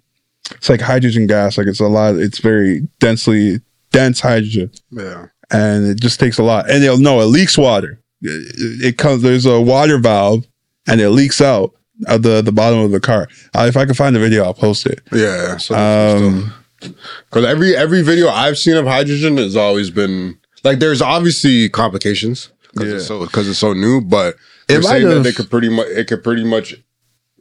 it's like hydrogen gas. Like it's a lot. It's very densely dense hydrogen,
Yeah.
and it just takes a lot. And they'll know it leaks water. It, it comes. There's a water valve, and it leaks out of the the bottom of the car. Uh, if I can find the video, I'll post it.
Yeah. So
Um,
Because every every video I've seen of hydrogen has always been like there's obviously complications because it's so because it's so new, but they're
might
saying that
have-
they could pretty much it could pretty much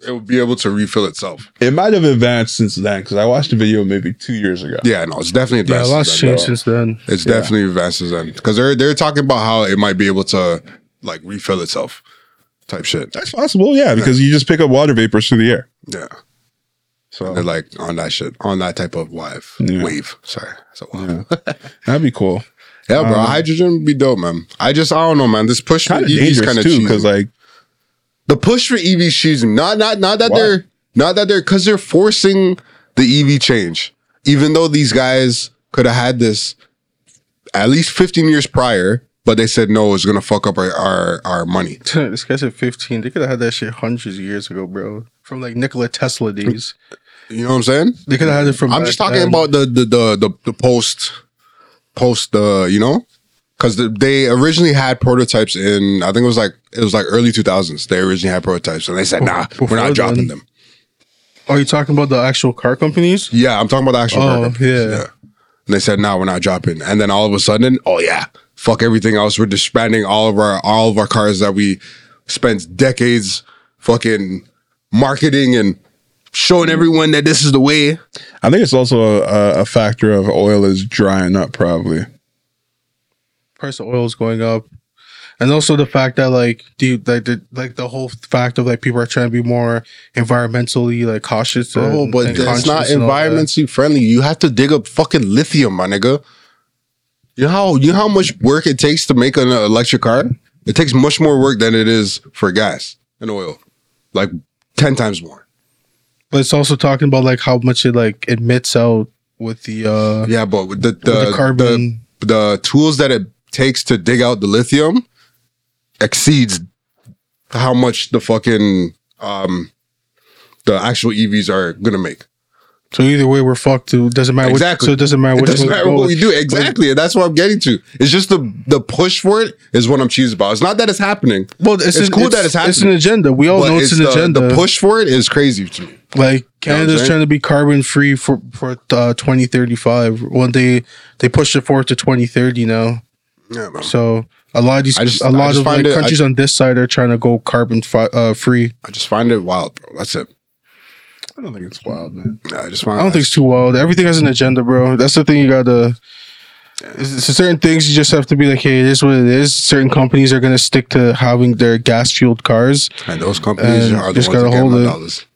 it would be able to refill itself.
it might have advanced since then because I watched the video maybe two years ago.
Yeah, no, it's definitely
Yeah, a
advanced. than
lot's changed since then.
that. It's definitely advanced then because they're they're talking about how it might be able to like refill itself, type shit.
That's possible, yeah, because you just pick up water vapors through the air.
Yeah, they're
So
like on that shit on that type of wave.
Yeah.
Wave, sorry, so
that'd be cool.
yeah, bro,
Um,
hydrogen would be dope, man. I just I don't know, man. This push
Kind of
EVs
dangerous
kinda
too,
cheesy.
because like
the push for EV shoes. Not not not that
Why?
they're not that they're because they're forcing the EV change. Even though these guys could have had this at least 15 years prior, but they said no, it's gonna fuck up our our, our money.
this guy said 15. They could have had that shit hundreds of years ago, bro. From like Nikola Tesla days.
You know what I'm saying?
They could have had it from.
I'm
back
just talking
then.
about the the the the, the post post uh, you know because the, they originally had prototypes in I think it was like it was like early 2000s. They originally had prototypes and they said nah, we're
Before then.
not dropping them.
Are you talking about the actual car companies?
Yeah, I'm talking about the actual.
Oh,
car companies.
yeah.
And they said, "No, we're not dropping." And then all of a sudden, oh yeah, fuck everything else. We're disbanding all of our all of our cars that we spent decades fucking marketing and showing everyone that this is the way.
I think it's also a, a factor of oil is drying up, probably.
Price of oil is going up, and also the fact that like the like the like the whole fact of like people are trying to be more environmentally like cautious.
Oh,
and-
but
and
it's not
conscious and all that.
environmentally friendly. You have to dig up fucking lithium, my nigga. You know how you know how much work it takes to make an electric car? It takes much more work than it is for gas and oil, like ten times more.
But it's also talking about like how much it like emits out with the uh
Yeah, but with the the,
with the carbon.
the, the tools that it takes to dig out the lithium exceeds how much the fucking um the actual EVs are gonna make.
so either way, we're fucked. It doesn't matter.
Exactly.
Which, so it doesn't matter
It
which
doesn't
way we
matter
go.
what we do exactly, and that's what I'm getting to. It's just the the push for it is what I'm cheesed about. It's not that it's happening.
Well, it's,
It's
an-
cool that it's
It's an
happening.
agenda. We all
but
know Oh, it's, an
the,
agenda.
the push for it is crazy to me.
Like Canada's
saying?
trying to be carbon free for for uh, 2035. When they they pushed it forward to 2030 now.
Yeah, bro.
So a lot of these
I just-
a
I
lot
just
of like,
find it- I-
countries on this side are trying to go carbon fi- uh, free.
I just find it wild, bro. That's it.
I don't think it's wild, man.
Yeah, I just find
I don't think it's too wild. Everything has an agenda, bro. That's the thing you gotta. it's- it's certain things you just have to be like, hey, it is what it is. Certain companies are gonna stick to having their gas fueled cars.
and those companies are the
Uh,
ones
just
that
gotta
get
hold
my
it.
dollars.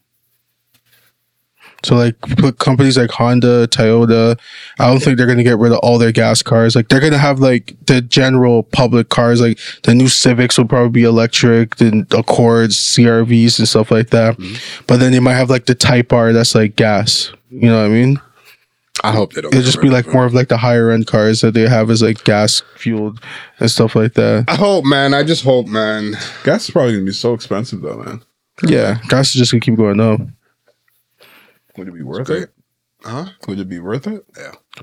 So like put companies like Honda, Toyota, I don't think they're gonna get rid of all their gas cars. Like they're gonna have like the general public cars, like the new Civics will probably be electric, the Accords, CRVs and stuff like that. But then they might have like the Type R that's like gas. You know what I mean?
I hope they don't.
It'll
get
just
rid
be
of
like
it.
more of like the higher end cars that they have as like gas fueled and stuff like that.
I hope, man. I just hope, man.
Gas is probably gonna be so expensive though, man.
Yeah, gas is just gonna keep going up.
Would it be worth
great.
it?
Huh?
Would it be worth it?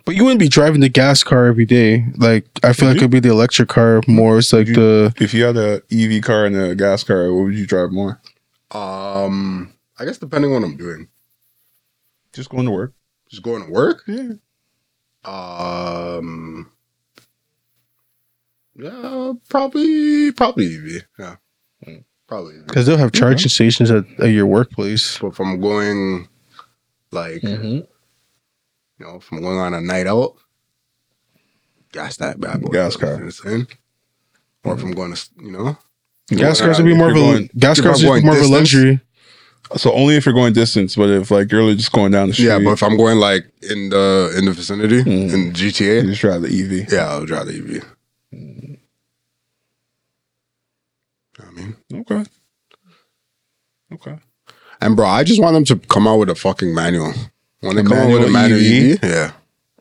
But you wouldn't be driving the gas car every day. Like I feel like
Mhm.
it'd be the electric car more. It's like
Mhm.
the
If you had a EV car and a gas car, what would you drive more?
Um, I guess depending on what I'm doing,
Just going to work.
just going to work.
Yeah.
Um, yeah, probably, probably EV. Yeah,
Mm.
probably. EV.
Because they'll have charging stations at, at your workplace.
But if I'm going, like,
Mm-hmm.
you know, if I'm going on a night out, gas that bad boy.
Gas
you know
car. Mm-hmm.
what I'm saying? Or if I'm going to, you know,
Gas
Yeah,
cars will be
if
more of a
you're going-
gas
uh, if you're
cars will be
going
more of a
distance-
luxury.
So only if you're going distance, but if like you're just going down the street,
yeah. But if I'm going like in the in the vicinity
Mhm.
in GTA,
you just drive the E EV.
Yeah, I'll drive the EV. You know what I mean,
Okay. Okay.
and bro, I just want them to come out with a fucking manual. When they
A
come out with a
manual
manual
EV?
EV, yeah,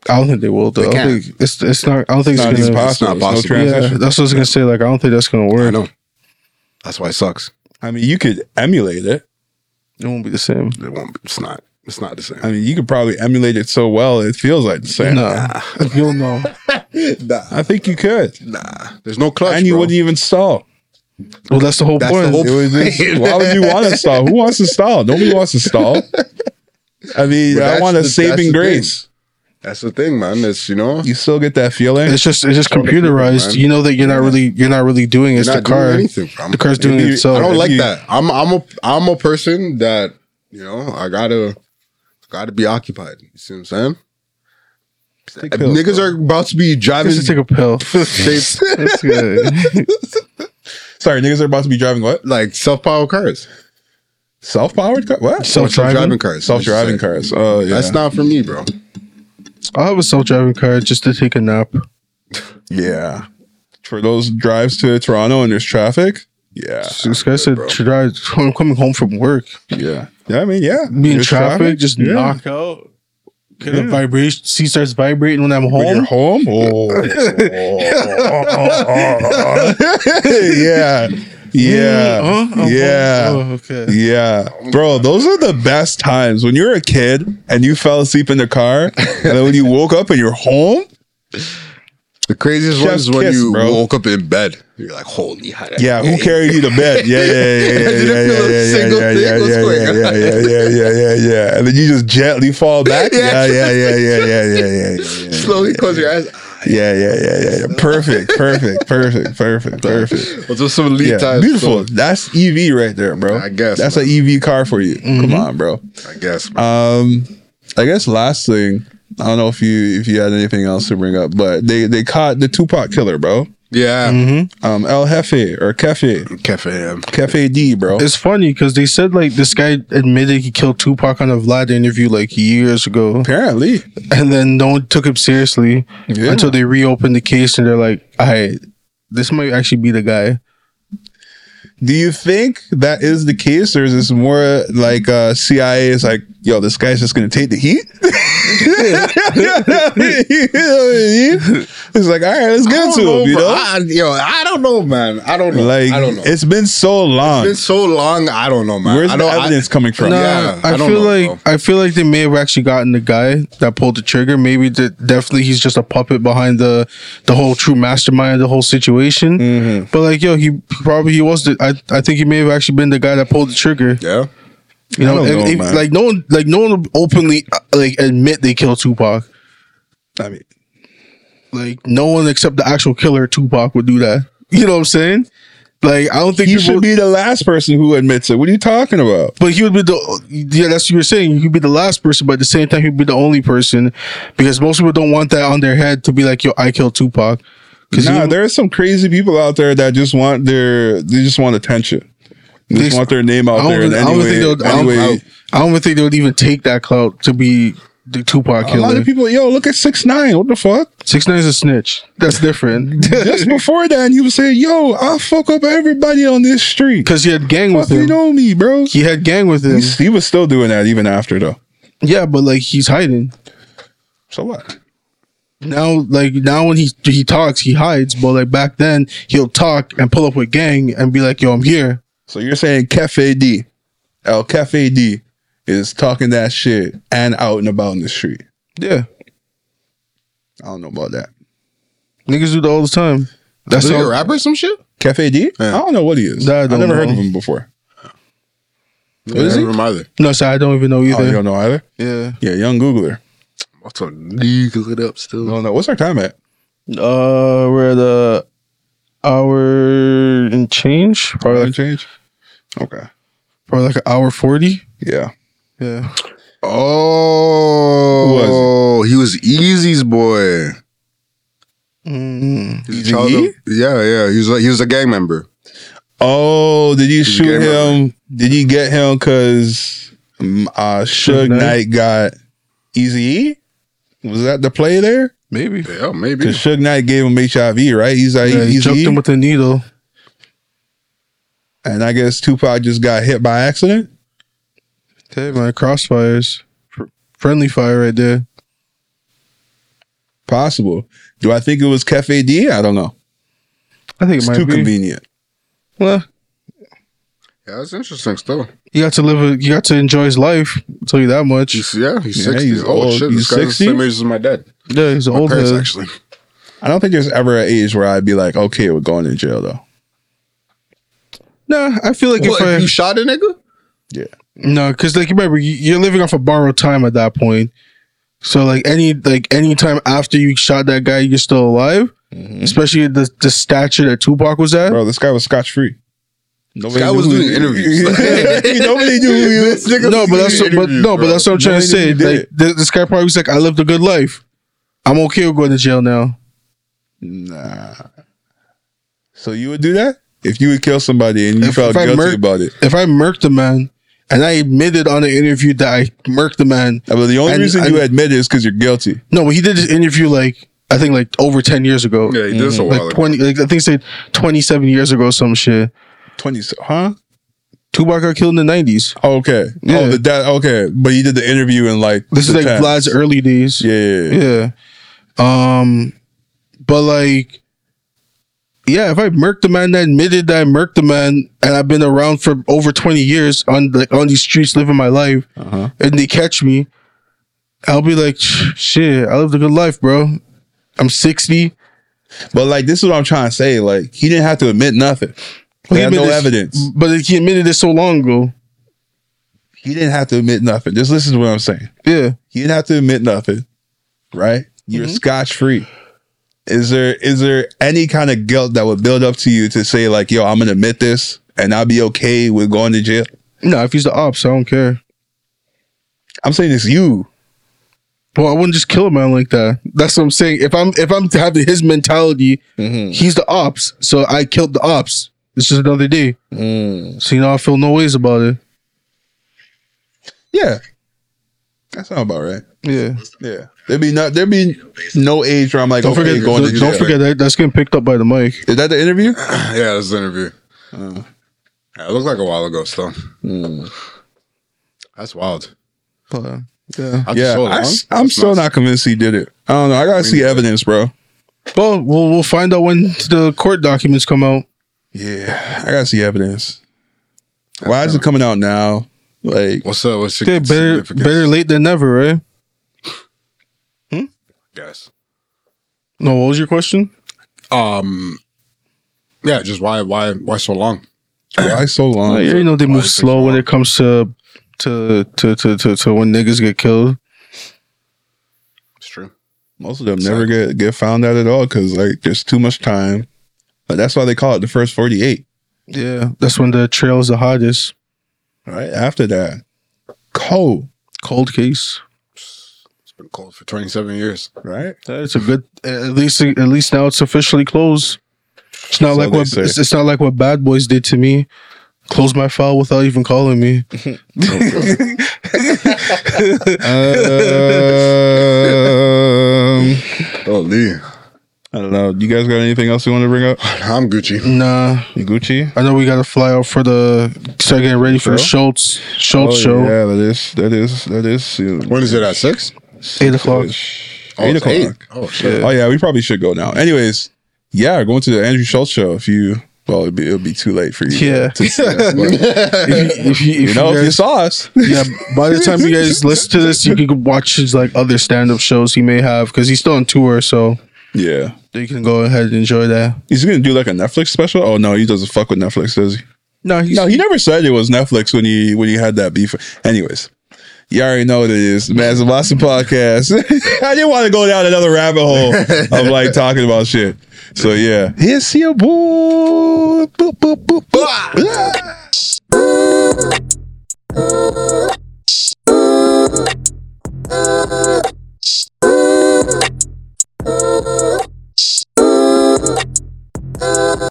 I don't think they will though.
They
I don't
can't.
think it's it's not. I don't think
It's
it's,
not even
gonna.
possible.
not
It's no
possible.
Yeah,
transition.
that's what I was gonna say. Like I don't think that's gonna
I
work.
know. That's why it sucks.
I mean, you could emulate it.
It won't be the same.
It won't. be- It's not. It's not the same.
I mean, you could probably emulate it so well it feels like the same.
Nah, you'll know.
nah,
I think you could,
nah. There's no clutch.
and you
bro.
wouldn't even stall.
Well, that's the whole
That's the
point.
whole
It was just-
Right.
why would you want to stall? Who wants to stall? Nobody wants to stall. I mean,
But
I
that's
want a
the- that's
saving
the
grace.
That's the thing, man. It's you know.
You still get that feeling.
It's just it's just
Tell the people,
computerized.
man.
you know that you're not really you're not really doing it. it's
You're
the
not doing
car.
anything, bro.
The car's doing
If
it
you-
itself.
I don't
If
like
you-
that. I'm I'm a I'm a person that you know I gotta gotta be occupied. You see what I'm saying?
Take
If
pills,
Niggas
bro.
are about to be driving.
Just take a pill.
safe,
That's good.
sorry, niggas are about to be driving what?
like self-powered cars,
Self powered car? What?
Self driving.
cars,
Self driving cars. Oh yeah.
That's not for me, bro.
I'll have a self driving car just to take a nap.
Yeah,
for those drives to Toronto and there's traffic. Yeah.
So this guy said,
bro.
"Should I- I'm coming home from work.
Yeah. Yeah, I mean, yeah.
Be in
There's
traffic, just knock out. Get a
Yeah.
vibration. See starts vibrating when I'm
When you're
home.
home? Oh. yeah. Yeah.
Mm, huh? I'm
yeah.
home. Oh, okay.
Yeah, bro, those are the best times when you're a kid and you fell asleep in the car, and then when you woke up and you're home.
the craziest one
Chef's
is when
kiss,
you
bro.
woke up in bed. You're like, holy. hell.
Yeah, who carried you to bed? Yeah, yeah, yeah,
Didn't
yeah,
feel a single
yeah, yeah, yeah,
thing.
yeah,
What's going
yeah, yeah, yeah, yeah,
on?
yeah, yeah, yeah, yeah, yeah, and then you just gently fall back. Yeah,
Yeah.
yeah, yeah, yeah, yeah, yeah, yeah, yeah, yeah.
Slowly close your eyes.
Yeah, yeah, yeah, yeah, yeah. Perfect, perfect, perfect, perfect, perfect.
Well, just some lead
Yeah,
time.
beautiful. That's EV right there, bro.
I guess, Mm-hmm.
that's an EV car for you. Come on, bro.
So, I guess.
Um, I guess last thing. I don't know if you if you had anything else to bring up, but they they caught the Tupac killer, bro.
yeah.
Um, El Jefe or Cafe
Cafe. um,
Cafe D, bro.
It's funny because they said like this guy admitted he killed Tupac on a Vlad interview like years ago,
Apparently,
and then no one took him seriously
Yeah.
until they reopened the case and they're like, "All right, this might actually be the guy."
do you think that is the case, or is this more like uh, CIA is like, yo, this guy's just gonna take the heat? You know what I mean? It's like, all right, let's
I
get
don't
to him, you
bro.
know.
I, yo, I don't know, man. I don't know.
Like,
I don't know.
it's been so long.
It's been so long. I don't know, man.
Where's
I
the
don't, I-
evidence coming from?
Nah,
Yeah,
I,
I don't
feel
know,
like I feel like they may have actually gotten the guy that pulled the trigger. Maybe that definitely he's just a puppet behind the the whole true mastermind of the whole situation. But like, yo, he probably he was. The, I I think he may have actually been the guy that pulled the trigger.
yeah.
You know,
don't
if-
know,
if-
man.
like no one, like no one will openly uh, like admit they killed Tupac.
I mean,
Like no one except the actual killer Tupac would do that. You know what I'm saying? Like I don't think
he
people-
should be the last person who admits it. What are you talking about?
But he would be the yeah. That's what you're saying. He'd be the last person, but at the same time, he'd be the only person because most people don't want that on their head to be like, "Yo, I killed Tupac." Because
Nah, there are some crazy people out there that just want their they just want attention. They just
They-
want their name
I
out
don't,
there in
I don't
any way.
think they would. I,
any
don't,
way.
I don't even think they would even take that clout to be the Tupac
a lot
killer.
of people, yo, look at six nine. What the fuck?
Six Nine's a snitch. That's different
Just before that, you was saying, yo, I fuck up everybody on this street.
because he had gang with
Fuck you
him.
know me, bro.
He had gang with him.
He's- he was still doing that even after though.
Yeah, but like he's hiding
So what?
now. Like now, when he he talks, he hides. But like back then, he'll talk and pull up with gang and be like, "Yo, I'm here."
So you're saying Cafe D, El Cafe D, is talking that shit and out and about in the street.
Yeah.
I don't know about that.
Niggas do that all the time.
Is
That's
he a
all.
rapper or some shit?
Cafe D? I don't know what he is.
Nah, I
I've
don't
never heard
know.
of him before.
What
is
is he?
he?
Either.
No, so I don't even know
Oh, you
either.
don't know either?
yeah.
Yeah, young Googler.
What's on legal it up still?
No, no. What's our time at?
Uh, we're at uh hour and change, probably
Time
like,
change? Okay.
probably like an hour forty.
Yeah.
Yeah.
Oh, he was Easy's boy.
Mm.
Eazy-E?
He's a child of- yeah, yeah. He was like, he was a gang member.
Oh, did you
a
shoot
gamer.
him? Did you get him because um, uh, Suge
Suge Knight?
Knight got Easy E? Was that the play there?
Maybe.
Yeah, maybe.
Because Suge Knight gave him HIV, right? He's like,
Yeah, he
Eazy-E?
jumped him with a needle.
and I guess Tupac just got hit by accident.
Hey man, crossfires, Fr- friendly fire right there.
Possible. Do I think it was Cafe D? I don't know.
I think it
It's
might
too
be.
convenient.
Well,
Yeah, that's interesting still.
He got to live. A, he got to enjoy his life. I'll tell you that much.
He's, yeah, he's
Yeah,
60.
he's
oh,
old.
shit.
He's
this guy's the
60?
same age as my dad.
yeah, he's an
My
old
parents,
head.
actually.
I don't think there's ever an age where I'd be like, okay, we're going to jail though.
Nah, I feel like
What,
if I
if you shot a nigga?
No, because like remember, you- you're living off a borrowed time at that point. So like any like any time after you shot that guy, you're still alive.
Mm-hmm.
Especially the the stature that Tupac was at.
Bro, this guy was scotch free. Nobody
guy
knew
was
who-
doing interviews.
Nobody knew who he was.
no, but that's what, but no, but that's what I'm trying to
Nobody
say.
did
Like,
it.
th- this guy probably was like, "I lived a good life. I'm okay with going to jail now."
Nah. So you would do that if you would kill somebody and you
If-
felt
if I
guilty
mur-
about it?
If I murked a man and I admitted on the interview that I murked the man,
Uh, But the only
And-
reason you
and-
admit it is because you're guilty.
no, but he did this interview like I think like over ten years ago,
Yeah, he
Mm-hmm.
did this a while
like
ago.
twenty, like I think he said twenty seven years ago, or some shit.
Twenty, huh?
Tupac got killed in the nineties.
Okay.
Yeah.
Oh, the dad. Okay, but you did the interview and like
This is
the
like
time.
Vlad's early days.
Yeah, yeah, yeah.
Yeah. Um, but like, yeah, if I murked the man that admitted that I murked the man and I've been around for over 20 years on like on these streets living my life
Uh-huh.
and they catch me, I'll be like, shit, I lived a good life, bro. I'm 60.
But like, this is what I'm trying to say. Like, he didn't have to admit nothing. He
He
had no
admitted-
evidence.
But he admitted this so long ago.
He didn't have to admit nothing. Just listen to what I'm saying.
Yeah.
He didn't have to admit nothing, right? You're scotch free. Is there is there any kind of guilt that would build up to you to say like, yo, I'm gonna admit this and I'll be okay with going to jail?
No, if he's the ops, I don't care.
I'm saying it's you.
Well, I wouldn't just kill a man like that. That's what I'm saying. If I'm if I'm having his mentality, he's the ops, so I killed the ops. This is another day. So you know, I feel no ways about it.
Yeah, that sounds about right.
Yeah.
Yeah, there'd be not there'd be no age where I'm like,
Don't
okay,
forget.
going to
don't
jail.
forget that that's getting picked up by the mic.
Is that the interview?
Yeah, this is an interview.
Oh.
yeah, it looked like a while ago still. That's wild.
But, yeah.
That's
yeah,
so long.
I, am
That's
still
nuts.
not convinced he did it. I don't know. I gotta see evidence, bro.
Well, we'll we'll find out when the court documents come out.
Yeah, I gotta see evidence. Why is it coming out now? Like,
What's up? What's
Okay,
your
better
significance?
better late than never, right?
Yes.
No, what was your question?
Um. Yeah, just why? Why? Why so long?
why so long?
Like, you know they move
it takes
slow when
long.
it comes to to to to to, to when niggas get killed.
It's true.
Most of them never get get found out at all because like there's too much time. But that's why they call it the first 48.
Yeah, that's when the trail is the hottest.
Right after that, cold.
Cold case.
It's been cold for 27 years.
Right.
Uh, It's a good. At least, at least now it's officially closed. It's not
So
like
they
what
say.
it's, it's not like what Bad Boys did to me. Close my file without even calling me.
Um,
Oh, Lee,
I don't know. You guys got anything else you want to bring up?
I'm Gucci.
Nah,
Gucci.
I know we got to fly out for the start getting ready for the Schultz Schultz show.
Oh, yeah, that is that is that is soon.
When is it at six?
Eight o'clock.
Oh,
Eight
it's
o'clock.
Oh shit.
Oh yeah, we probably should go now. Anyways, yeah, going to the Andrew Schultz show. If you well, it'd be, it'd be too late for you.
Yeah.
to see us, but,
If you, if you, if
you
you
know, if you
guys-
saw us,
yeah. By the time you guys listen to this, you can watch his like other stand up shows he may have because he's still on tour. So
yeah.
you can go ahead and enjoy that.
Is he gonna do like a Netflix special? Oh no, he doesn't fuck with Netflix, does he?
No, he's,
No, he never said it was Netflix when he when he had that beef. Anyways, you already know what it is. Mads and Watson podcast. I didn't want to go down another rabbit hole of like talking about shit. So yeah, here's your boy. Boop, boop, boop, boop. Ah.